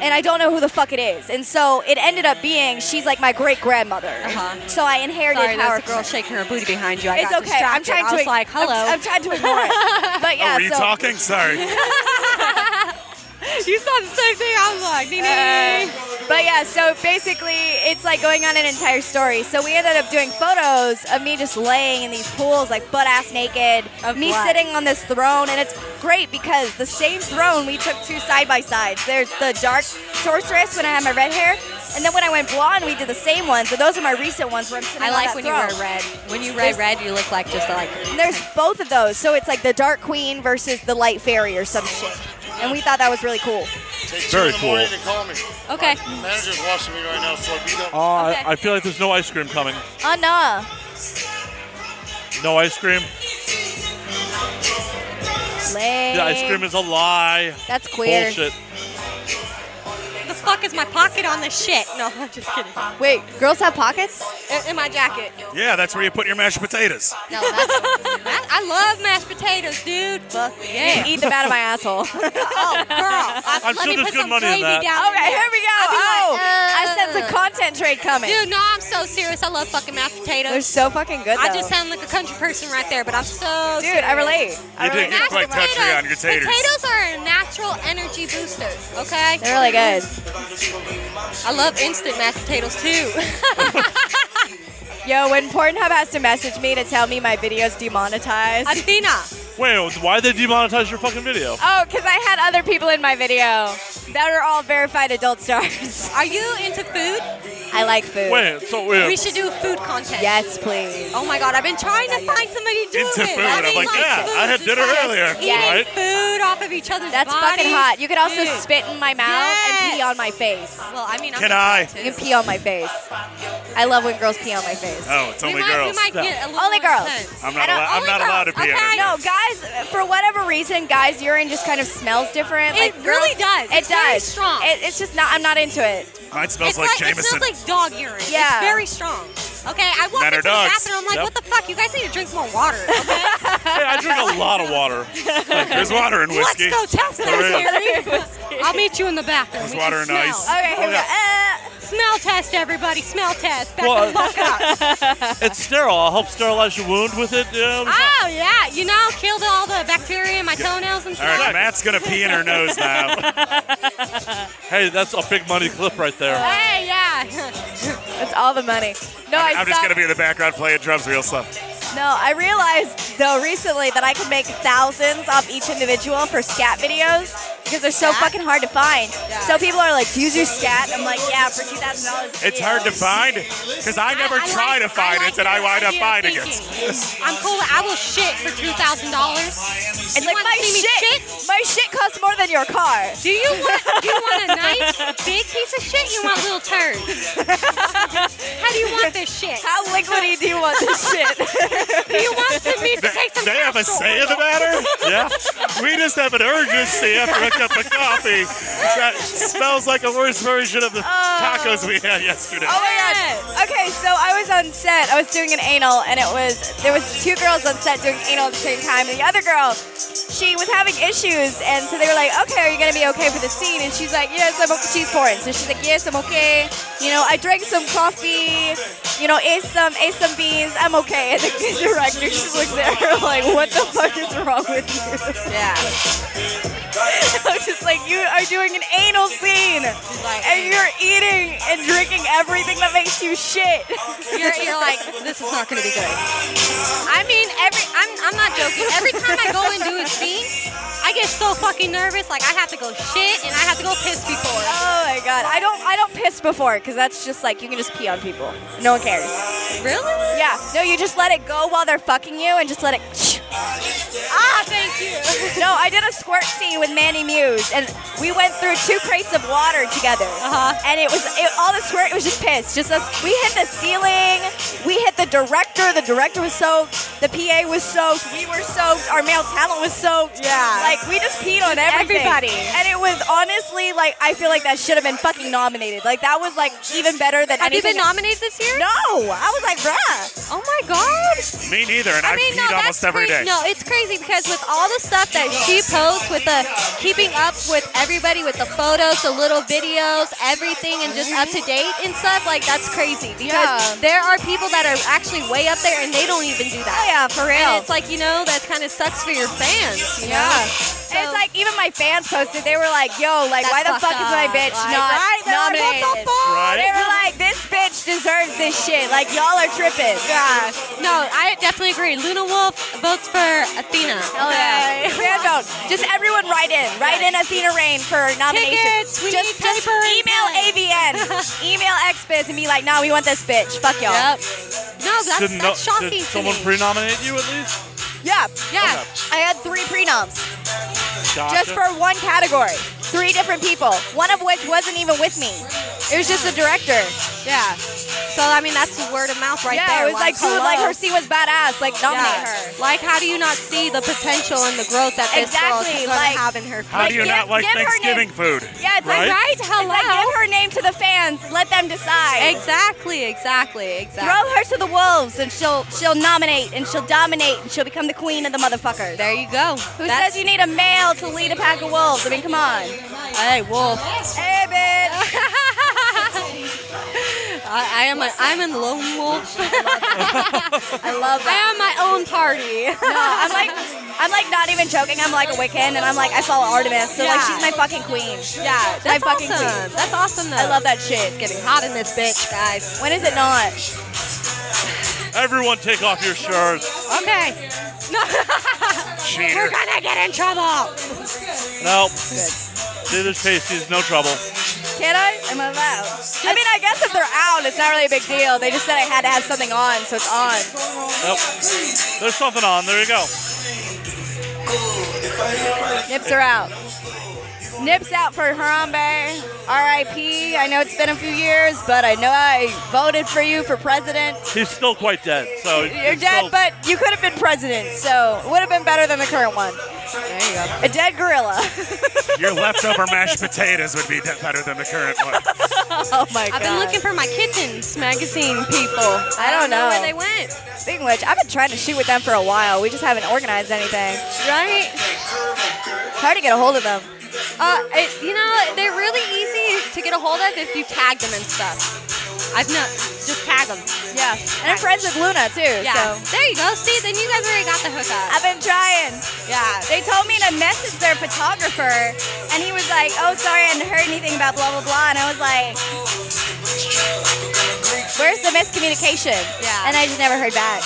L: And I don't know who the fuck it is. And so it ended up being, she's like my great grandmother.
D: Uh-huh.
L: So I inherited
D: Sorry,
L: power.
D: there's a girl shaking her booty behind you. I
L: It's
D: got
L: okay. I'm
D: distracted.
L: trying to.
D: I was like,
L: I'm-
D: hello.
L: I'm, trying to ignore it. But yeah.
K: oh, were you
L: so,
K: talking? Sorry.
D: you saw the same thing. I was like, ding, ding.
L: But yeah. So basically, it's like going on an entire story. So we ended up doing photos of me just laying in these pools, like butt ass naked,
D: Of
L: me
D: blood.
L: sitting on this throne, and it's great because the same throne we took two side by sides. There's the dark sorceress when I had my red hair. And then when I went blonde, we did the same one. So those are my recent ones where I'm sitting
D: I
L: on
D: like
L: that
D: when
L: throne.
D: you wear red. When you wear
L: There's-
D: red, you look like just like.
L: And there's both of those. So it's like the dark queen versus the light fairy or some shit. And we thought that was really cool.
A: Very cool.
M: They call me.
D: Okay.
M: Manager's watching me right now, so I beat up.
A: Oh, I,
D: Okay.
A: I feel like there's no ice cream coming.
L: Oh no.
A: No ice cream.
L: Lame.
A: The ice cream is a lie.
L: That's queer.
A: Bullshit.
D: The fuck fuck is my pocket on this shit? No, I'm just kidding.
L: Wait, girls have pockets?
D: In, in my jacket.
N: Yeah, that's where you put your mashed potatoes.
D: No, that's. that, I love mashed potatoes, dude. Fuck yeah.
L: Eat them out of my asshole.
D: oh, girl. I,
L: I'm
D: let
L: sure
D: me
L: there's
D: put
L: good
D: some
L: money in
D: gravy
L: that.
D: down
L: Okay,
D: there.
L: here we go.
D: I'll be
L: Oh,
D: like,
L: I sense a
D: uh.
L: content trade coming.
D: Dude, no, I'm so serious. I love fucking mashed potatoes.
L: They're so fucking good,
D: I
L: though.
D: just sound like a country person right there, but I'm so
L: Dude, I relate.
N: I You did relate. get quite
D: Mashed
N: touchy on your taters.
D: Potatoes are a natural energy booster. Okay.
L: They're really good.
D: I love instant mashed potatoes too.
L: Yo, when Pornhub has to message me to tell me my video's demonetized.
D: Athena.
A: Wait, why they demonetize your fucking video?
L: Oh, because I had other people in my video that are all verified adult stars.
D: Are you into food?
L: I like food.
A: Wait, so wait.
D: We should do a food contest.
L: Yes, please.
D: Oh my god, I've been trying to find somebody to do
N: Into
D: it.
N: food.
D: I
N: I'm
D: mean,
N: like, yeah,
D: food
N: I had dinner
D: is
N: earlier.
D: Eating
N: Yes.
D: food off of each other's
L: That's
D: bodies.
L: fucking hot. You could also
D: Dude.
L: spit in my mouth and pee on my face.
D: Well, I mean, I'm
N: Can I?
L: You can pee on my face. I love when girls pee on my face.
N: Oh, it's only girls.
L: Only girls.
N: I'm not,
L: I don't-
N: allo- I'm
L: only
N: not allowed to
L: girls.
N: be
L: okay.
N: in it.
L: No, guys, for whatever reason, guys' urine just kind of smells different.
D: It
L: like,
D: really
L: girls-
D: does.
L: It
D: It's
L: does.
D: very strong.
L: It, it's just not. I'm not into it.
N: Mine smells
D: it's
N: like,
D: like, it
N: Jameson.
D: smells like dog urine.
L: Yeah.
D: It's very strong. Okay, I walked
N: Men are
D: into the
N: dogs.
D: bathroom. I'm like,
N: Yep.
D: what the fuck? You guys need to drink more water. Okay?
A: Hey, I drink a lot of water.
N: There's water in
D: Let's
N: whiskey.
D: go test
N: There is.
D: this, Harry. I'll meet you in the bathroom.
N: There's
D: We
N: water
D: can
N: and
D: smell.
N: ice. Okay, here we go.
L: Uh,
D: Smell test, everybody. Smell test. Back
A: Well,
D: the fuck up.
A: It's sterile. I'll help sterilize your wound with it. You know?
D: Oh yeah, you know, killed all the bacteria in my toenails and
N: All
D: stuff.
N: right, Matt's gonna pee in her nose now.
A: Hey, that's a big money clip right there.
D: Hey, yeah.
L: That's all the money. No, I
N: I'm just
L: stopped-
N: gonna be in the background playing drums real slow.
L: No, I realized though recently that I could make thousands off each individual for scat videos because they're so fucking hard to find. So people are like, "Do you use your scat?" I'm like, "Yeah, for two thousand dollars."
N: It's hard to find because I never
D: I like-
N: try to find
D: I
N: it, and I wind up
D: like
N: finding
D: your
N: it.
D: I'm cool. I will shit for two thousand dollars.
L: It's like my
D: see me
L: shit, My shit costs more than your car.
D: Do you want? Do you want a nice big piece of shit? You want little turds? How do you want this shit?
L: How liquidy do you want this shit?
D: do you want to me to take some?
N: They have a say in the matter? Yeah. We just have an urgency after a cup of coffee that smells like a worse version of the tacos we had yesterday.
L: Oh my god. Okay, so I was on set. I was doing an anal, and it was there was two girls on set doing anal at the same time, and the other girl, she was having issues, and so they were like, "Okay, are you gonna be okay for the scene?" And she's like, "Yes, I'm okay." She's foreign, so she's like, "Yes, I'm okay." You know, I drank some coffee. You know, ate some ate some beans. I'm okay. And the director just looks at her like, "What the fuck is wrong with you?"
D: Yeah.
L: I'm just like, you are doing an anal scene, and you're eating and drinking everything that makes you shit.
D: You're, you're like, this is not going to be good. I mean, every I'm, I'm not joking. Every time I go and do a scene, I get so fucking nervous. Like I have to go shit and I have to go piss before.
L: Oh my god, I don't, I don't piss before because that's just like you can just pee on people. No one cares.
D: Really?
L: Yeah, no, you just let it go while they're fucking you and just let it.
D: Ah, thank you.
L: No, I did a squirt scene with Manny Muse, and we went through two crates of water together. Uh-huh. And it was it, all the squirt was just piss. Just us. We hit the ceiling. We hit the director. The director was soaked. The PA was soaked. We were soaked. Our male talent was soaked.
D: Yeah.
L: Like we just peed on everything.
D: everybody.
L: And it was honestly like I feel like that should have been fucking nominated. Like that was like even better than
D: Have you
L: anything.
D: been nominated this year?
L: No, I was like, bruh.
D: Oh my god.
N: Me neither, and I,
D: I mean, no,
N: peed almost
D: that's
N: every
D: crazy.
N: day.
D: No, it's crazy because with all the stuff that she posts, with the keeping up with everybody, with the photos, the little videos, everything, and just up to date and stuff, like that's crazy because
L: Yeah.
D: there are people that are actually way up there and they don't even do that.
L: Oh, yeah, for real.
D: And it's like you know that kind of sucks for your fans. You know?
L: Yeah. And it's like even my fans posted. They were like, "Yo, like, why the
D: That's
L: fuck
D: fucked
L: is my
D: up.
L: bitch
D: Like,
L: not
D: right? They're like, what the
L: nominated?"
D: fuck? Right.
L: They were like, "This bitch deserves this shit. Like, y'all are tripping."
D: Yeah. No, I definitely agree. Luna Wolf votes for Athena.
L: Oh, Okay. Fan vote. Just everyone write in. Write in Athena Rain for nomination.
D: Tickets, we
L: just
D: need
L: just
D: paper and
L: email
D: pen.
L: AVN. email XBiz and be like, nah, we want this bitch. Fuck y'all.
D: Yep. No, that's,
A: Didn't
D: that's
A: no-
D: shocking
A: did
D: to
A: someone
D: me.
A: pre-nominate you at least?
L: Yeah.
D: yeah.
L: I had three prenoms.
A: Gotcha.
L: just for one category. Three different people, one of which wasn't even with me. It was just the director.
D: Yeah. So I mean, that's word of mouth right
L: Yeah,
D: there.
L: it was like, dude, like, her scene was badass. Like nominate her.
D: Like, how do you not see the potential and the growth that this girl
L: Exactly,
D: is going
L: like-
D: to have in her?
L: How do you
D: future?
L: not like Give her Thanksgiving
A: food?
L: Yeah, it's like right. Hello. It's like give her name to the fans. Let them decide.
D: Exactly. Exactly. Exactly.
L: Throw her to the wolves, and she'll she'll nominate, and she'll dominate, and she'll become the queen of the motherfuckers.
D: There you go.
L: Who says you need a male to lead a pack of wolves? I mean, come on.
D: Hey, wolf.
L: Hey,
D: bitch. I, I am a, I'm a lone wolf.
L: I love that.
D: I am my own party.
L: no, I'm like, I'm like not even joking. I'm like a Wiccan, and I'm like, I follow Artemis, so like
D: Yeah.
L: she's my fucking queen. Yeah,
D: That's
L: my fucking
D: awesome.
L: queen.
D: That's awesome. Though.
L: I love that shit.
D: It's getting hot in this bitch, guys.
L: When is it not?
A: Everyone, take off your shirts.
D: Okay. No. We're gonna get in trouble.
A: No. See this pasties, no trouble.
L: Can I? Am I allowed? I mean, I guess if they're out, it's not really a big deal. They just said I had to have something on, so it's on.
A: Nope. There's something on. There you go.
L: Nips are out. Nips out for Harambe. R.I.P. I know it's been a few years, but I know I voted for you for president.
A: He's still quite dead, so
L: You're dead, but you could have been president, so it would have been better than the current one. There you go. A dead gorilla.
K: Your leftover mashed potatoes would be better than the current one.
L: oh my god.
D: I've been looking for my kittens magazine people.
L: I don't know
D: where they went.
L: Speaking of which, I've been trying to shoot with them for a while. We just haven't organized anything.
D: Right?
L: It's hard to get a hold of them.
D: Uh, it, you know, they're really easy to get a hold of if you tag them and stuff. I've not just tag them.
L: Yeah, and I'm friends with Luna too.
D: Yeah.
L: So
D: There you go. See, then you guys already got the hookup.
L: I've been trying.
D: yeah.
L: They told me to message their photographer, and he was like, "Oh, sorry, I hadn't heard anything about blah blah blah." And I was like, "Where's the miscommunication?"
D: Yeah.
L: And I just never heard back.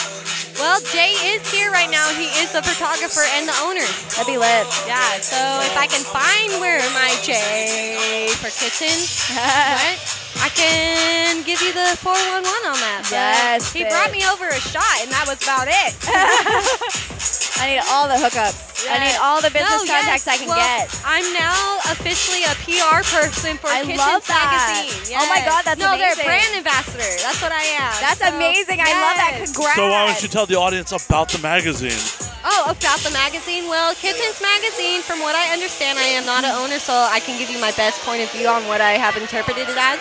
D: Well, Jay is here right now. He is the photographer and the owner.
L: That'd be lit.
D: Yeah, so if I can find where my Jay for kitchen, what? I can give you the 411 on that. but
L: Yes,
D: He
L: bitch.
D: brought me over a shot, and that was about it.
L: I need all the hookups. I need all the
D: No,
L: business contacts
D: yes,
L: I can
D: well,
L: get.
D: I'm now officially a PR person for
L: I
D: Kitchen
L: love that.
D: Magazine.
L: Oh my
D: yes.
L: God, that's
D: no,
L: amazing.
D: they're brand ambassador. That's what I am.
L: That's
D: So,
L: amazing. I love that.
D: yes.
L: Congrats.
A: So uh, why don't you tell the audience about the magazine?
D: Oh, about the magazine? Well, Kittens Magazine, from what I understand, I am not an owner, so I can give you my best point of view on what I have interpreted it as.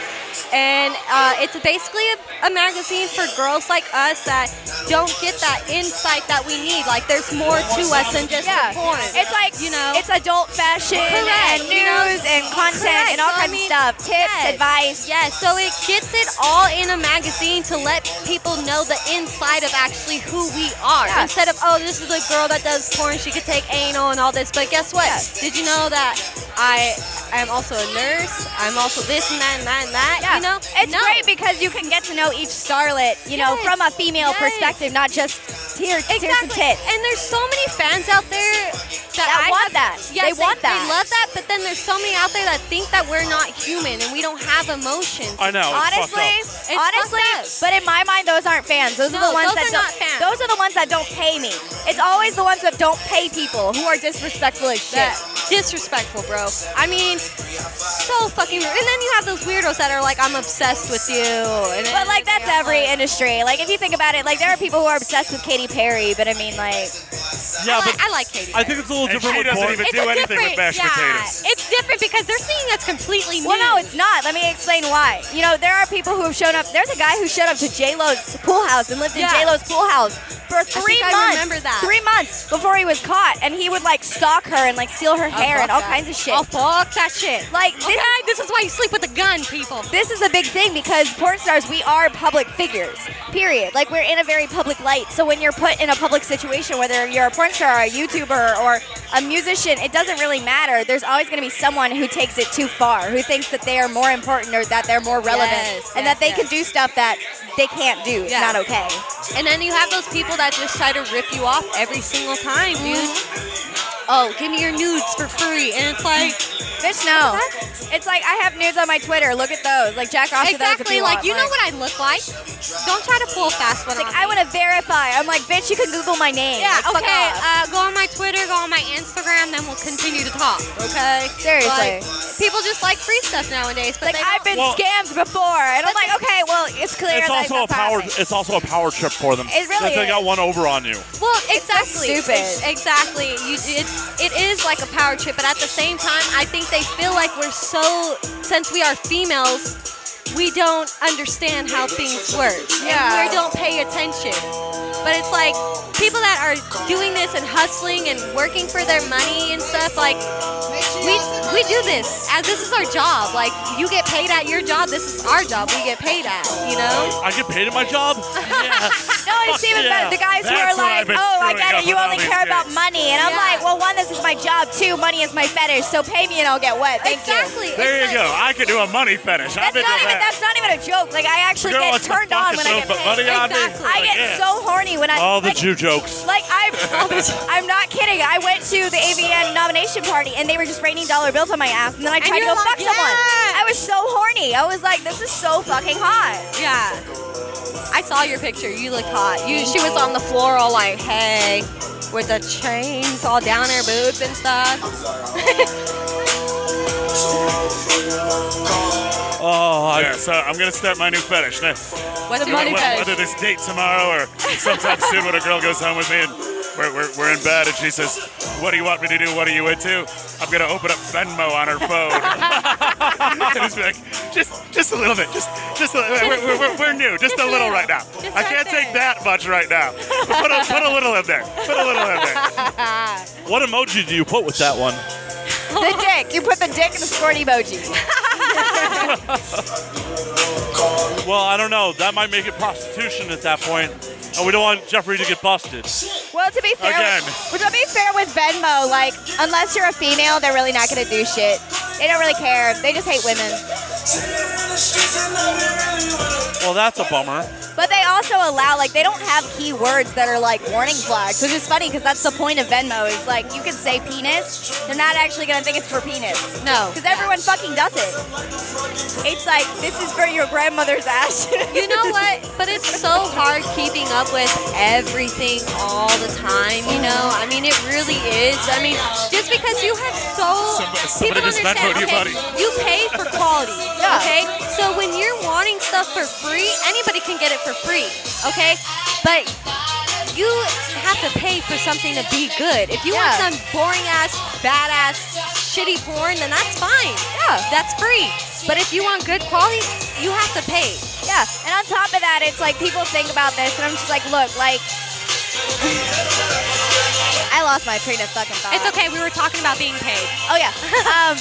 D: And uh, it's basically a, a magazine for girls like us that don't get that insight that we need. Like, there's more to us than just
L: Yeah.
D: the porn.
L: It's like
D: you know,
L: It's adult fashion
D: Correct,
L: and
D: you know?
L: news and content
D: Correct,
L: and all
D: so I
L: kinds
D: mean,
L: of stuff. Tips,
D: yes,
L: advice.
D: Yes, so it gets it all in a magazine to let people know the inside of actually who we are.
L: Yeah.
D: Instead of, oh, this is a girl that does porn, she could take anal and all this. But guess what? Did you know that I am also a nurse? I'm also this and that and that and that.
L: Yeah.
D: You know?
L: It's
D: No.
L: great because you can get to know each starlet, you know,
D: Yes.
L: from a female
D: Yes.
L: perspective, not just here, here's some
D: Exactly.
L: tits.
D: And there's so many fans out there that,
L: That
D: I
L: want that.
D: have- Yes,
L: They want that.
D: They love that, but then there's so many out there that think that we're not human and we don't have emotions.
A: I know. it's fucked
L: honestly,
A: up.
D: It's
L: honestly,
D: fucked
L: but in my mind, those aren't fans. Those are
D: No,
L: the ones
D: those
L: that
D: are
L: don't.
D: not fans.
L: Those are the ones that don't pay me. It's always the ones that don't pay people who are disrespectful as shit.
D: That disrespectful, bro. I mean, so fucking rude. And then you have those weirdos that are like, I'm obsessed with you. And
L: But like that's
D: everything.
L: every industry. Like if you think about it, like there are people who are obsessed with Katy Perry, but I mean like
A: Yeah,
D: I,
A: but
D: like, I like Katie.
A: I think it's a little
K: And
A: different.
K: she
A: with
K: doesn't
A: porn.
K: even
D: it's
K: do
D: a
K: anything
D: different,
K: with mashed
D: yeah,
K: potatoes.
D: It's different because they're seeing that's completely new.
L: Well, no, it's not. Let me explain why. You know, there are people who have shown up. There's a guy who showed up to J Lo's pool house and lived in
D: Yeah.
L: J Lo's pool house for three
D: think I
L: months.
D: remember that.
L: Three months before he was caught, and he would like stalk her and like steal her hair and all
D: that.
L: kinds of shit.
D: Oh, fuck that shit.
L: Like
D: Okay,
L: this,
D: this is why you sleep with a gun, people.
L: this is a big thing because porn stars, we are public figures. Period. Like we're in a very public light. So when you're put in a public situation, whether you're a porn star or a YouTuber or a musician, it doesn't really matter. There's always going to be someone who takes it too far, who thinks that they are more important or that they're more relevant,
D: Yes,
L: and
D: yes,
L: that they
D: yes.
L: can do stuff that they can't do. It's
D: Yeah.
L: not okay.
D: And then you have those people that just try to rip you off every single time, dude. oh, give me your nudes for free. And it's like,
L: bitch,
D: Oh,
L: no. It's like I have nudes on my Twitter. Look at those. Like jack off to those if
D: Exactly,
L: you
D: like,
L: want,
D: you know what I look like. Don't try to pull a fast one.
L: It's like I want to verify. I'm like, bitch, you can Google my name.
D: yeah,
L: Like, fuck
D: okay.
L: off.
D: Uh, go on my Twitter, go on my Instagram, then we'll continue to talk, okay?
L: Seriously.
D: Like, people just like free stuff nowadays. But
L: like I've been scammed before, and I'm like, okay, well, it's clear.
A: It's
L: that
A: also a
L: that's
A: power.
L: happening.
A: It's also a power trip for them.
L: It really
A: they got one over on you.
D: Well, exactly.
L: stupid.
D: Ex- Exactly. You, it, it is like a power trip, but at the same time, I think they feel like we're so, since we are females, we don't understand how things work.
L: Yeah.
D: And we don't pay attention. But it's like people that are doing this and hustling and working for their money and stuff, like, we, we do this as this is our job. Like, you get paid at your job, this is our job we get paid at, you know?
A: I get paid at my job.
L: no, it's even
A: Yeah,
L: better. The guys who are
A: that's what
L: like,
A: I've been
L: oh, I
A: screwing
L: get
A: up
L: it. You
A: with all
L: only
A: these
L: care about
A: dudes."
L: money, and I'm like, well, one, this is my job. Two, money is my fetish, so pay me and I'll get wet. Thank you.
K: There you go. I could do a money fetish. I've
L: That's
K: been
L: not
K: doing
L: even
K: that.
L: that's not even a joke. Like I actually
K: Girl,
L: get
K: it's my
L: turned on
K: fucking
L: when I get
K: sofa.
L: paid.
K: Money on me. Exactly.
L: I get
K: Yeah.
L: so horny when I
A: All Oh, the
L: like,
A: Jew jokes.
L: Like I'm, I'm not kidding. I went to the AVN nomination party and they were just raining dollar bills on my ass, and then I
D: And
L: tried to
D: you're
L: go
D: like,
L: fuck someone. I was so horny. I was like, this is so fucking hot.
D: Yeah. I saw your picture. You look hot. You, she was on the floor all like, hey, with the chains all down her boob and stuff.
K: Oh, yeah. So I'm gonna start my new fetish. Now,
D: What's your money
K: whether,
D: fetish?
K: Whether this date tomorrow or sometime soon, when a girl goes home with me and we're, we're, we're in bed and she says, "What do you want me to do? What are you into?" I'm gonna open up Venmo on her phone and just be like, "Just just a little bit. Just just a, we're, we're, we're, we're new. Just a little right now. I can't take that much right now. But put a put a little in there. Put a little in there."
A: What emoji do you put with that one?
L: the dick. You put the dick in the squirt emoji.
A: Well, I don't know. That might make it prostitution at that point, and we don't want Jeffrey to get busted.
L: Well, to be fair,
A: Again.
L: With, well, to be fair with Venmo, like unless you're a female, they're really not gonna do shit. They don't really care. They just hate women.
A: Well, that's a bummer.
L: But they also allow like they don't have keywords that are like warning flags, which is funny because that's the point of Venmo. Is like you can say penis, they're not actually gonna think it's for penis.
D: No.
L: because everyone fucking does it. It's like this is for your grandmother's ass.
D: you know what? But it's so hard keeping up with everything all the time, you know? I mean, it really is. I mean, just because you have so.
K: somebody
D: people
K: just
D: don't understand,
K: Venmoed you,
D: okay,
K: buddy.
D: You pay for quality, okay? So when you're wanting stuff for free, anybody can get it for free, okay? But you have to pay for something to be good. If you
L: Yeah.
D: want some boring ass, badass, shitty porn, then that's fine. Yeah, that's free. But if you want good quality, you have to pay.
L: Yeah, and on top of that, it's like people think about this, and I'm just like, look, like. I lost my train of fucking thought.
D: It's okay. We were talking about being paid.
L: Oh yeah. Um,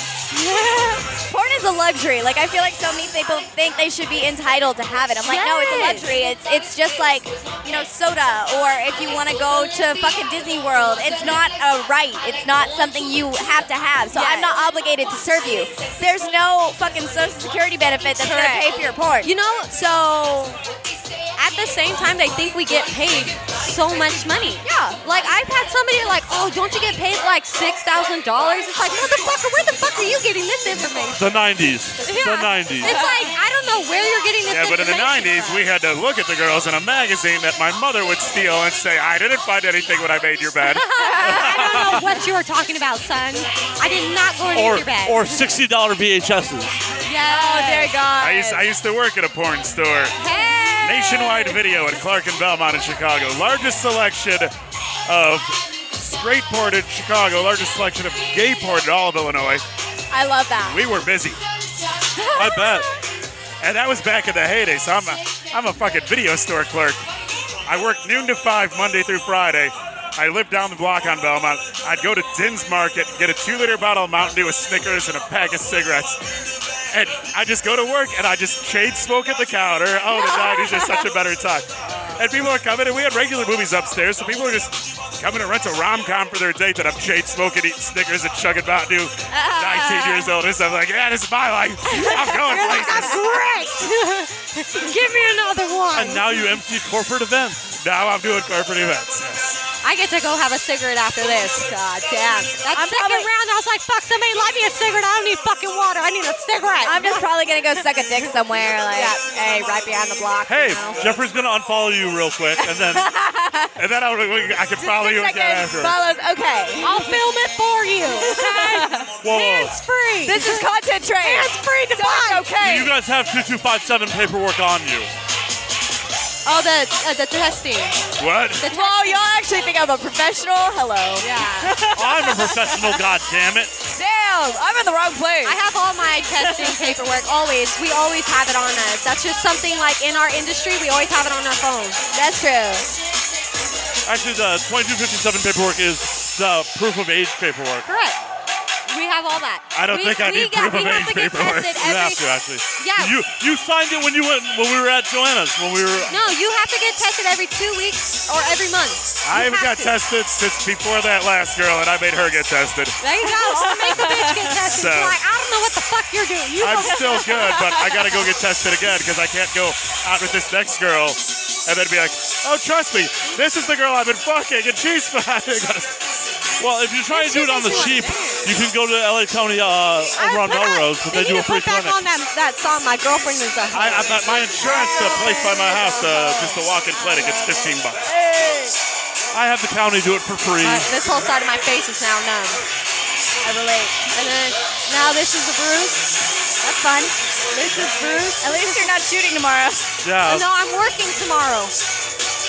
L: porn is a luxury. Like I feel like so many people think they should be entitled to have it. I'm like, no, it's a
D: Yes.
L: luxury. It's it's just like you know soda, or if you want to go to fucking Disney World, it's not a right. It's not something you have to have. So I'm not obligated to serve you. There's no fucking social security benefit that's gonna
D: Correct.
L: pay for your porn.
D: You know,
L: so
D: at the same time, they think we get paid so much money.
L: Yeah.
D: Like I've had somebody like, oh, don't you get paid like six thousand dollars? It's like, motherfucker, where the fuck are you getting this information?
A: The '90s. The
D: It's
A: '90s.
D: like I don't know where you're getting this
K: Yeah, but in the
D: information.
K: 90s, we had to look at the girls in a magazine that my mother would steal and say, I didn't find anything when I made your bed.
D: I don't know what you were talking about, son. I did not go into
A: Or
D: your bed.
A: or sixty dollar VHSs.
D: yeah. Oh, there you go.
K: I used, I used to work at a porn store. Nationwide Video at Clark and Belmont in Chicago. Largest selection of straight porn in Chicago. Largest selection of gay porn in all of Illinois.
L: I love that.
K: We were busy. I bet. And that was back in the heyday, so I'm a, I'm a fucking video store clerk. I worked noon to five Monday through Friday. I lived down the block on Belmont. I'd go to Din's Market, get a two liter bottle of Mountain Dew with Snickers and a pack of cigarettes. And I just go to work and I just shade smoke at the counter. Oh, the 90s are such a better time. And people are coming, and we had regular movies upstairs, so people are just coming to rent a rom com for their date that I'm shade smoking, eating Snickers, and chugging Mountain Dew. 19 years old, and so I'm like, yeah, this is my life. I'm going places.
D: great. Give me another one.
A: And now you MC corporate events.
K: Now I'm doing corporate events. Yes.
D: I get to go have a cigarette after this. God damn. That
L: I'm
D: second
L: probably-
D: round, I was like, fuck, somebody light me a cigarette. I don't need fucking water. I need a cigarette.
L: I'm just probably gonna go suck a dick somewhere, like hey, right behind the block.
A: Hey,
L: you know?
A: Jeffrey's gonna unfollow you real quick, and then and then I, would- I can follow you again after.
L: Follows. Okay,
D: I'll film it for you. Okay?
A: Whoa, whoa.
D: Hands free.
L: This is content trade.
D: Hands free to buy.
L: okay.
A: You guys have two two five seven paperwork on you.
D: Oh, the uh, the testing.
A: What?
D: The
L: Whoa, y'all actually think I'm a professional? Hello.
D: Yeah.
A: I'm a professional, god damn it.
L: Damn, I'm in the wrong place.
D: I have all my testing paperwork always. We always have it on us. That's just something like in our industry, we always have it on our phones.
L: That's true.
A: Actually, the 2257 paperwork is the proof of age paperwork.
D: Correct. We have all that.
A: I don't
D: We-
A: think I need
D: we get-
A: proof
D: we
A: of
D: have
A: age
D: to get
A: paperwork.
D: tested
A: you
D: every-
A: have to actually.
D: Yeah.
A: You you signed it when you went when we were at Joanna's when we were.
D: No, you have to get tested every two weeks or every month.
N: I
D: You
N: haven't got
D: have
A: uh,
D: to.
N: tested since before that last girl, and I made her get tested.
D: There you go. Or make the bitch get
N: So-
D: tested. She's like, I don't know what the fuck you're
A: Uh,
D: doing. You
N: I'm
D: go-
N: still good, but I gotta go get tested again because I can't go out with this next girl and then be like, oh, trust me, this is the girl I've been fucking, and she's fine.
A: Well, if you try to do it on the cheap, you can go to LA County uh, over on Melrose, but they do a free clinic.
D: that, that song. My girlfriend is a.
N: I, I, my- my insurance, the place by my house, uh, just the walk-in clinic, it's 15 bucks.
A: I have the county do it for free.
D: Alright, this whole side of my face is now numb. I relate. And then now this is the bruise. That's fun. This is bruise.
L: At least you're not shooting tomorrow.
A: Yeah.
D: No, I'm working tomorrow.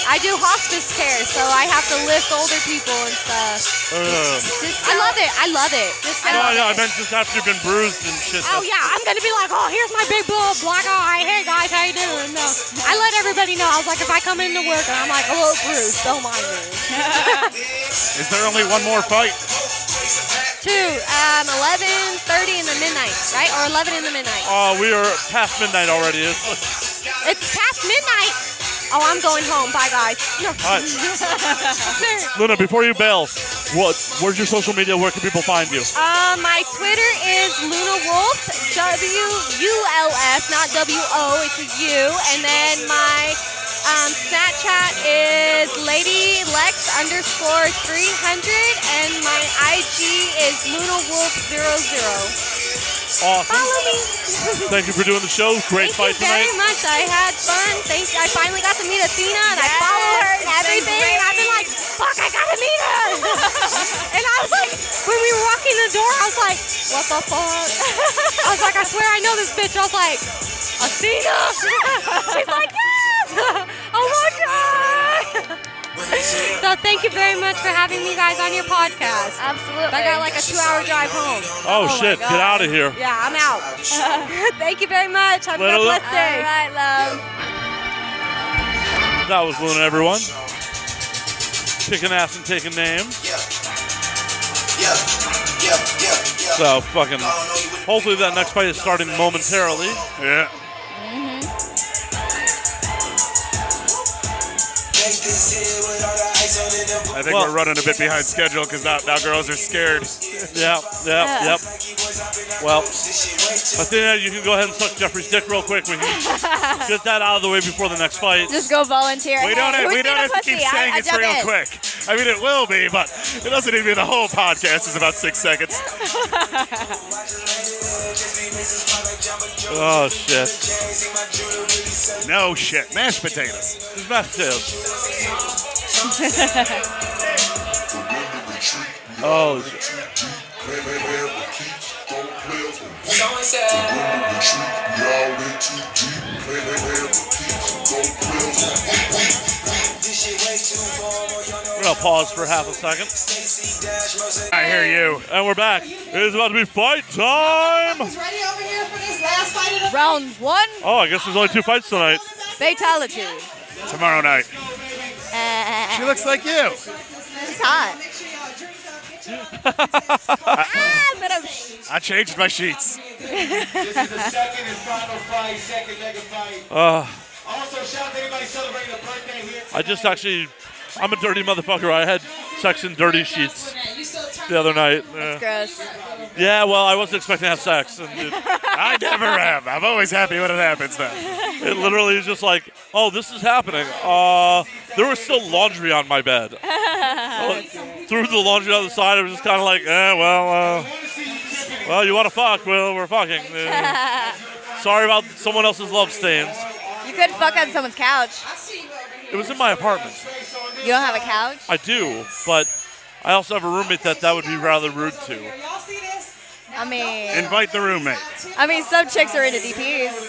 D: I do hospice care, so I have to lift older people and stuff.
A: Ugh.
D: Just- I love it. I love it. Just-
A: Oh.
D: I
A: No,
D: love
A: I know, I
D: it.
A: meant just after you've been bruised and shit.
D: Oh yeah, I'm gonna be like, oh, here's my big blue black eye. Hey guys, how you doing? No, I let everybody know. I was like, if I come into work and I'm like, a little bruised, don't mind me.
N: Is there only one more fight?
D: Two, um, 11, 30 in the midnight, right? Or 11 in the midnight.
A: Oh, we are past midnight already. It's-
D: It's past midnight. Oh, I'm going home. Bye, guys.
A: right.
D: Sir.
A: Luna, before you bail, what? Where's your social media? Where can people find you?
D: Uh, my Twitter is Luna Wolf, W U L F, not W O, it's a U. And then my um, Snapchat is Lady Lex underscore 300, and my IG is Luna Wolf 00.
A: Awesome.
D: Follow me.
A: Thank you for doing the show. Great fight
D: Thank you very
A: tonight.
D: much. I had fun. Thank I finally got to meet Athena, and I follow her and everything. And I've been like, fuck, I gotta meet her. and I was like, when we were walking the door, I was like, what the fuck? I was like, I swear I know this bitch. I was like, Athena. She's like, yes. oh my god. so thank you very much for having me guys on your podcast. Absolutely. I got like a two-hour drive home.
A: Oh, shit, get out of here.
D: Yeah, I'm out. Thank you very much. Have
A: Little-
D: a blessed day.
L: All right, love.
A: That was Luna, everyone. Kicking ass and taking names. So fucking. Hopefully that next fight is starting momentarily.
N: Yeah. I think we're running a bit behind schedule because now, now girls are scared.
A: Yep, yep, yep. Well, Athena, you can go ahead and suck Jeffrey's dick real quick. We can get that out of the way before the next fight.
L: Just go volunteer.
N: We don't,
L: Hey,
N: have,
L: who's
N: we don't
L: being a
N: have to keep
L: pussy? I-
N: saying
L: I
N: it's
L: jump
N: real
L: in.
N: quick. I mean, it will be, but it doesn't even be the whole podcast is about six seconds.
A: Oh, shit.
N: No shit. Mashed potatoes.
A: Who's mashed potatoes? Oh, shit. We're gonna pause for half a second.
N: I hear you.
A: And we're back. It is about to be fight time.
F: Ready over here for this last fight of the
L: Round one,
A: Oh, I guess there's only two fights tonight.
L: fatality.
N: Tomorrow night.
L: Uh,
N: She looks like you.
L: she's hot. ah, but I'm.
N: I changed my sheets.
O: this is the second and final fight, second mega fight.
A: Uh,
O: Also, shout out to anybody celebrating a birthday here.
A: I just actually, I'm a dirty motherfucker. I had sex in dirty sheets the other night. Uh,
L: Gross.
A: yeah, well, I wasn't expecting to have sex. And it,
N: I never am. I'm always happy when it happens, though.
A: it literally is just like, oh, this is happening. Uh, there was still laundry on my bed.
B: Oh,
A: Threw the laundry on the side. I was just kind of like, eh, well, uh, well, you want to fuck? Well, we're fucking. Eh. Sorry about someone else's love stains.
L: you could fuck on someone's couch.
A: It was in my apartment.
L: You don't have a couch?
A: I do, but I also have a roommate that that would be rather rude to.
L: I mean,
A: Invite the roommate.
L: I mean, some chicks are into DPs.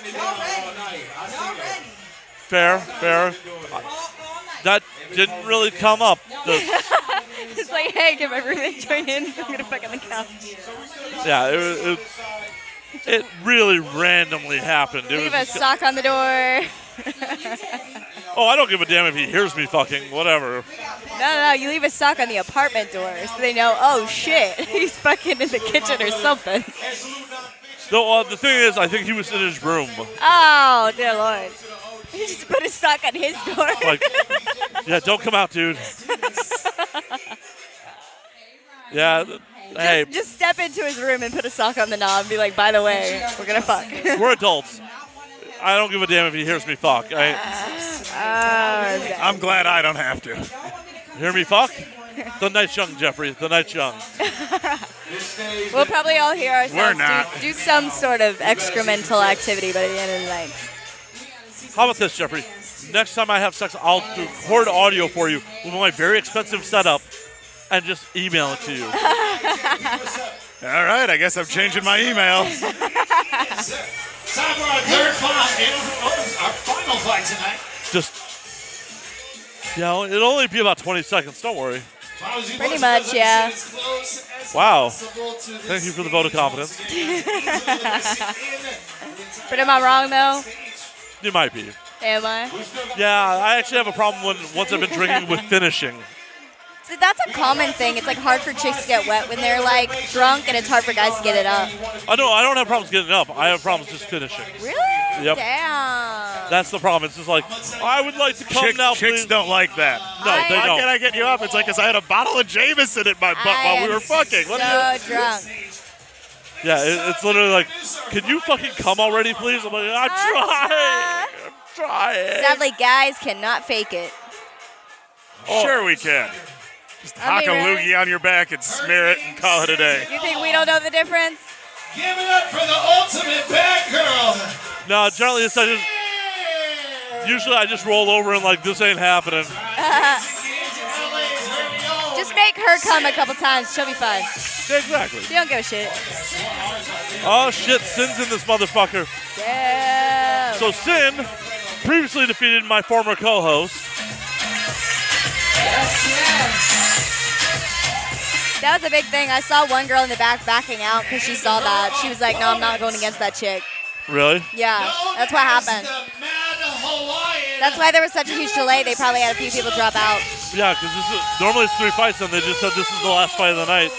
A: Fair, fair. That didn't really come up. The-
L: it's like, hey, can my roommate join in? I'm gonna fuck on the couch.
A: yeah, it, was- it, it really randomly happened. It
L: Leave
A: was
L: a
A: just-
L: sock on the door.
A: oh, I don't give a damn if he hears me fucking, whatever.
L: No, no, no, you leave a sock on the apartment door so they know, oh shit, he's fucking in the kitchen or something.
A: Though uh, the thing is, I think he was in his room.
L: Oh, dear lord. He just put a sock on his door.
A: Like, yeah, don't come out, dude. Yeah, th- hey,
L: just step into his room and put a sock on the knob and be like, by the way, we're gonna fuck.
A: we're adults. I don't give a damn if he hears me fuck. I,
L: Oh,
A: I'm glad I don't have to. Hear me fuck? The night's young, Jeffrey. The night's young.
L: we'll probably all hear ourselves
A: We're not.
L: Do, do some sort of excremental activity by the end of the night.
A: How about this, Jeffrey? Next time I have sex, I'll record audio for you with my very expensive setup and just email it to you.
K: All right, I guess I'm changing my email.
E: Time for our third fight, and oh, our final fight tonight.
A: Just, yeah, it'll only be about 20 seconds. Don't worry.
L: Pretty much, yeah.
A: Wow. Thank you for the vote of confidence.
L: but am I wrong though?
A: You might be.
L: Am I?
A: Yeah, I actually have a problem when once I've been drinking with finishing.
L: See, that's a common thing. It's like hard for chicks to get wet when they're like drunk, and it's hard for guys to get it up.
A: I know I don't have problems getting up. I have problems just finishing.
L: Really?
A: Yep.
L: Damn.
A: That's the problem. It's just like I would like to come
K: Chick-
A: now.
K: chicks
A: please.
K: don't like that.
A: No,
K: Why
A: they don't.
K: can't I get you up? It's like, because I had a bottle of Jameson in my butt
L: I
K: while
L: am
K: we were fucking. What
L: so
K: the-
L: drunk.
A: Yeah, it, it's literally like, can you fucking come already, please? I'm like, I'm trying. I'm trying.
L: Sadly, guys cannot fake it.
K: Sure, we can. Just
L: I
K: hock
L: mean,
K: a
L: really?
K: loogie on your back and smear it and call it a day.
L: You think we don't know the difference?
E: Give it up for the ultimate bad girl.
A: No, generally it's I just usually I just roll over and like this ain't happening.
L: Just make her come a couple times. She'll be fine.
A: Exactly.
L: She don't give a shit.
A: Oh shit, Sin's in this motherfucker.
L: Yeah.
A: So Sin previously defeated my former co-host.
L: That was a big thing. I saw one girl in the back backing out because she saw that. She was like, "No, I'm not going against that chick."
A: Really?
L: Yeah, that's what happened. That's why there was such a huge delay. They probably had a few people drop out.
A: Yeah, because this is normally it's three fights and they just said this is the last fight of the night.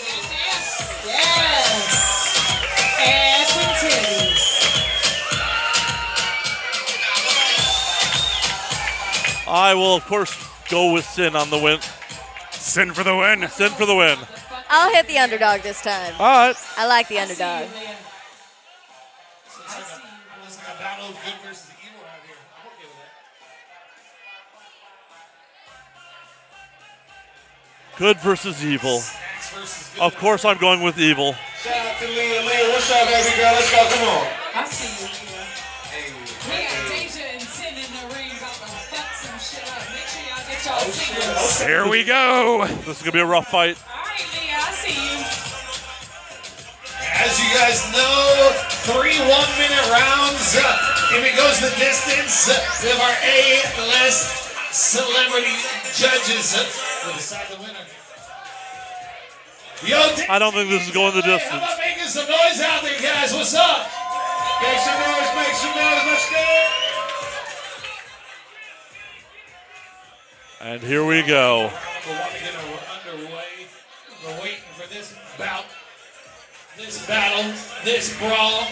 F: Ass and titties.
A: I will of course go with Sin on the win. Sin for the win. Sin for the win.
L: I'll hit the underdog this time.
A: All right.
L: I like the underdog.
A: Good versus evil. Of course I'm going with evil.
O: Shout out to Leah. Leah, what's up, baby girl? Let's go. Come on.
F: I see you. We got Deja and Sin in the ring about to fuck some shit up. Make sure y'all get y'all singles.
A: Here we go. This is gonna be a rough fight.
F: Alright, Leah, I see you.
E: As you guys know, three one-minute rounds. Uh, If it goes the distance, uh, we have our A-list celebrity judges uh, will decide the winner. Yo,
A: I don't think this is going the
E: How
A: distance.
E: about making some noise out there, guys? What's up? Make some noise, make some noise, let's go.
A: And here we go.
E: We're wanting to get underway. We're waiting for this bout, this battle, this brawl.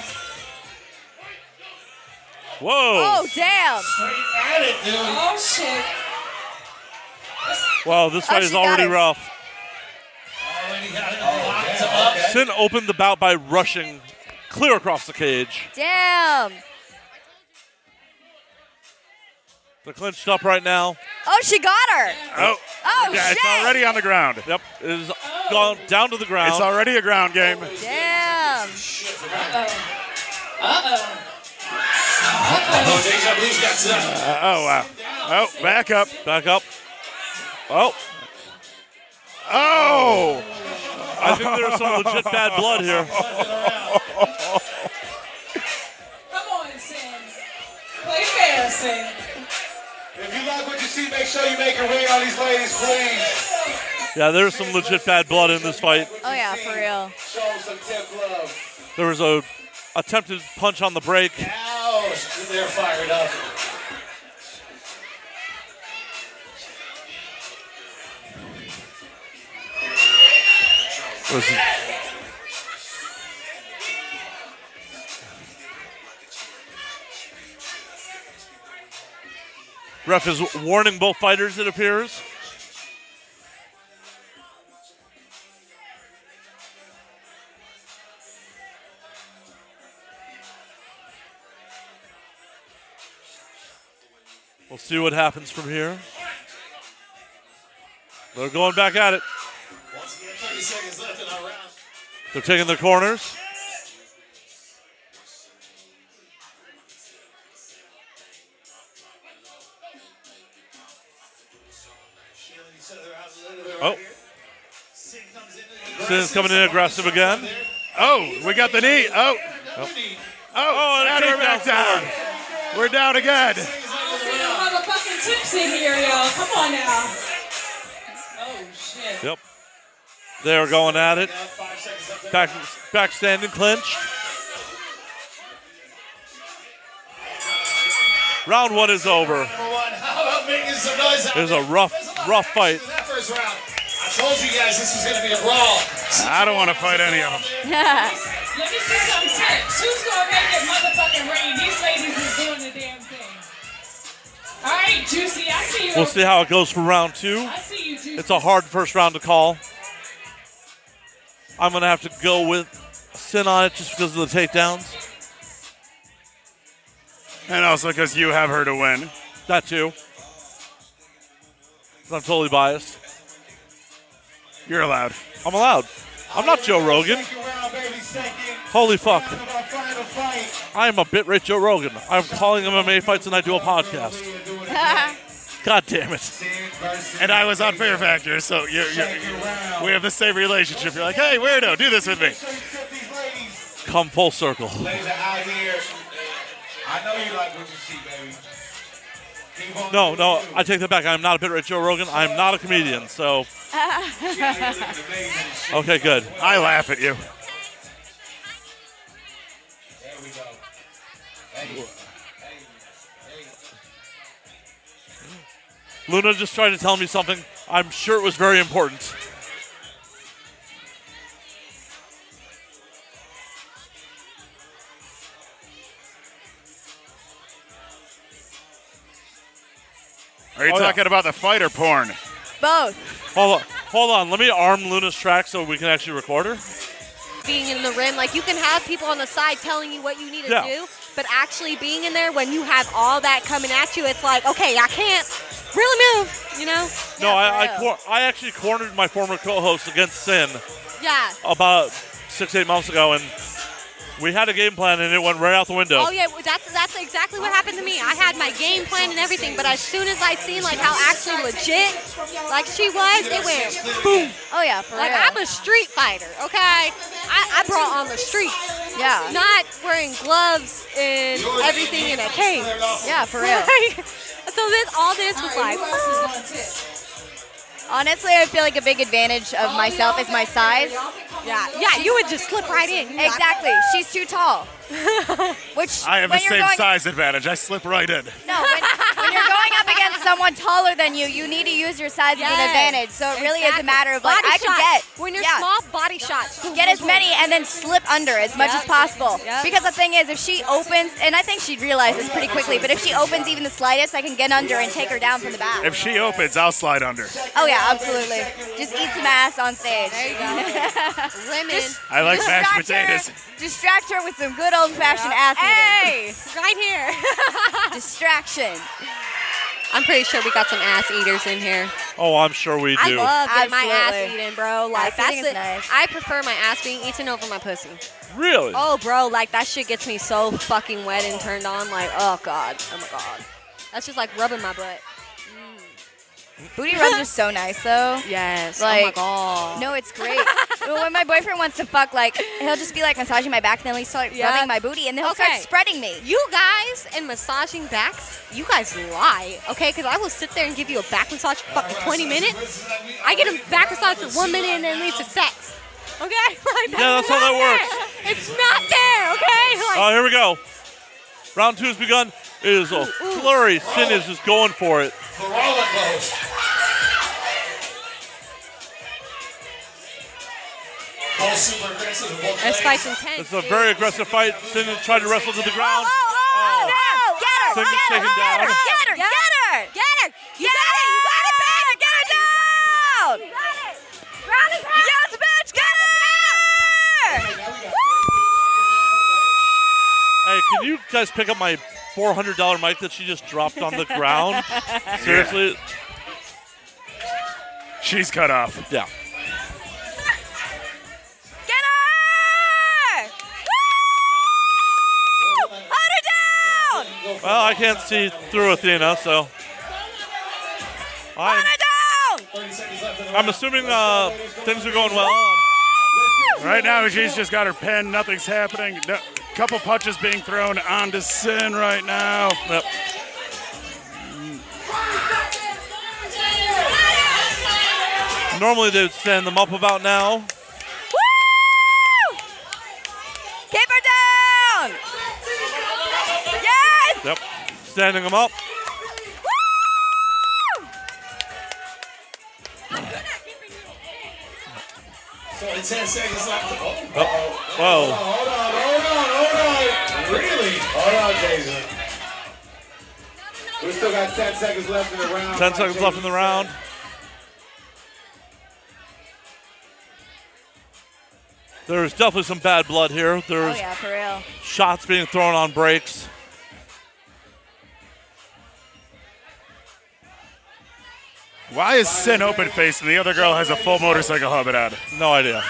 A: Whoa!
L: Oh, damn.
E: At it, dude.
F: Oh, shit.
A: Wow, this
F: Oh,
A: fight is
F: she got
A: already
F: it.
A: rough. Sin opened the bout by rushing clear across the cage.
L: Damn.
A: They're clinched up right now.
L: Oh, she got her.
A: Oh,
L: Oh,
N: Yeah, it's
L: shit.
N: already on the ground.
A: Yep, it is gone down to the ground.
N: It's already a ground game.
L: Damn.
F: Uh-oh.
E: Oh, Deja Blue's got some.
N: Uh, oh wow! Oh, back up,
A: back up. Oh,
N: oh!
A: I think there's some legit bad blood here.
F: Come on, Sims. Play fair, Sims.
O: If you like what you see, make sure you make a ring on these ladies, please.
A: Yeah, there's some legit bad blood in this fight.
L: Oh yeah, for real.
O: Show them some tip love.
A: There was a attempted punch on the break.
O: Ouch! They're fired up.
A: This is- Ref is warning both fighters, it appears. We'll see what happens from here. They're going back at it.
E: Once again, 30 seconds left in our round.
A: They're taking their corners. Oh. Sin's coming in aggressive again.
N: Oh, we got the knee. Oh, oh,
A: and a
N: and we're back
A: takedown
N: down. We're down again.
F: See the motherfucking tips in here, y'all. Come on now. Oh, shit.
A: Yep. They're going at it. Back, back standing clinch. Round one is over.
E: Number one, how about making some noise? out
A: It was
E: there?
A: a rough, rough fight.
E: That first round. I told you guys this was going to be a brawl.
N: I don't want to fight any of them.
F: Let me see some tips. Who's gonna make it motherfucking rain? These ladies is doing the damn thing. All right, Juicy, I see you.
A: We'll see how it goes for round two.
F: I see you, Juicy.
A: It's a hard first round to call. I'm going to have to go with Sin on it just because of the takedowns.
N: And also because you have her to win.
A: That too. I'm totally biased.
N: You're allowed.
A: I'm allowed. I'm not Joe Rogan.
O: Round, baby, second.
A: Holy fuck.
O: Round of our final fight.
A: I am a bit rich Joe Rogan. I'm calling MMA fights and I do a podcast. God damn it.
N: And I was on Fear Factor, so you're, you're, we have the same relationship. You're like, hey, weirdo, do this with me.
A: Come full circle.
O: Ladies are out here. I know you like what you see, baby. Keep on
A: No, no, I take that back. I'm not a bit rich Joe Rogan. I'm not a comedian, so. Okay, good.
N: I laugh at you.
A: Luna just tried to tell me something. I'm sure it was very important.
N: Are you
A: Oh, yeah.
N: talking about the fighter porn?
L: Both.
A: Hold on, hold on. Let me arm Luna's track so we can actually record her.
D: being in the rim. Like you can have people on the side telling you what you need to
A: Yeah.
D: do, but actually being in there when you have all that coming at you, it's like, okay, I can't really move, you know?
A: No,
D: Yeah,
A: I
D: for
A: I,
D: real.
A: cor- I actually cornered my former co-host against Sin
D: Yeah.
A: about six eight months ago, and we had a game plan and it went right out the window.
D: Oh yeah, well, that's that's exactly what happened to me. I had my game plan and everything, but as soon as I seen like how actually legit, like she was, it went boom.
L: Oh yeah, for
D: Like
L: real.
D: I'm a street fighter, okay? I, I brought on the streets,
L: yeah.
D: not wearing gloves and everything in a cage.
L: Yeah, for real.
D: Like, so this, all this was like, "Ah."
L: Honestly, I feel like a big advantage of myself is my size.
D: yeah, yeah, you would just slip right in. You
L: Exactly. She's too tall. Which
N: I have
L: when
N: the
L: you're
N: same
L: going,
N: size advantage. I slip right in.
L: No, when, when you're going up against someone taller than you, you need to use your size as an
D: Yes,
L: advantage. So it really is a
D: exactly.
L: matter of like
D: Body
L: I can
D: shots.
L: get
D: when you're
L: yeah.
D: small, body shots. Boom,
L: get
D: boom,
L: as many
D: boom.
L: and then slip under as much
D: Yep.
L: as possible.
D: Yep.
L: Because the thing is, if she opens, and I think she'd realize this pretty quickly, but if she opens even the slightest, I can get under and take her down from the back.
N: If she opens, I'll slide under.
L: oh yeah, absolutely. Just eat some ass on stage.
D: There you go. Women.
N: I like mashed
L: Distract her-
N: potatoes.
L: Distract her with some good old fashioned ass eating.
D: Hey, right here.
L: Distraction.
D: I'm pretty sure we got some ass eaters in here.
A: Oh, I'm sure we
D: I
A: do.
D: love getting my ass
L: Absolutely.
D: eaten, bro. Like
L: Ass
D: that's
L: eating
D: the,
L: is nice.
D: I prefer my ass being eaten over my pussy.
A: Really?
D: Oh, bro, like that shit gets me so fucking wet and turned on. Like, oh god, oh my god, that's just like rubbing my butt.
L: Booty rubs are so nice, though.
D: Yes.
L: Like,
D: oh my god.
L: No, it's great. Well, when my boyfriend wants to fuck, like he'll just be like massaging my back, and then he'll start
D: Yeah.
L: rubbing my booty, and then he'll
D: Okay.
L: start spreading me.
D: You guys and massaging backs, you guys lie, okay? Because I will sit there and give you a back massage for fucking 20 minutes. I get a back massage for one minute and then it leads to sex, okay? Like,
A: Yeah, that's how
D: not
A: that works.
D: there. It's not there, okay?
A: Oh,
D: Like,
A: here we go. Round two's begun. It is a flurry. Sin is just going for it.
E: The roller coaster. All super aggressive. both
D: this
E: legs.
D: fight's intense.
A: It's a very aggressive fight. Sin is trying to wrestle to the ground.
L: Oh, no! Get her!
A: Send this
L: Get her!
A: thing down.
L: Get her! Get her!
D: Get
L: Get her!
D: her!
L: You got it! You got it, baby! Get her down! Ground and pound! Yes, bitch! Get her!
A: Hey, can you guys pick up my $400 mic that she just dropped on the ground? Seriously?
N: She's cut off.
A: Yeah.
L: Get her! Woo! Hold her down!
A: Well, I can't see through Athena, so. I'm, I'm assuming uh, things are going well.
K: Right now, she's just got her pen. Nothing's happening. No, couple punches being thrown onto Sin right now.
A: Yep. Normally they would stand them up about now.
L: Woo! Keep her down! Yes!
A: Yep. Standing them up.
E: So in 10 seconds left. Oh,
A: Whoa.
E: hold on, hold on, hold on. Really?
O: Hold on, Jason. We still got 10 seconds left in the round.
A: 10 seconds left in the round. There's definitely some bad blood here.
L: Oh
A: There's
L: yeah, for real.
A: shots being thrown on breaks.
K: Why is Sin open faced and the other girl has a full motorcycle helmet on?
A: No idea.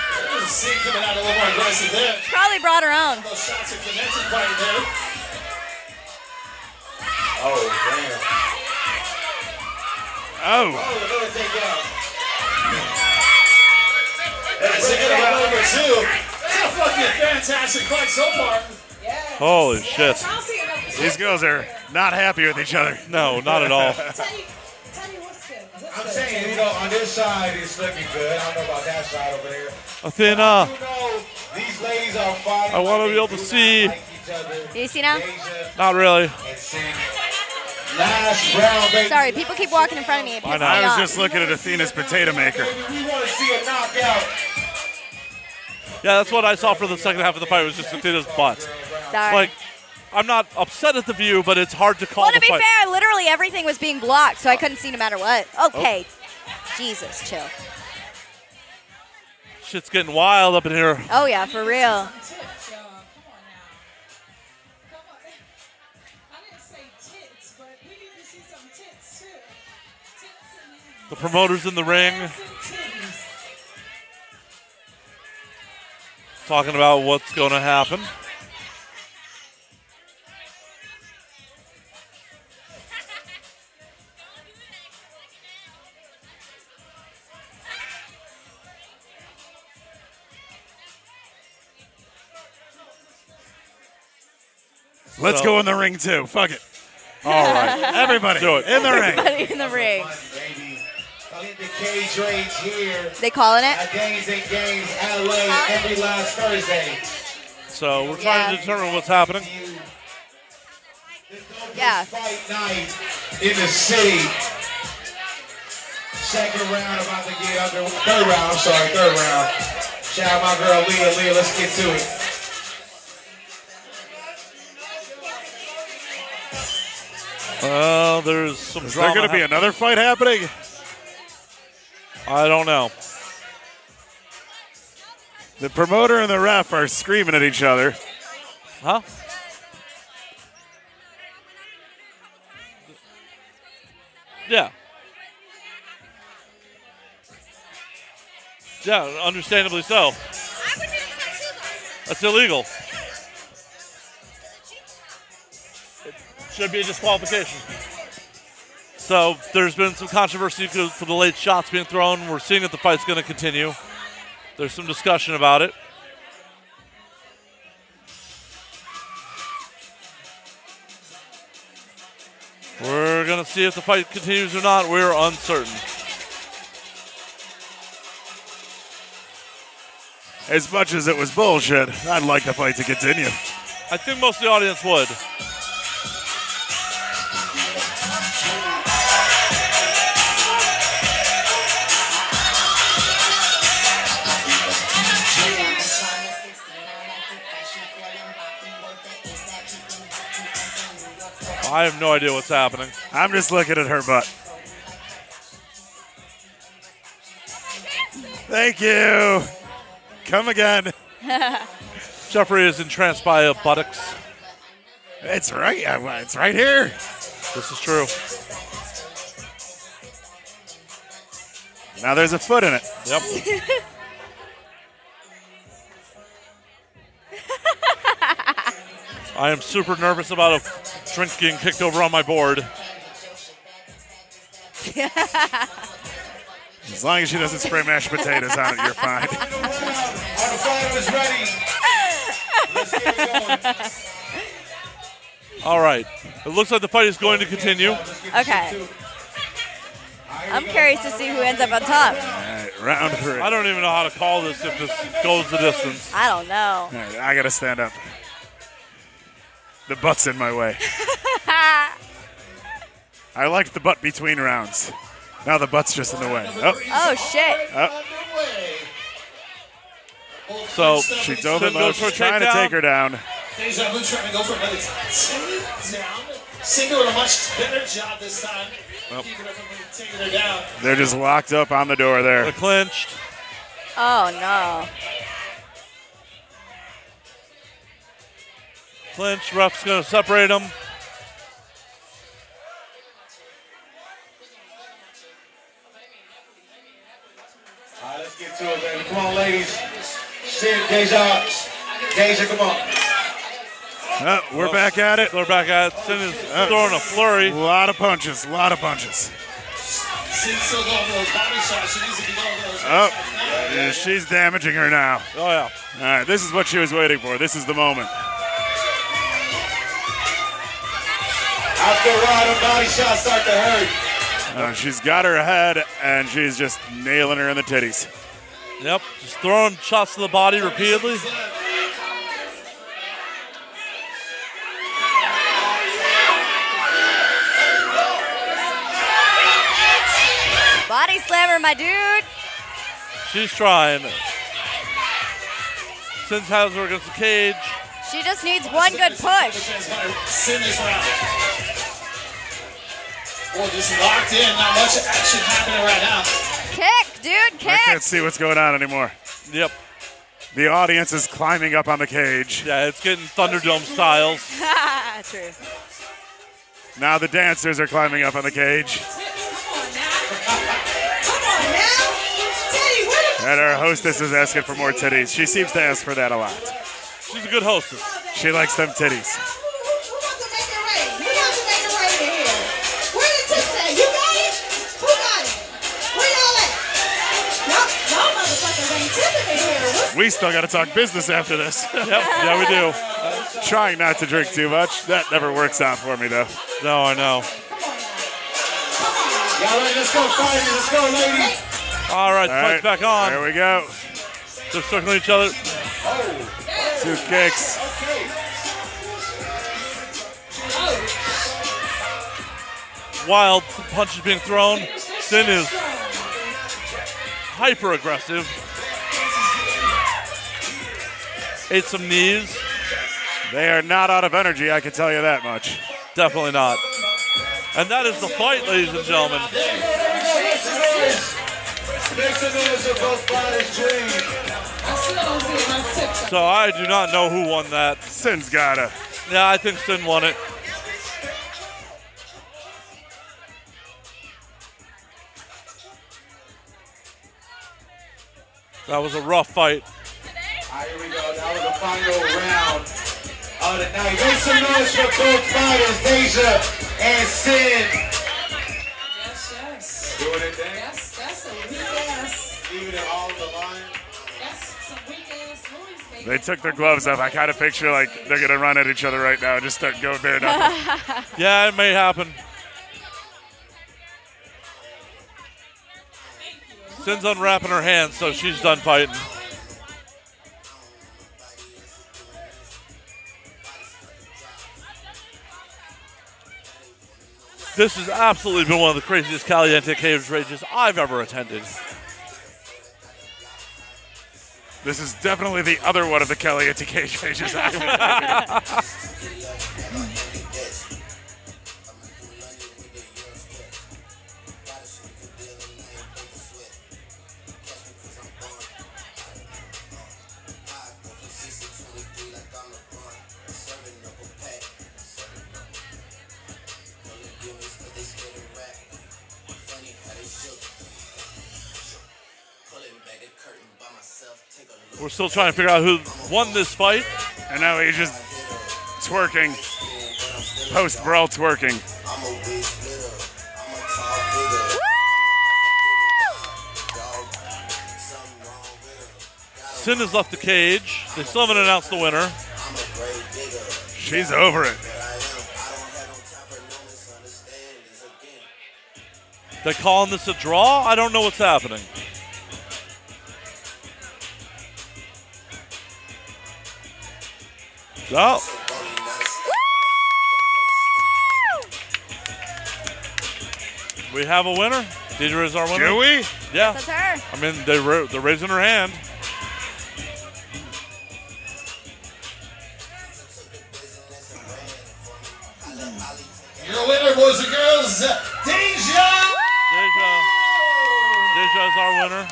E: See, coming out a little more aggressive there.
L: Probably brought her own.
E: Those shots are connected right there.
O: Oh,
K: Oh,
E: Oh, another takedown. That's a good round number two. It's a fucking fantastic fight so far.
A: Holy shit.
K: these girls are not happy with each other.
A: No, not at all.
O: I'm saying, you know, on this side, it's looking good. I don't know about that side over there.
A: Athena,
O: You know, these ladies are fighting.
A: I wanna
O: like
A: be
O: they
A: able
O: do
A: to
O: not
A: see.
O: Like each other.
L: Do you see now?
O: Asia
A: not really.
O: and Sin. Last round, baby.
L: Sorry, people keep walking in front of me. It pisses me
K: I was
L: off.
K: just looking at Athena's potato maker.
O: Baby, we want to see a knockout.
A: Yeah, that's what I saw for the second half of the fight was just Athena's butt.
L: Sorry.
A: Like, I'm not upset at the view, but it's hard to call
L: well, to
A: the
L: be
A: fight.
L: fair, literally everything was being blocked, so I couldn't see no matter what. Okay. Jesus, chill.
A: Shit's getting wild up in here.
L: Oh yeah, for real.
A: The promoter's in the ring talking about what's going to happen.
K: Let's
A: So-
K: go in the ring too. Fuck it.
A: All right.
K: Everybody
A: Do it.
K: in the ring.
L: in the ring.
O: Baby, in the cage range here
L: They calling it?
O: at Games and Games LA every last Thursday.
A: So we're trying
L: Yeah.
A: to determine what's happening.
L: Yeah.
O: Fight night in the city. Second round about to get under. Third round, I'm sorry, third round. Shout out my girl Leah. Leah, let's get to it.
A: Well, there's some
K: Is there
A: drama
K: going to be
A: hap-
K: another fight happening?
A: I don't know.
K: The promoter and the ref are screaming at each other.
A: Huh? Yeah. Yeah, understandably so. That's illegal. It should be a disqualification. So there's been some controversy because for the late shots being thrown. We're seeing that the fight's going to continue. There's some discussion about it. We're going to see if the fight continues or not. We're uncertain.
K: As much as it was bullshit, I'd like the fight to continue.
A: I think most of the audience would. I have no idea what's happening.
K: I'm just looking at her butt. Thank you. Come again.
A: Jeffrey is entranced by a buttocks.
K: It's right. I- It's right here.
A: This is true.
K: Now there's a foot in it.
A: Yep. I am super nervous about a f- drink getting kicked over on my board.
K: As long as she doesn't spray mashed potatoes on it, you're fine.
O: Our final is ready. Let's get it going.
A: All right. It looks like the fight is going to continue.
L: Okay. I'm curious to see who ends up on top.
K: round three.
A: I don't even know how to call this if this goes the distance.
L: I don't know.
K: All right, I gotta stand up. The butt's in my way. I liked the butt between rounds. Now the butt's just in the way. Oh,
L: oh shit.
K: oh.
A: So
K: she dove in
A: Sim
K: low.
A: goes for a
K: She's trying to
A: takedown.
K: take her down.
E: Deja Vu trying to go for another down. Single did a much better job this time. Keeping her from taking her down.
K: They're just locked up on the door there.
A: They're clinched.
L: Oh no.
A: Clinch. Ref's going to separate them.
O: All right, let's get to it, baby. Come on, ladies. Sid, Deja, Deja, come on.
K: Oh, we're back at it. Uh.
A: They're back at it. Sin is throwing a flurry. Oh,
K: A lot of punches. A lot of punches.
E: She's still going for those body shots. She needs to be going for those.
K: Oh, yeah, she's damaging her now.
A: Oh, yeah.
K: All right, this is what she was waiting for. This is the moment.
O: After a while, the body shots start to hurt.
K: Uh, she's got her head, and she's just nailing her in the titties.
A: Yep. Just throwing shots to the body repeatedly.
L: Body slammer, my dude.
A: She's trying. Sin's has her against the cage.
L: She just needs one good push.
E: Defense by Sin this round. Well, just locked in. Not much action happening right now.
L: Kick, dude,
K: I
L: kick.
K: can't see what's going on anymore.
A: Yep.
K: The audience is climbing up on the cage.
A: Yeah, it's getting Thunderdome styles.
L: True.
K: Now the dancers are climbing up on the cage, and our hostess is asking for more titties. She seems to ask for that a lot.
A: She's a good hostess.
K: She likes them titties. We still got to talk business after this.
A: Yep. Yeah, we do.
K: Trying not to drink too much. That never works out for me though.
A: No, I know.
O: Y'all ready? Let's go, fighters. Let's go, ladies.
A: All right, the
K: All right,
A: fight's back on.
K: There we go.
A: They're circling each other.
K: Two kicks.
A: Wild punches being thrown. Sin is hyper aggressive. Ate some knees.
K: They are not out of energy. I can tell you that much.
A: Definitely not. And that is the fight, ladies and gentlemen.
O: Make some noise for both fighters, please.
F: I still don't see it on TikTok.
A: So I do not know who won that.
K: Sin's gotta.
A: Yeah, I think Sin won it. That was a rough fight.
E: All right, Ah, here we go. That was the final round of the night. Make some noise for both fighters, Deja and Sid.
F: Yes, yes.
E: Doing it there.
F: That's, that's a weak ass.
E: Leaving it all on the line.
F: That's some weak ass movies, baby.
K: They took their gloves off. I kind of picture like they're gonna run at each other right now and just start going bare knuckle.
A: yeah, it may happen. Sin's unwrapping her hands, so she's done fighting. This has absolutely been one of the craziest Caliente Caves rages I've ever attended.
K: This is definitely the other one of the Kelly and TK cages.
A: We're still trying to figure out who won this fight.
K: And now he's just twerking, post brawl twerking.
A: Sin has left the cage. They still haven't announced the winner.
K: She's over it.
A: They're calling this a draw? I don't know what's happening. Oh. We have a winner. Deidre is our winner.
K: Do we?
A: Yeah.
D: That's her.
A: I mean, they ra- they're raising her hand.
P: Your winner, boys and girls, Deja.
A: Deja. Deja is our winner.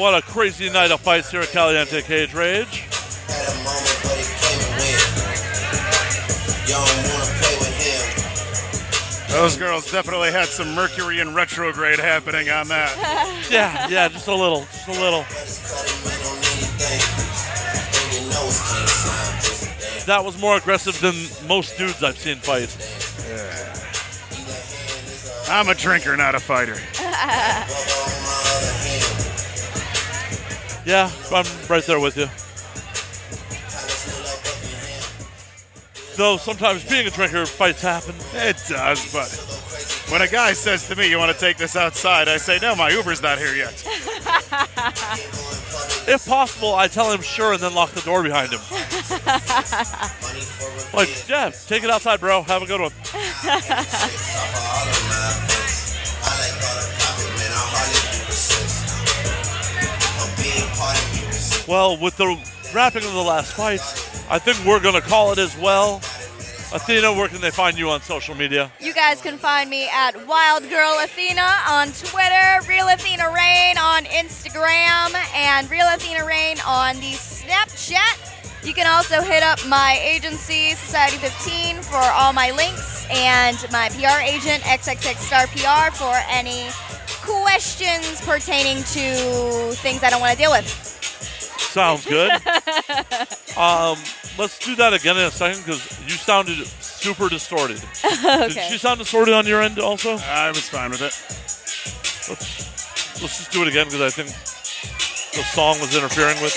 A: What a crazy night of fights here at Caliente Cage Rage.
K: Those girls definitely had some Mercury in retrograde happening on that.
A: yeah, yeah, just a little, just a little. That was more aggressive than most dudes I've seen fight.
K: I'm a drinker, not a fighter.
A: Yeah, I'm right there with you. Though sometimes being a drinker, fights happen.
K: It does, but when a guy says to me, "You want to take this outside?" I say, "No, my Uber's not here yet."
A: If possible, I tell him sure and then lock the door behind him. Like, yeah, take it outside, bro. Have a good one. Well, with the wrapping of the last fight, I think we're going to call it as well. Athena, where can they find you on social media?
D: You guys can find me at Wild Girl Athena on Twitter, Real Athena Rain on Instagram, and Real Athena Rain on the Snapchat. You can also hit up my agency, Society 15, for all my links, and my PR agent, XXX Star PR, for any questions pertaining to things I don't want to deal with.
A: Sounds good. um, let's do that again in a second because you sounded super distorted. Did
D: okay.
A: she sound distorted on your end also?
K: I was fine with it.
A: Let's, let's just do it again because I think the song was interfering with.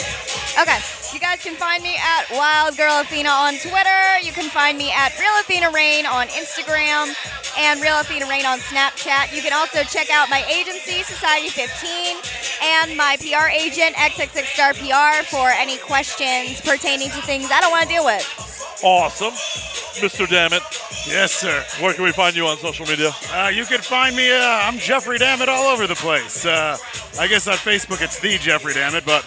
D: Okay. You guys can find me at Wild Girl Athena on Twitter. You can find me at Real Athena Rain on Instagram and Real Athena Rain on Snapchat. You can also check out my agency, Society 15, and my PR agent, XXX Star PR, for any questions pertaining to things I don't want to deal with.
A: Awesome. Mr. Dammit,
K: Yes, sir.
A: where can we find you on social media?
K: Uh, you can find me. Uh, I'm Jeffrey Dammit all over the place. Uh, I guess on Facebook it's the Jeffrey Dammit, but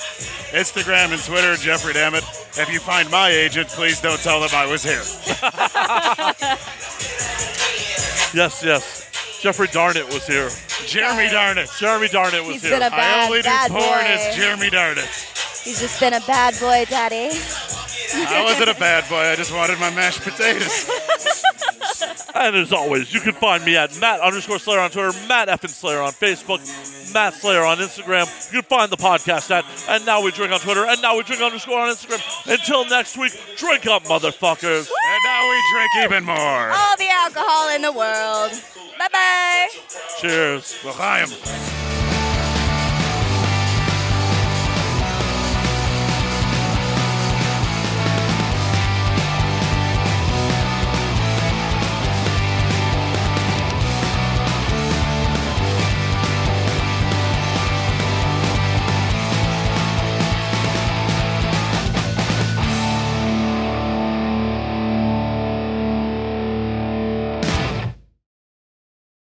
K: Instagram and Twitter Jeffrey Dammit. If you find my agent, please don't tell them I was here.
A: Yes, yes. Jeffrey Darnett was here.
K: Jeremy Darnit.
A: Jeremy Darnett was
D: He's
A: here.
D: been a
K: I
D: Bad,
K: only do
D: bad
K: porn
D: boy.
K: as Jeremy Darnit.
D: He's just been a bad boy, Daddy.
K: I wasn't a bad boy. I just wanted my mashed potatoes.
A: And as always, you can find me at Matt underscore Slayer on Twitter, Matt F. and Slayer on Facebook, Matt Slayer on Instagram. You can find the podcast at And Now We Drink on Twitter, and Now We Drink underscore on Instagram. Until next week, drink up, motherfuckers.
N: And now we drink even more.
L: All the alcohol in the world. Bye bye.
A: Cheers.
N: L'chaim.